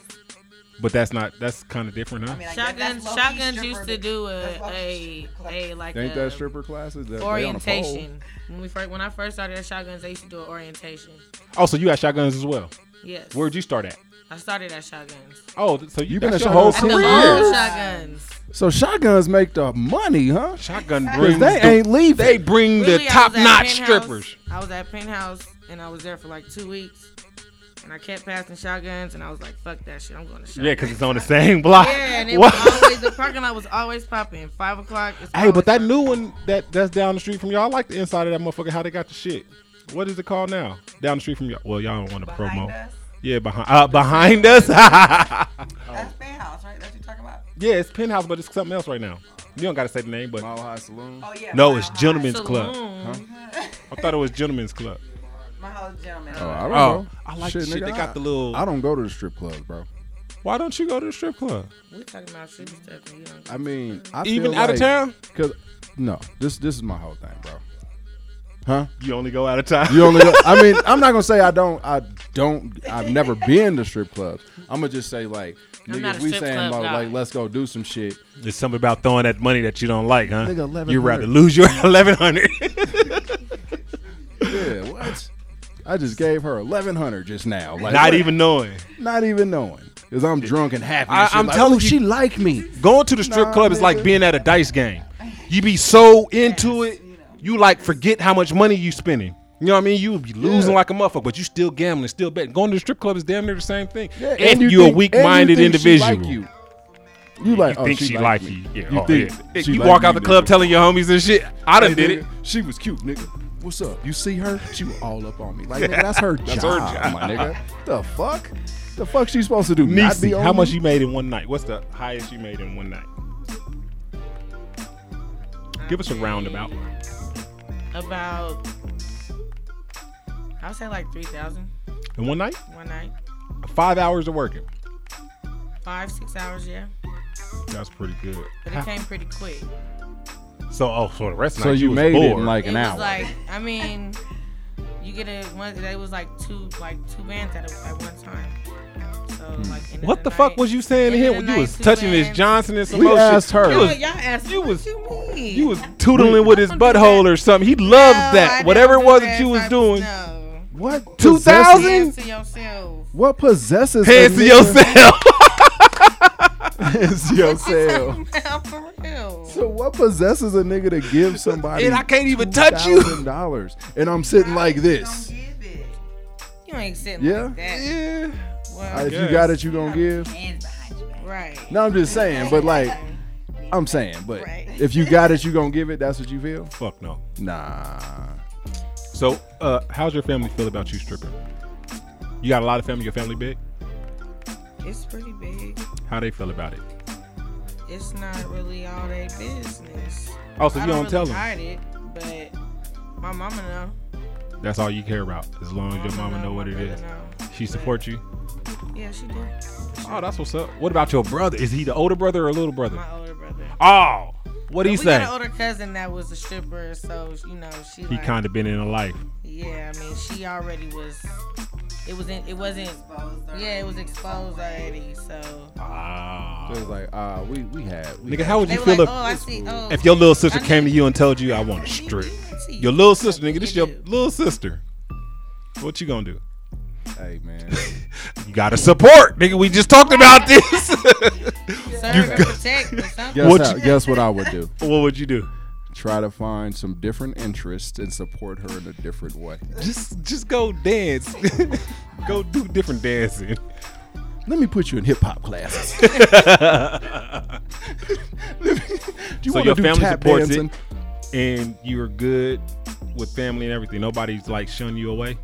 Speaker 5: But that's not. That's kind of different, huh?
Speaker 1: I mean, I guess that's
Speaker 2: Shotguns,
Speaker 1: low-key
Speaker 2: shotguns
Speaker 1: stripper,
Speaker 2: used to
Speaker 1: but
Speaker 2: do
Speaker 1: that's
Speaker 2: a
Speaker 1: low-key
Speaker 2: a,
Speaker 1: stripper.
Speaker 2: a like
Speaker 4: Ain't
Speaker 2: a
Speaker 4: that stripper classes? That they on a pole.
Speaker 2: orientation. When we first, when I first started at shotguns, they used to do an orientation.
Speaker 5: oh, so you got shotguns as well.
Speaker 2: Yes.
Speaker 5: Where'd you start at?
Speaker 2: I started at shotguns.
Speaker 5: Oh, th- so you
Speaker 4: You been
Speaker 5: that's
Speaker 4: at
Speaker 5: your whole
Speaker 2: At the
Speaker 4: shotguns
Speaker 5: career.
Speaker 4: since-
Speaker 2: old shotguns.
Speaker 4: So shotguns make the money, huh?
Speaker 5: Shotgun
Speaker 4: 'Cause
Speaker 5: brings.
Speaker 4: they
Speaker 5: the-
Speaker 4: ain't leaving.
Speaker 5: They bring
Speaker 2: Really, I
Speaker 5: the
Speaker 2: was
Speaker 5: top
Speaker 2: at
Speaker 5: notch
Speaker 2: Penthouse.
Speaker 5: strippers.
Speaker 2: I was at penthouse and I was there for like two weeks, and I kept passing shotguns, and I was like, "Fuck that shit, I'm going to shotguns."
Speaker 5: Yeah, because it's on the same block.
Speaker 2: Yeah, and it
Speaker 5: What?
Speaker 2: was always the parking lot was always popping. Five o'clock. it's
Speaker 5: Hey, but that
Speaker 2: always popping.
Speaker 5: new one that that's down the street from y'all, I like the inside of that motherfucker. How they got the shit? What is it called now? Down the street from y'all. Well, y'all don't want to
Speaker 1: Behind
Speaker 5: promo.
Speaker 1: us.
Speaker 5: Yeah, behind uh, behind us. yeah,
Speaker 1: That's fan house, right? That's what you're talking about.
Speaker 5: it's penthouse, but it's something else right now. You don't gotta say the name, but
Speaker 4: Mile High Saloon.
Speaker 1: Oh yeah.
Speaker 5: no,
Speaker 1: Mile
Speaker 5: it's
Speaker 1: High.
Speaker 5: Gentlemen's
Speaker 2: Saloon.
Speaker 5: Club. I thought it was Gentlemen's Club.
Speaker 1: My house gentleman.
Speaker 4: Oh, I don't
Speaker 5: Oh,
Speaker 4: know.
Speaker 5: I like the shit.
Speaker 4: nigga,
Speaker 5: They got
Speaker 4: I-
Speaker 5: the little.
Speaker 4: I don't go to the strip clubs, bro.
Speaker 5: Why don't you go to the strip club?
Speaker 2: We talking about shooting stuff, and you don't.
Speaker 4: I mean, I
Speaker 5: Even
Speaker 4: feel
Speaker 5: out of
Speaker 4: like-
Speaker 5: town?
Speaker 4: Cause no, this this is my whole thing, bro. Huh?
Speaker 5: You only go out of town.
Speaker 4: You only. Go, I mean, I'm not gonna say I don't. I don't. I've never been to strip clubs. I'm gonna just say like,
Speaker 2: I'm
Speaker 4: nigga,
Speaker 2: not a
Speaker 4: if we
Speaker 2: strip
Speaker 4: saying
Speaker 2: club
Speaker 4: like,
Speaker 2: guy.
Speaker 4: like, let's go do some shit.
Speaker 5: There's something about throwing that money that you don't like, huh?
Speaker 4: Nigga, 1100.
Speaker 5: You'd rather lose your eleven hundred.
Speaker 4: Yeah, what? I just gave her 1100 just now. Like,
Speaker 5: Not
Speaker 4: what?
Speaker 5: even knowing.
Speaker 4: Not even knowing. Cause I'm drunk and happy. and
Speaker 5: I-
Speaker 4: shit.
Speaker 5: I'm
Speaker 4: Like,
Speaker 5: telling
Speaker 4: "Ooh,
Speaker 5: you-
Speaker 4: she like me.
Speaker 5: Going to the strip
Speaker 4: Nah,
Speaker 5: club is like
Speaker 4: nigga.
Speaker 5: being at a dice game. You be so into it, you like forget how much money you spending. You know what I mean? You would be losing
Speaker 4: Yeah.
Speaker 5: like a motherfucker, but you still gambling, still betting. Going to the strip club is damn near the same thing.
Speaker 4: Yeah,
Speaker 5: and, you're a
Speaker 4: think-
Speaker 5: weak
Speaker 4: and you
Speaker 5: minded
Speaker 4: think she
Speaker 5: individual.
Speaker 4: like you. You like?
Speaker 5: You
Speaker 4: oh,
Speaker 5: think she, like
Speaker 4: me.
Speaker 5: you? Yeah.
Speaker 4: You
Speaker 5: oh,
Speaker 4: think
Speaker 5: yeah.
Speaker 4: she
Speaker 5: you
Speaker 4: like
Speaker 5: walk out
Speaker 4: me,
Speaker 5: the club
Speaker 4: nigga.
Speaker 5: telling your homies and shit. I done
Speaker 4: Hey,
Speaker 5: did it.
Speaker 4: nigga, She was cute, nigga. What's up? You see her? She was all up on me. Like, nigga, that's her
Speaker 5: That's her
Speaker 4: job,
Speaker 5: job.
Speaker 4: my nigga. The fuck? The fuck she supposed to do? Not be
Speaker 5: Niecy,
Speaker 4: on
Speaker 5: how
Speaker 4: me?
Speaker 5: much you made in one night? What's the highest you made in one night? Give us a roundabout.
Speaker 2: About, I would say like 3,000
Speaker 5: In one night?
Speaker 2: one night.
Speaker 5: Five hours of working.
Speaker 2: Five, six hours, yeah.
Speaker 5: That's pretty good.
Speaker 2: But it came pretty quick.
Speaker 5: So, oh, for the rest of the
Speaker 4: So
Speaker 5: night,
Speaker 4: you
Speaker 5: was
Speaker 4: made it
Speaker 5: bored.
Speaker 4: in like
Speaker 2: it
Speaker 4: an
Speaker 2: was
Speaker 4: hour.
Speaker 2: like, I mean, you get a one, it was like two, like two bands at, a, at one time. So,
Speaker 5: Hmm.
Speaker 2: like, end of
Speaker 5: What the
Speaker 2: night-
Speaker 5: fuck was you saying to
Speaker 2: end of
Speaker 5: him when
Speaker 2: the
Speaker 5: you
Speaker 2: night,
Speaker 5: was
Speaker 2: two
Speaker 5: touching his
Speaker 2: bands.
Speaker 5: Johnson and some
Speaker 4: We
Speaker 5: more
Speaker 4: asked
Speaker 5: shit?
Speaker 4: her.
Speaker 5: You
Speaker 2: No,
Speaker 5: was,
Speaker 2: y'all asked
Speaker 5: you
Speaker 2: what
Speaker 5: was-
Speaker 2: you mean.
Speaker 5: you was tootling with his
Speaker 2: I don't do
Speaker 5: butthole
Speaker 2: that.
Speaker 5: or something. He loved
Speaker 2: No, I
Speaker 5: that.
Speaker 2: don't
Speaker 5: Whatever it
Speaker 2: do
Speaker 5: was
Speaker 2: that
Speaker 5: that you was
Speaker 2: type-
Speaker 5: doing,
Speaker 2: No.
Speaker 4: What?
Speaker 5: 2000?
Speaker 4: possesses-
Speaker 2: Hands to yourself.
Speaker 4: What possesses? a
Speaker 5: hands to
Speaker 4: nigga-
Speaker 5: yourself.
Speaker 4: Hands to yourself.
Speaker 2: Man, for real.
Speaker 4: So what possesses a nigga to give somebody?
Speaker 5: And I can't even touch you.
Speaker 4: Dollars, and I'm sitting like this.
Speaker 1: Don't give it.
Speaker 2: you ain't sitting
Speaker 4: Yeah.
Speaker 2: like that.
Speaker 5: yeah.
Speaker 2: Well,
Speaker 4: Uh, If you
Speaker 5: guess.
Speaker 4: got it, you gonna give.
Speaker 1: Hands behind your back.
Speaker 2: right.
Speaker 4: No, I'm just saying, but like, I'm saying, but
Speaker 2: Right.
Speaker 4: if you got it, you gonna give it. That's what you feel?
Speaker 5: Fuck no.
Speaker 4: Nah.
Speaker 5: So, uh, how's your family feel about you stripping? You got a lot of family. Your family big.
Speaker 2: It's pretty big.
Speaker 5: How they feel about it?
Speaker 2: It's not really all their business.
Speaker 5: Oh, so
Speaker 2: I
Speaker 5: you don't,
Speaker 2: really
Speaker 5: tell them.
Speaker 2: Hide it, but my mama know.
Speaker 5: That's all you care about, as long as your mama know
Speaker 2: my
Speaker 5: what it
Speaker 2: brother
Speaker 5: is.
Speaker 2: know.
Speaker 5: She supports you.
Speaker 2: Yeah, she do.
Speaker 5: Oh, that's what's up. What about your brother? Is he the older brother or little brother?
Speaker 2: My older brother.
Speaker 5: Oh, what do you
Speaker 2: we got an
Speaker 5: say?
Speaker 2: older cousin that was a stripper, so you know she.
Speaker 5: He
Speaker 2: like,
Speaker 5: kind of been in a life.
Speaker 2: Yeah, I mean she already was. It wasn't. It wasn't. Yeah, it was exposed already. So.
Speaker 5: Ah.
Speaker 4: It was like, ah, we we had. We
Speaker 5: Nigga, how would
Speaker 2: They
Speaker 5: you
Speaker 2: were
Speaker 5: feel
Speaker 2: like,
Speaker 5: if,
Speaker 2: oh, I see. Oh,
Speaker 5: if your little sister
Speaker 2: I
Speaker 5: came to
Speaker 2: need-
Speaker 5: you and told you, I want to
Speaker 2: you-
Speaker 5: strip?
Speaker 2: you can see
Speaker 5: Your little sister, nigga,
Speaker 2: something
Speaker 5: this
Speaker 2: you
Speaker 5: your
Speaker 2: do.
Speaker 5: little sister. What you gonna do?
Speaker 4: hey man,
Speaker 5: You gotta support, nigga. We just talked about this.
Speaker 2: Serve
Speaker 5: you
Speaker 2: and
Speaker 5: got-
Speaker 2: protect or something.
Speaker 4: guess
Speaker 5: What
Speaker 4: how-
Speaker 5: you-
Speaker 4: guess what I would do?
Speaker 5: what would you do?
Speaker 4: Try to find some different interests and support her in a different way.
Speaker 5: Just, just go dance. go do different dancing.
Speaker 4: Let me put you in hip hop classes. do you
Speaker 5: So
Speaker 4: want
Speaker 5: your
Speaker 4: to do
Speaker 5: family
Speaker 4: tap
Speaker 5: supports it?
Speaker 4: dancing?
Speaker 5: and you're good with family and everything. Nobody's like shun you away.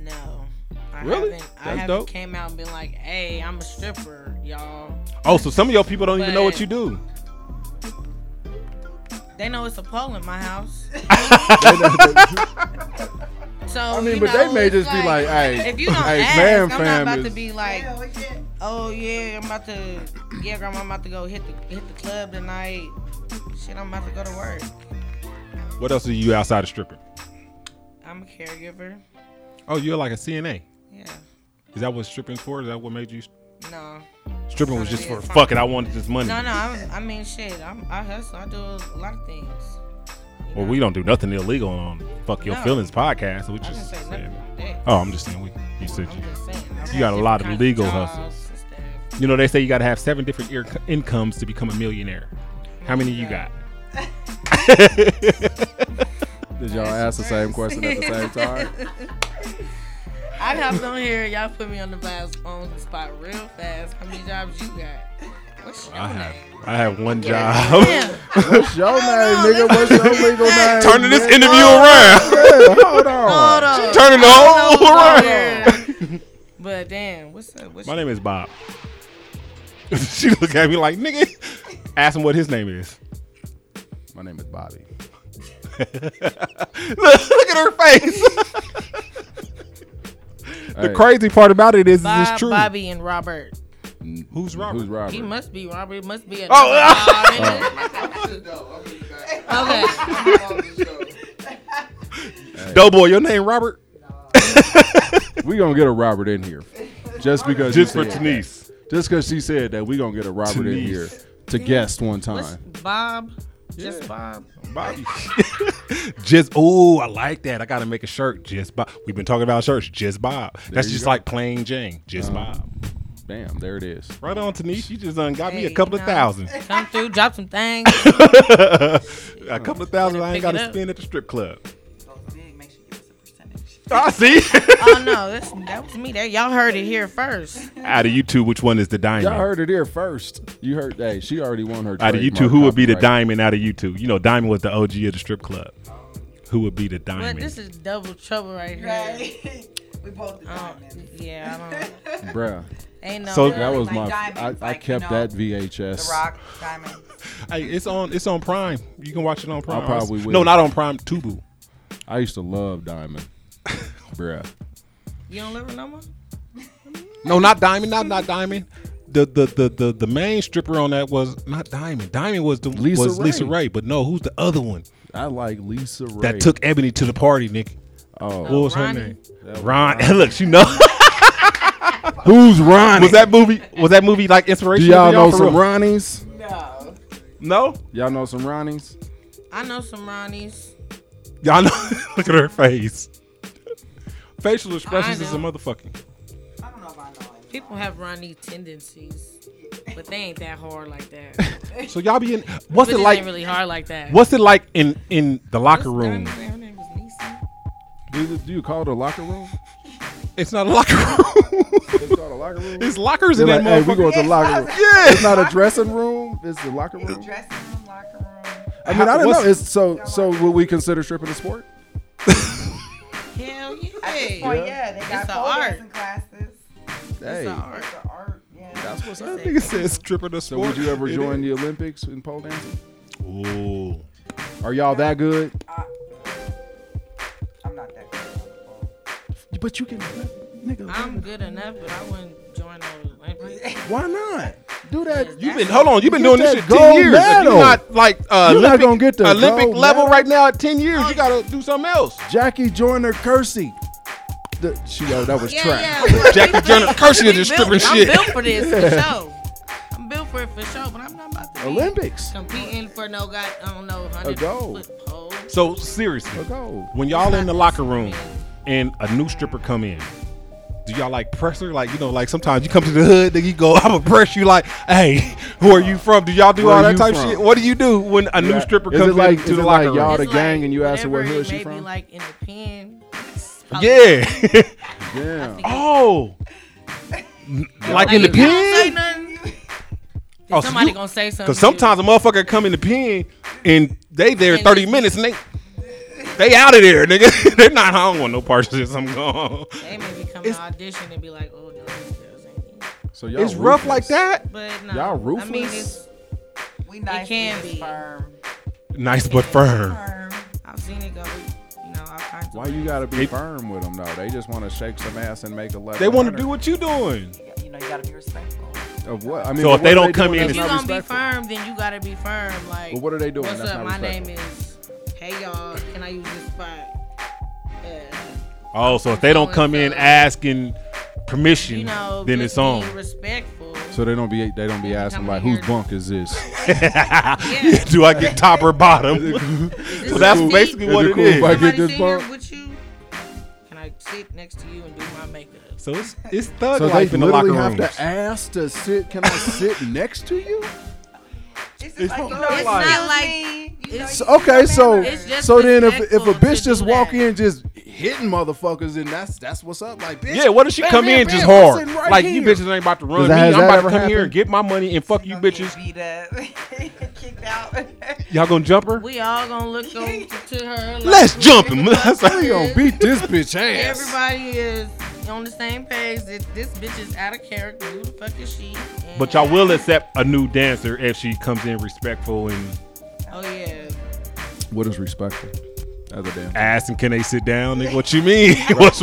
Speaker 2: No. I
Speaker 5: Really?
Speaker 2: Haven't, I
Speaker 5: That's
Speaker 2: haven't
Speaker 5: dope.
Speaker 2: came out and been like, hey, I'm a stripper, y'all.
Speaker 5: Oh, so some of your people don't even know what
Speaker 2: But-
Speaker 5: you do.
Speaker 2: They know it's a pole in my house.
Speaker 4: I
Speaker 2: So
Speaker 4: mean,
Speaker 2: you
Speaker 4: but
Speaker 2: know,
Speaker 4: they may
Speaker 2: it's
Speaker 4: just be like, hey,
Speaker 2: if you don't
Speaker 4: hey,
Speaker 2: ask,
Speaker 4: man,
Speaker 2: I'm
Speaker 4: fam
Speaker 2: not about to
Speaker 4: is-
Speaker 2: be like, oh yeah, I'm about to, yeah, grandma, I'm about to go hit the hit the club tonight. Shit, I'm about to go to work.
Speaker 5: What else do you outside of stripping?
Speaker 2: I'm a caregiver.
Speaker 5: Oh, you're like a CNA.
Speaker 2: Yeah.
Speaker 5: Is that what stripping's for? Is that what made you
Speaker 2: No.
Speaker 5: stripping was
Speaker 2: That's
Speaker 5: just
Speaker 2: what
Speaker 5: for
Speaker 2: it is.
Speaker 5: fuck it? I wanted this money.
Speaker 2: No, no. I'm, I mean, shit. I'm, I hustle. I do a lot of things. You
Speaker 5: Well,
Speaker 2: know?
Speaker 5: we don't do nothing illegal on Fuck Your
Speaker 2: No.
Speaker 5: Feelings podcast. We
Speaker 2: I didn't
Speaker 5: just
Speaker 2: say nothing about that.
Speaker 5: oh, I'm just saying we. You said
Speaker 2: I'm
Speaker 5: you.
Speaker 2: just saying. I've
Speaker 5: You got
Speaker 2: had
Speaker 5: a lot of
Speaker 2: different kinds
Speaker 5: legal
Speaker 2: jobs
Speaker 5: hustles.
Speaker 2: and stuff.
Speaker 5: You know they say you got to have seven different ear- incomes to become a millionaire. How many you got?
Speaker 4: Did y'all ask the same question at the same time?
Speaker 2: I hopped on here. Y'all put me on the blast on the spot real fast. How many jobs you got? What's your
Speaker 5: I have.
Speaker 2: name?
Speaker 5: I have one job.
Speaker 2: Yeah.
Speaker 4: What's your name, nigga? What's your legal name?
Speaker 5: Turning this
Speaker 4: man?
Speaker 5: interview around.
Speaker 4: Yeah, hold on.
Speaker 2: Hold on.
Speaker 5: Turning the whole around.
Speaker 2: Yeah. But damn, what's up? What's
Speaker 5: My name is Bob. she looked at me like, nigga, ask him what his name is.
Speaker 4: My name is Bobby.
Speaker 5: look, look at her face. the
Speaker 4: Hey,
Speaker 5: crazy part about it is, is
Speaker 2: Bob,
Speaker 5: it's true.
Speaker 2: Bobby and Robert.
Speaker 5: Who's Robert?
Speaker 4: Who's Robert?
Speaker 2: He must be Robert. It must
Speaker 5: Oh.
Speaker 2: be a. okay.
Speaker 5: Doughboy, your name Robert?
Speaker 4: We gonna get a Robert in here, just because
Speaker 5: Just
Speaker 4: she
Speaker 5: for
Speaker 4: said
Speaker 5: Denise.
Speaker 4: that. Just because she said that, we gonna get a Robert in
Speaker 5: Denise.
Speaker 4: here to guest one
Speaker 2: What's
Speaker 4: time.
Speaker 2: Bob? Just Bob.
Speaker 5: Bobby. just oh, I like that. I gotta make a shirt. Just Bob. We've been talking about shirts. Just Bob. That's
Speaker 4: you
Speaker 5: just
Speaker 4: go.
Speaker 5: Uh-huh. like plain Jane. Just Bob.
Speaker 4: Damn, there it is.
Speaker 5: Right on, Tanisha. You just done got me a
Speaker 2: Hey,
Speaker 5: couple
Speaker 2: nah.
Speaker 5: of thousand.
Speaker 2: Come through, drop some things.
Speaker 5: a couple of thousand I ain't
Speaker 2: Pick
Speaker 5: got
Speaker 2: it
Speaker 5: to
Speaker 2: up.
Speaker 5: spend at the strip club.
Speaker 1: Goes big, Oh, make sure you give us a percentage.
Speaker 5: I see.
Speaker 2: oh no, that's, that was me. That y'all heard it here first.
Speaker 5: Out of you two, which one is the diamond?
Speaker 4: Y'all heard it here first. You heard, hey, she already won her.
Speaker 5: out of you two,
Speaker 4: trademark
Speaker 5: who would be the
Speaker 4: copyright.
Speaker 5: diamond out of you two? You know, diamond was the OG of the strip club. Who would be the
Speaker 2: But
Speaker 5: diamond?
Speaker 2: this is double trouble right here.
Speaker 1: Right. we both the
Speaker 2: Um,
Speaker 1: diamonds.
Speaker 2: yeah, I don't.
Speaker 4: Bruh,
Speaker 2: Ain't no.
Speaker 5: So-
Speaker 4: that was
Speaker 1: Like
Speaker 4: my.
Speaker 1: diamonds,
Speaker 4: I, I
Speaker 1: like,
Speaker 4: kept
Speaker 1: you know,
Speaker 4: that VHS.
Speaker 1: The rock, diamonds.
Speaker 5: hey, it's on. It's on Prime. You can watch it on Prime.
Speaker 4: probably
Speaker 5: No,
Speaker 4: will.
Speaker 5: not on Prime. Tubu.
Speaker 4: I used to love Diamond. Bruh.
Speaker 2: you don't live with no more.
Speaker 5: No, not diamond. Not not diamond. The, the the the the main stripper on that was not diamond. Diamond was the
Speaker 4: Lisa
Speaker 5: was Lisa
Speaker 4: Ray.
Speaker 5: Ray. But no, who's the other one
Speaker 4: I like Lisa Ray.
Speaker 5: that took Ebony to the party, Nick?
Speaker 4: Oh,
Speaker 5: What was
Speaker 2: Ronnie.
Speaker 5: her name?
Speaker 4: That was
Speaker 5: Ron. Look, she know.
Speaker 4: who's Ronnie?
Speaker 5: was that movie? Was that movie like
Speaker 4: Do
Speaker 5: inspirational?
Speaker 4: y'all
Speaker 5: for
Speaker 4: know
Speaker 5: for
Speaker 4: some
Speaker 5: real?
Speaker 4: Ronnies?
Speaker 1: No.
Speaker 5: No,
Speaker 4: Y'all know some Ronnies?
Speaker 2: I know some Ronnies.
Speaker 5: y'all know. Look at her face. Facial expressions
Speaker 2: I
Speaker 5: is a
Speaker 2: know.
Speaker 5: motherfucking.
Speaker 1: I don't know if I know any.
Speaker 2: People have Ronnie tendencies, but they ain't that hard like that.
Speaker 5: So y'all be in. What's
Speaker 2: Bitches
Speaker 5: it like?
Speaker 2: ain't really hard like that.
Speaker 5: What's it like in in the locker room?
Speaker 2: Her name was Nisa.
Speaker 4: Do you, do you call it a locker room?
Speaker 5: It's not a locker room.
Speaker 4: It's called a locker room?
Speaker 5: It's lockers
Speaker 4: They're
Speaker 5: in
Speaker 4: like, hey,
Speaker 5: that
Speaker 4: we
Speaker 5: motherfucker.
Speaker 4: going to the locker room.
Speaker 5: Yeah.
Speaker 4: It's not a dressing room. It's the locker room.
Speaker 1: Dressing room, locker room.
Speaker 4: I mean, I don't
Speaker 5: What's-
Speaker 4: know. It's so so. Would we consider stripping a sport?
Speaker 2: Hell
Speaker 1: Oh,
Speaker 2: yeah.
Speaker 1: yeah. They got
Speaker 2: It's a
Speaker 1: pole
Speaker 2: art.
Speaker 1: dancing classes.
Speaker 4: Hey,
Speaker 2: Sorry.
Speaker 1: It's an art, yeah.
Speaker 4: that's what's up.
Speaker 5: That nigga said stripper the
Speaker 4: So,
Speaker 5: sport.
Speaker 4: would you ever
Speaker 5: It
Speaker 4: join
Speaker 5: is.
Speaker 4: the Olympics in pole dancing?
Speaker 5: Ooh.
Speaker 4: Are y'all that good?
Speaker 1: I, I'm not that good. at football.
Speaker 4: But you can, nigga.
Speaker 2: I'm good enough, but I wouldn't join the Olympics.
Speaker 4: Why not? Do that.
Speaker 5: You been hold on. You've been
Speaker 4: Get
Speaker 5: doing this
Speaker 4: that
Speaker 5: shit ten
Speaker 4: gold
Speaker 5: years. If
Speaker 4: medal.
Speaker 5: you're not like uh,
Speaker 4: You're not
Speaker 5: Olympic,
Speaker 4: gonna get the
Speaker 5: Olympic
Speaker 4: gold
Speaker 5: level
Speaker 4: medal.
Speaker 5: right now at ten years. You gotta do something else.
Speaker 4: Jackie Joyner Kersey. The, she, oh, that was
Speaker 2: Yeah,
Speaker 4: trash.
Speaker 2: yeah. we-
Speaker 5: Jackie Joyner Kersey is just
Speaker 2: built-
Speaker 5: stripping
Speaker 2: I'm
Speaker 5: shit.
Speaker 2: built for this for sure. I'm built for it for sure, but I'm not about to be
Speaker 4: Olympics.
Speaker 2: competing for no god. I don't know hundred
Speaker 4: gold.
Speaker 2: foot pole.
Speaker 5: So seriously,
Speaker 4: Go.
Speaker 5: when y'all in the locker room and a new stripper come in, do y'all like press her? Like you know, like sometimes you come to the hood, then you go, I'ma press you. Like, hey, who are you from? Do y'all do
Speaker 4: Where
Speaker 5: all
Speaker 4: you
Speaker 5: that type
Speaker 4: from?
Speaker 5: shit? What do you do when a new
Speaker 4: Yeah.
Speaker 5: stripper
Speaker 4: Is it
Speaker 5: comes
Speaker 4: like-
Speaker 5: in
Speaker 4: is
Speaker 5: to the
Speaker 4: it
Speaker 5: locker
Speaker 4: like
Speaker 5: room?
Speaker 4: y'all- All the
Speaker 2: It's
Speaker 4: gang and you ask her where
Speaker 2: whatever
Speaker 4: hood
Speaker 2: it
Speaker 4: she
Speaker 2: may be
Speaker 4: from?
Speaker 2: Like in the pen.
Speaker 5: Yeah.
Speaker 4: Yeah.
Speaker 5: oh. N- Like in the
Speaker 2: if you don't say
Speaker 5: pen?
Speaker 2: nothing, then
Speaker 5: Oh, so
Speaker 2: somebody
Speaker 5: you-
Speaker 2: gonna say something.
Speaker 5: Cause sometimes a motherfucker come in the pen and they there
Speaker 2: And
Speaker 5: thirty
Speaker 2: they-
Speaker 5: minutes and they they out of there, nigga. They're not. I don't want no parts of this. I'm gone.
Speaker 2: to you. they may be coming to audition and be like, "Oh no, these girls ain't." in."
Speaker 4: So y'all
Speaker 5: It's rough
Speaker 4: ruthless.
Speaker 5: like that.
Speaker 2: But no,
Speaker 4: Y'all
Speaker 2: I mean, it's,
Speaker 4: ruthless?
Speaker 1: We nice.
Speaker 2: can
Speaker 1: we
Speaker 2: be.
Speaker 1: Firm.
Speaker 5: Nice but firm.
Speaker 1: Firm.
Speaker 2: I've seen it go. You know, all kinds of
Speaker 4: Why you gotta be firm with them though? They just want to shake some ass and make a left.
Speaker 5: They want to do what you doing.
Speaker 1: You know, you gotta be respectful.
Speaker 4: of what? I mean,
Speaker 5: So
Speaker 4: but
Speaker 5: if
Speaker 4: what
Speaker 5: they don't
Speaker 4: are
Speaker 5: come
Speaker 4: doing
Speaker 5: in,
Speaker 4: that's
Speaker 2: If you
Speaker 4: not
Speaker 2: gonna be
Speaker 4: respectful?
Speaker 2: firm, then you gotta be firm. Like,
Speaker 4: But what are they doing?
Speaker 2: What's
Speaker 4: That's
Speaker 2: up?
Speaker 4: not
Speaker 2: My name
Speaker 4: respectful.
Speaker 2: is. Hey y'all, can I use this spot? Uh,
Speaker 5: Oh, so if they don't come in asking permission,
Speaker 2: you know,
Speaker 5: then
Speaker 2: just
Speaker 5: it's on.
Speaker 2: Be respectful.
Speaker 4: So they don't be they don't be asking like whose bunk is this?
Speaker 2: Yeah.
Speaker 5: Do I get top or bottom?
Speaker 2: Is
Speaker 5: so
Speaker 2: it
Speaker 5: that's
Speaker 2: cool-
Speaker 5: basically
Speaker 4: is
Speaker 5: what
Speaker 4: it
Speaker 5: it
Speaker 4: cool if I
Speaker 5: is.
Speaker 4: get-
Speaker 2: Somebody
Speaker 4: this
Speaker 2: sit here
Speaker 4: bump?
Speaker 2: with you. Can I sit next to you and do my makeup?
Speaker 5: So it's it's thug
Speaker 4: So they
Speaker 5: life in the locker
Speaker 4: literally have
Speaker 5: room.
Speaker 4: to ask to sit. Can I sit next to you?
Speaker 1: It's just
Speaker 5: It's
Speaker 1: like,
Speaker 5: not-
Speaker 1: you know,
Speaker 5: it's
Speaker 1: it's
Speaker 5: not
Speaker 1: not
Speaker 2: like-
Speaker 1: like. Me, you know,
Speaker 2: it's-
Speaker 4: So,
Speaker 1: you
Speaker 4: okay,
Speaker 1: see
Speaker 4: so
Speaker 1: the
Speaker 2: It's
Speaker 1: manners.
Speaker 2: just
Speaker 4: so then if if a
Speaker 2: disrespectful
Speaker 4: bitch
Speaker 2: to
Speaker 4: just
Speaker 2: do
Speaker 4: walk
Speaker 2: that.
Speaker 4: in just hitting motherfuckers, then that's that's what's up. Like bitch,
Speaker 5: Yeah, what if she
Speaker 4: bam,
Speaker 5: come
Speaker 4: bam,
Speaker 5: in just
Speaker 4: bam, I'm
Speaker 5: hard?
Speaker 4: sitting right
Speaker 5: like you
Speaker 4: here.
Speaker 5: bitches ain't about to run
Speaker 4: Does that-
Speaker 5: me.
Speaker 4: has
Speaker 5: I'm
Speaker 4: that
Speaker 5: about to
Speaker 4: ever
Speaker 5: come here and
Speaker 4: happened?
Speaker 5: get my money and fuck you
Speaker 1: Gonna get
Speaker 5: bitches.
Speaker 1: Beat up. Kicked out.
Speaker 5: Y'all gonna jump her?
Speaker 2: We all gonna look over to her. Like,
Speaker 5: Let's jump him. That's like-
Speaker 4: We gonna beat this bitch ass.
Speaker 2: Everybody is on the same page. That this bitch is out of character. Who the fuck is she? And-
Speaker 5: but y'all will accept a new dancer if she comes in respectful and
Speaker 2: Oh yeah.
Speaker 4: What is respectful? Other than
Speaker 5: asking, "Can they sit down?" Nigga, what you mean? What's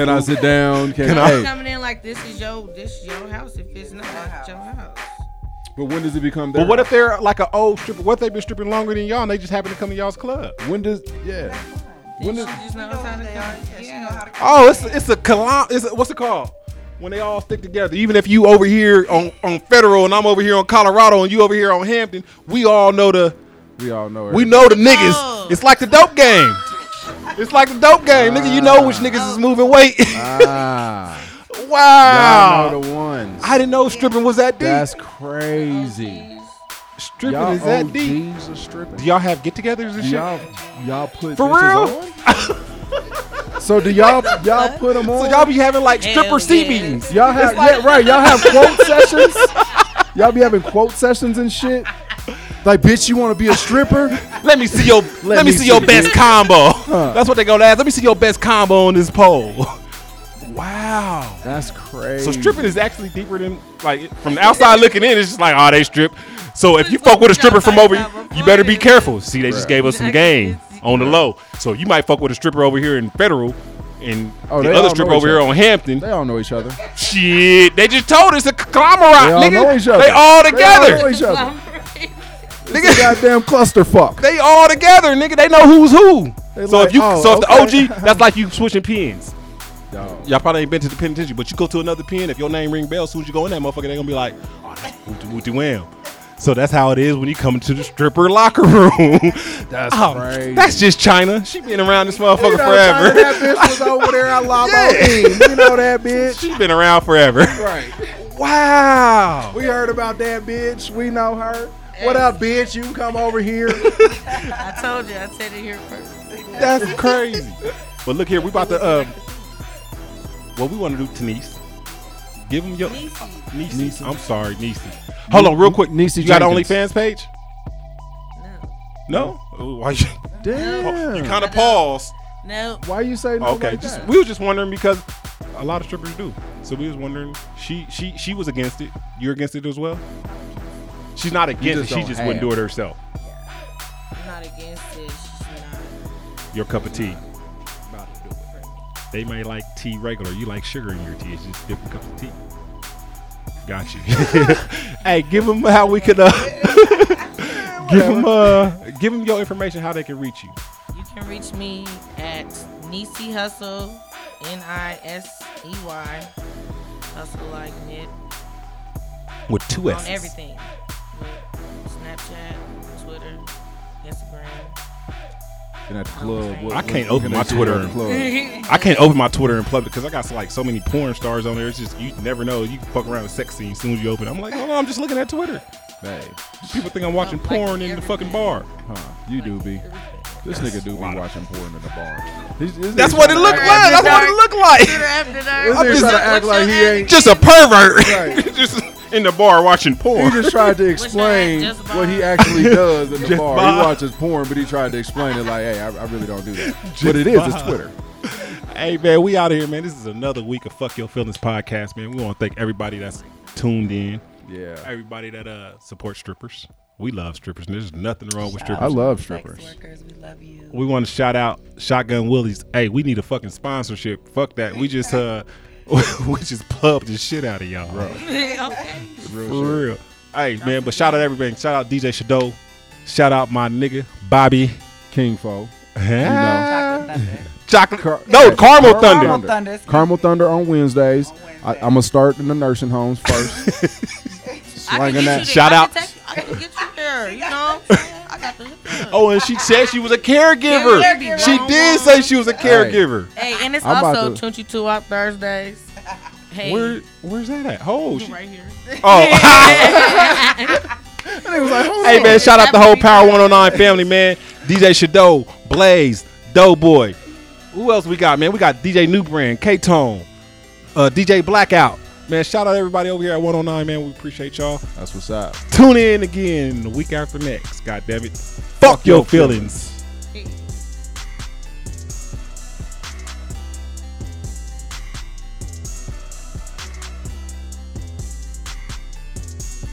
Speaker 4: can I sit down? Can,
Speaker 5: Can
Speaker 4: I?
Speaker 2: Y'all
Speaker 4: hey,
Speaker 2: coming in like this is your this is your house. If it's not it's your house.
Speaker 4: but when does it become? Their
Speaker 5: But what if they're like an old stripper? What if they've been stripping longer than y'all and they just happen to come to y'all's club?
Speaker 4: When does yeah? When
Speaker 2: she
Speaker 4: does
Speaker 1: You
Speaker 2: just knows
Speaker 1: know
Speaker 2: how
Speaker 1: who
Speaker 2: to
Speaker 1: they are. Yeah,
Speaker 2: come.
Speaker 1: she know how
Speaker 2: Yeah.
Speaker 1: to come.
Speaker 5: Oh, it's it's a collab. It's a, what's it called? When they all stick together, even if you over here on, on Federal and I'm over here on Colorado and you over here on Hampton, we all know the
Speaker 4: we all know?
Speaker 5: we
Speaker 4: everything.
Speaker 5: know the niggas.
Speaker 2: Oh.
Speaker 5: It's like the dope game.
Speaker 2: Ah.
Speaker 5: It's like the dope game, nigga. You know which niggas is moving weight.
Speaker 4: Ah,
Speaker 5: Wow.
Speaker 4: Y'all know the ones.
Speaker 5: I didn't know stripping was that deep.
Speaker 4: That's crazy.
Speaker 5: stripping
Speaker 4: y'all
Speaker 5: is that deep.
Speaker 4: OGs are stripping.
Speaker 5: Do y'all have get-togethers
Speaker 4: Do
Speaker 5: and shit?
Speaker 4: y'all, y'all put
Speaker 5: For
Speaker 4: bitches on? so do y'all y'all put them
Speaker 5: So
Speaker 4: on?
Speaker 5: y'all be having like stripper
Speaker 2: Hell
Speaker 5: sea
Speaker 2: yeah.
Speaker 5: meetings.
Speaker 4: Y'all have yeah, right. Y'all have quote sessions. Y'all be having quote sessions and shit. Like, bitch, you want to be a stripper?
Speaker 5: Let me see your let, me,
Speaker 4: me
Speaker 5: see,
Speaker 4: see
Speaker 5: your
Speaker 4: it.
Speaker 5: best combo. That's what they gonna ask. Let me see your best combo on this pole. wow.
Speaker 4: That's crazy.
Speaker 5: So stripping is actually deeper than like it- from the outside looking in. It's just like oh they strip. So if you fuck with a stripper from over, you better be careful. See, they just gave us some game on the low. So you might fuck with a stripper over here in Federal, and
Speaker 4: Oh,
Speaker 5: the
Speaker 4: they
Speaker 5: other
Speaker 4: all
Speaker 5: stripper
Speaker 4: know each
Speaker 5: over here
Speaker 4: other.
Speaker 5: on Hampton.
Speaker 4: They all know each other.
Speaker 5: Shit, they just told us a conglomerate.
Speaker 4: They all
Speaker 5: nigga.
Speaker 4: know each other.
Speaker 5: They all
Speaker 4: They all know
Speaker 5: together.
Speaker 4: each other.
Speaker 2: That's
Speaker 4: It's a goddamn clusterfuck.
Speaker 5: They all together, nigga. They know who's who.
Speaker 4: They
Speaker 5: so
Speaker 4: like,
Speaker 5: if you,
Speaker 4: oh,
Speaker 5: so if
Speaker 4: okay.
Speaker 5: the OG, that's like you switching pins.
Speaker 4: Dog.
Speaker 5: Y'all probably ain't been to the penitentiary, but you go to another pen. If your name ring bell, as soon as you go in that motherfucker, they gonna be like, "Oh, that's Wooty Wooty Wham." So that's how it is when you come to the stripper locker room.
Speaker 4: crazy.
Speaker 5: that's Oh, That's just China. She been around this motherfucker
Speaker 4: You know, China,
Speaker 5: forever.
Speaker 4: That bitch was over there. I lobbed
Speaker 5: Yeah.
Speaker 4: in. You know that bitch.
Speaker 5: She been around forever.
Speaker 4: Right.
Speaker 5: Wow.
Speaker 4: We heard about that bitch. We know her. What up, bitch? You can come over here.
Speaker 2: I told you, I said it here first.
Speaker 5: That's crazy. But look here, we about to um. What we want to do, Denise? Give them your
Speaker 2: Niecy.
Speaker 5: Niecy. I'm sorry, Niecy. Hold on, real quick.
Speaker 4: Niecy
Speaker 5: you got an
Speaker 4: Jenkins.
Speaker 5: OnlyFans page? No. No? Why you?
Speaker 4: Damn.
Speaker 5: You kind of pause.
Speaker 2: No,
Speaker 4: Why you say no?
Speaker 5: Okay,
Speaker 4: like
Speaker 5: just
Speaker 4: that?
Speaker 5: we was just wondering because a lot of strippers do. So we was wondering. She she she was against it. You're against it as well. She's not against
Speaker 4: just
Speaker 5: it. She
Speaker 4: don't
Speaker 5: just wouldn't
Speaker 4: have.
Speaker 5: do it herself.
Speaker 2: I'm not against it. She's not.
Speaker 5: Your cup of tea. They may like tea regular. You like sugar in your tea. It's just different cups of tea. Got you. hey, give them how we could. Uh, give them uh, give them your information how they can reach you.
Speaker 2: You can reach me at Nisi Hustle, N I S E Y, Hustle like knit
Speaker 5: With two
Speaker 2: on everything. With Snapchat, Twitter, Instagram.
Speaker 4: in that club.
Speaker 5: I can't open my Twitter. and-
Speaker 4: Club.
Speaker 5: I can't open my Twitter in public because I got like so many porn stars on there. It's just you never know. You can fuck around with sex scenes as soon as you open. it. I'm like, oh no, I'm just looking at Twitter.
Speaker 4: Hey,
Speaker 5: People think I'm watching
Speaker 2: Like
Speaker 5: porn in the
Speaker 2: everything.
Speaker 5: fucking bar.
Speaker 4: huh? You do be. This nigga do be watching porn in the bar. This- this
Speaker 5: That's
Speaker 4: nigga
Speaker 5: what it
Speaker 4: tryna
Speaker 5: looked like.
Speaker 4: act
Speaker 5: That's what it looked like.
Speaker 2: Twitter after
Speaker 4: This
Speaker 2: dark.
Speaker 4: nigga
Speaker 5: just-
Speaker 4: trying to act like he ain't.
Speaker 5: Just a pervert.
Speaker 4: Right.
Speaker 5: just in the bar watching
Speaker 4: He
Speaker 5: porn.
Speaker 4: just tried to explain
Speaker 2: Just Bob.
Speaker 4: what he actually does in the
Speaker 5: Just
Speaker 4: bar.
Speaker 5: Bob.
Speaker 4: He watches porn, but he tried to explain it like, "Hey, I, I really don't do that." but it is. It's
Speaker 5: Bob.
Speaker 4: Twitter.
Speaker 5: Hey man, we out of here, man. This is another week of Fuck Your Feelings podcast, man. We want to thank everybody that's tuned in.
Speaker 4: Yeah,
Speaker 5: Everybody that uh supports strippers. We love strippers. and There's nothing wrong with strippers.
Speaker 4: I love
Speaker 1: Sex
Speaker 4: strippers.
Speaker 1: workers, we love you.
Speaker 5: we want to shout out Shotgun Willie's. Hey, we need a fucking sponsorship. Fuck that. We just uh we just pubbed the shit out of y'all, bro.
Speaker 2: okay.
Speaker 5: For real. Hey man, but shout out everything. Shout out DJ Shadow. Shout out my nigga Bobby.
Speaker 4: King Foe,
Speaker 1: Chocolate thunder.
Speaker 5: Chocolate.
Speaker 4: Car-
Speaker 5: no,
Speaker 4: yeah,
Speaker 5: Caramel
Speaker 4: Caramel
Speaker 5: Thunder.
Speaker 1: Caramel thunder.
Speaker 4: Carmel Thunder on Wednesdays.
Speaker 1: On
Speaker 4: I,
Speaker 1: Wednesdays.
Speaker 4: I'm gonna start in the nursing homes first.
Speaker 2: I can
Speaker 4: Slanging
Speaker 2: get you
Speaker 4: that.
Speaker 2: there.
Speaker 5: Shout
Speaker 2: I
Speaker 5: out.
Speaker 2: Can take, I can get you there. You know, what I'm saying? I got the.
Speaker 5: Oh, and she said she was a caregiver.
Speaker 2: Caregiver. Oh,
Speaker 5: She did say she was a caregiver.
Speaker 2: Hey, and it's
Speaker 4: I'm about
Speaker 2: also
Speaker 4: to-
Speaker 2: Tunchi Two Up Thursdays. Hey,
Speaker 5: Where where's that at? Oh, she-
Speaker 2: right here.
Speaker 5: oh. hey man, shout out the whole Power 109 family, man. DJ Shadow, Blaze, Doughboy. Who else we got, man? We got DJ New Brand, K Tone, uh, DJ Blackout. Man, shout out everybody over here at 109, man. We appreciate y'all.
Speaker 4: That's what's up.
Speaker 5: Tune in again the week after next. God damn it. Fuck, your feelings.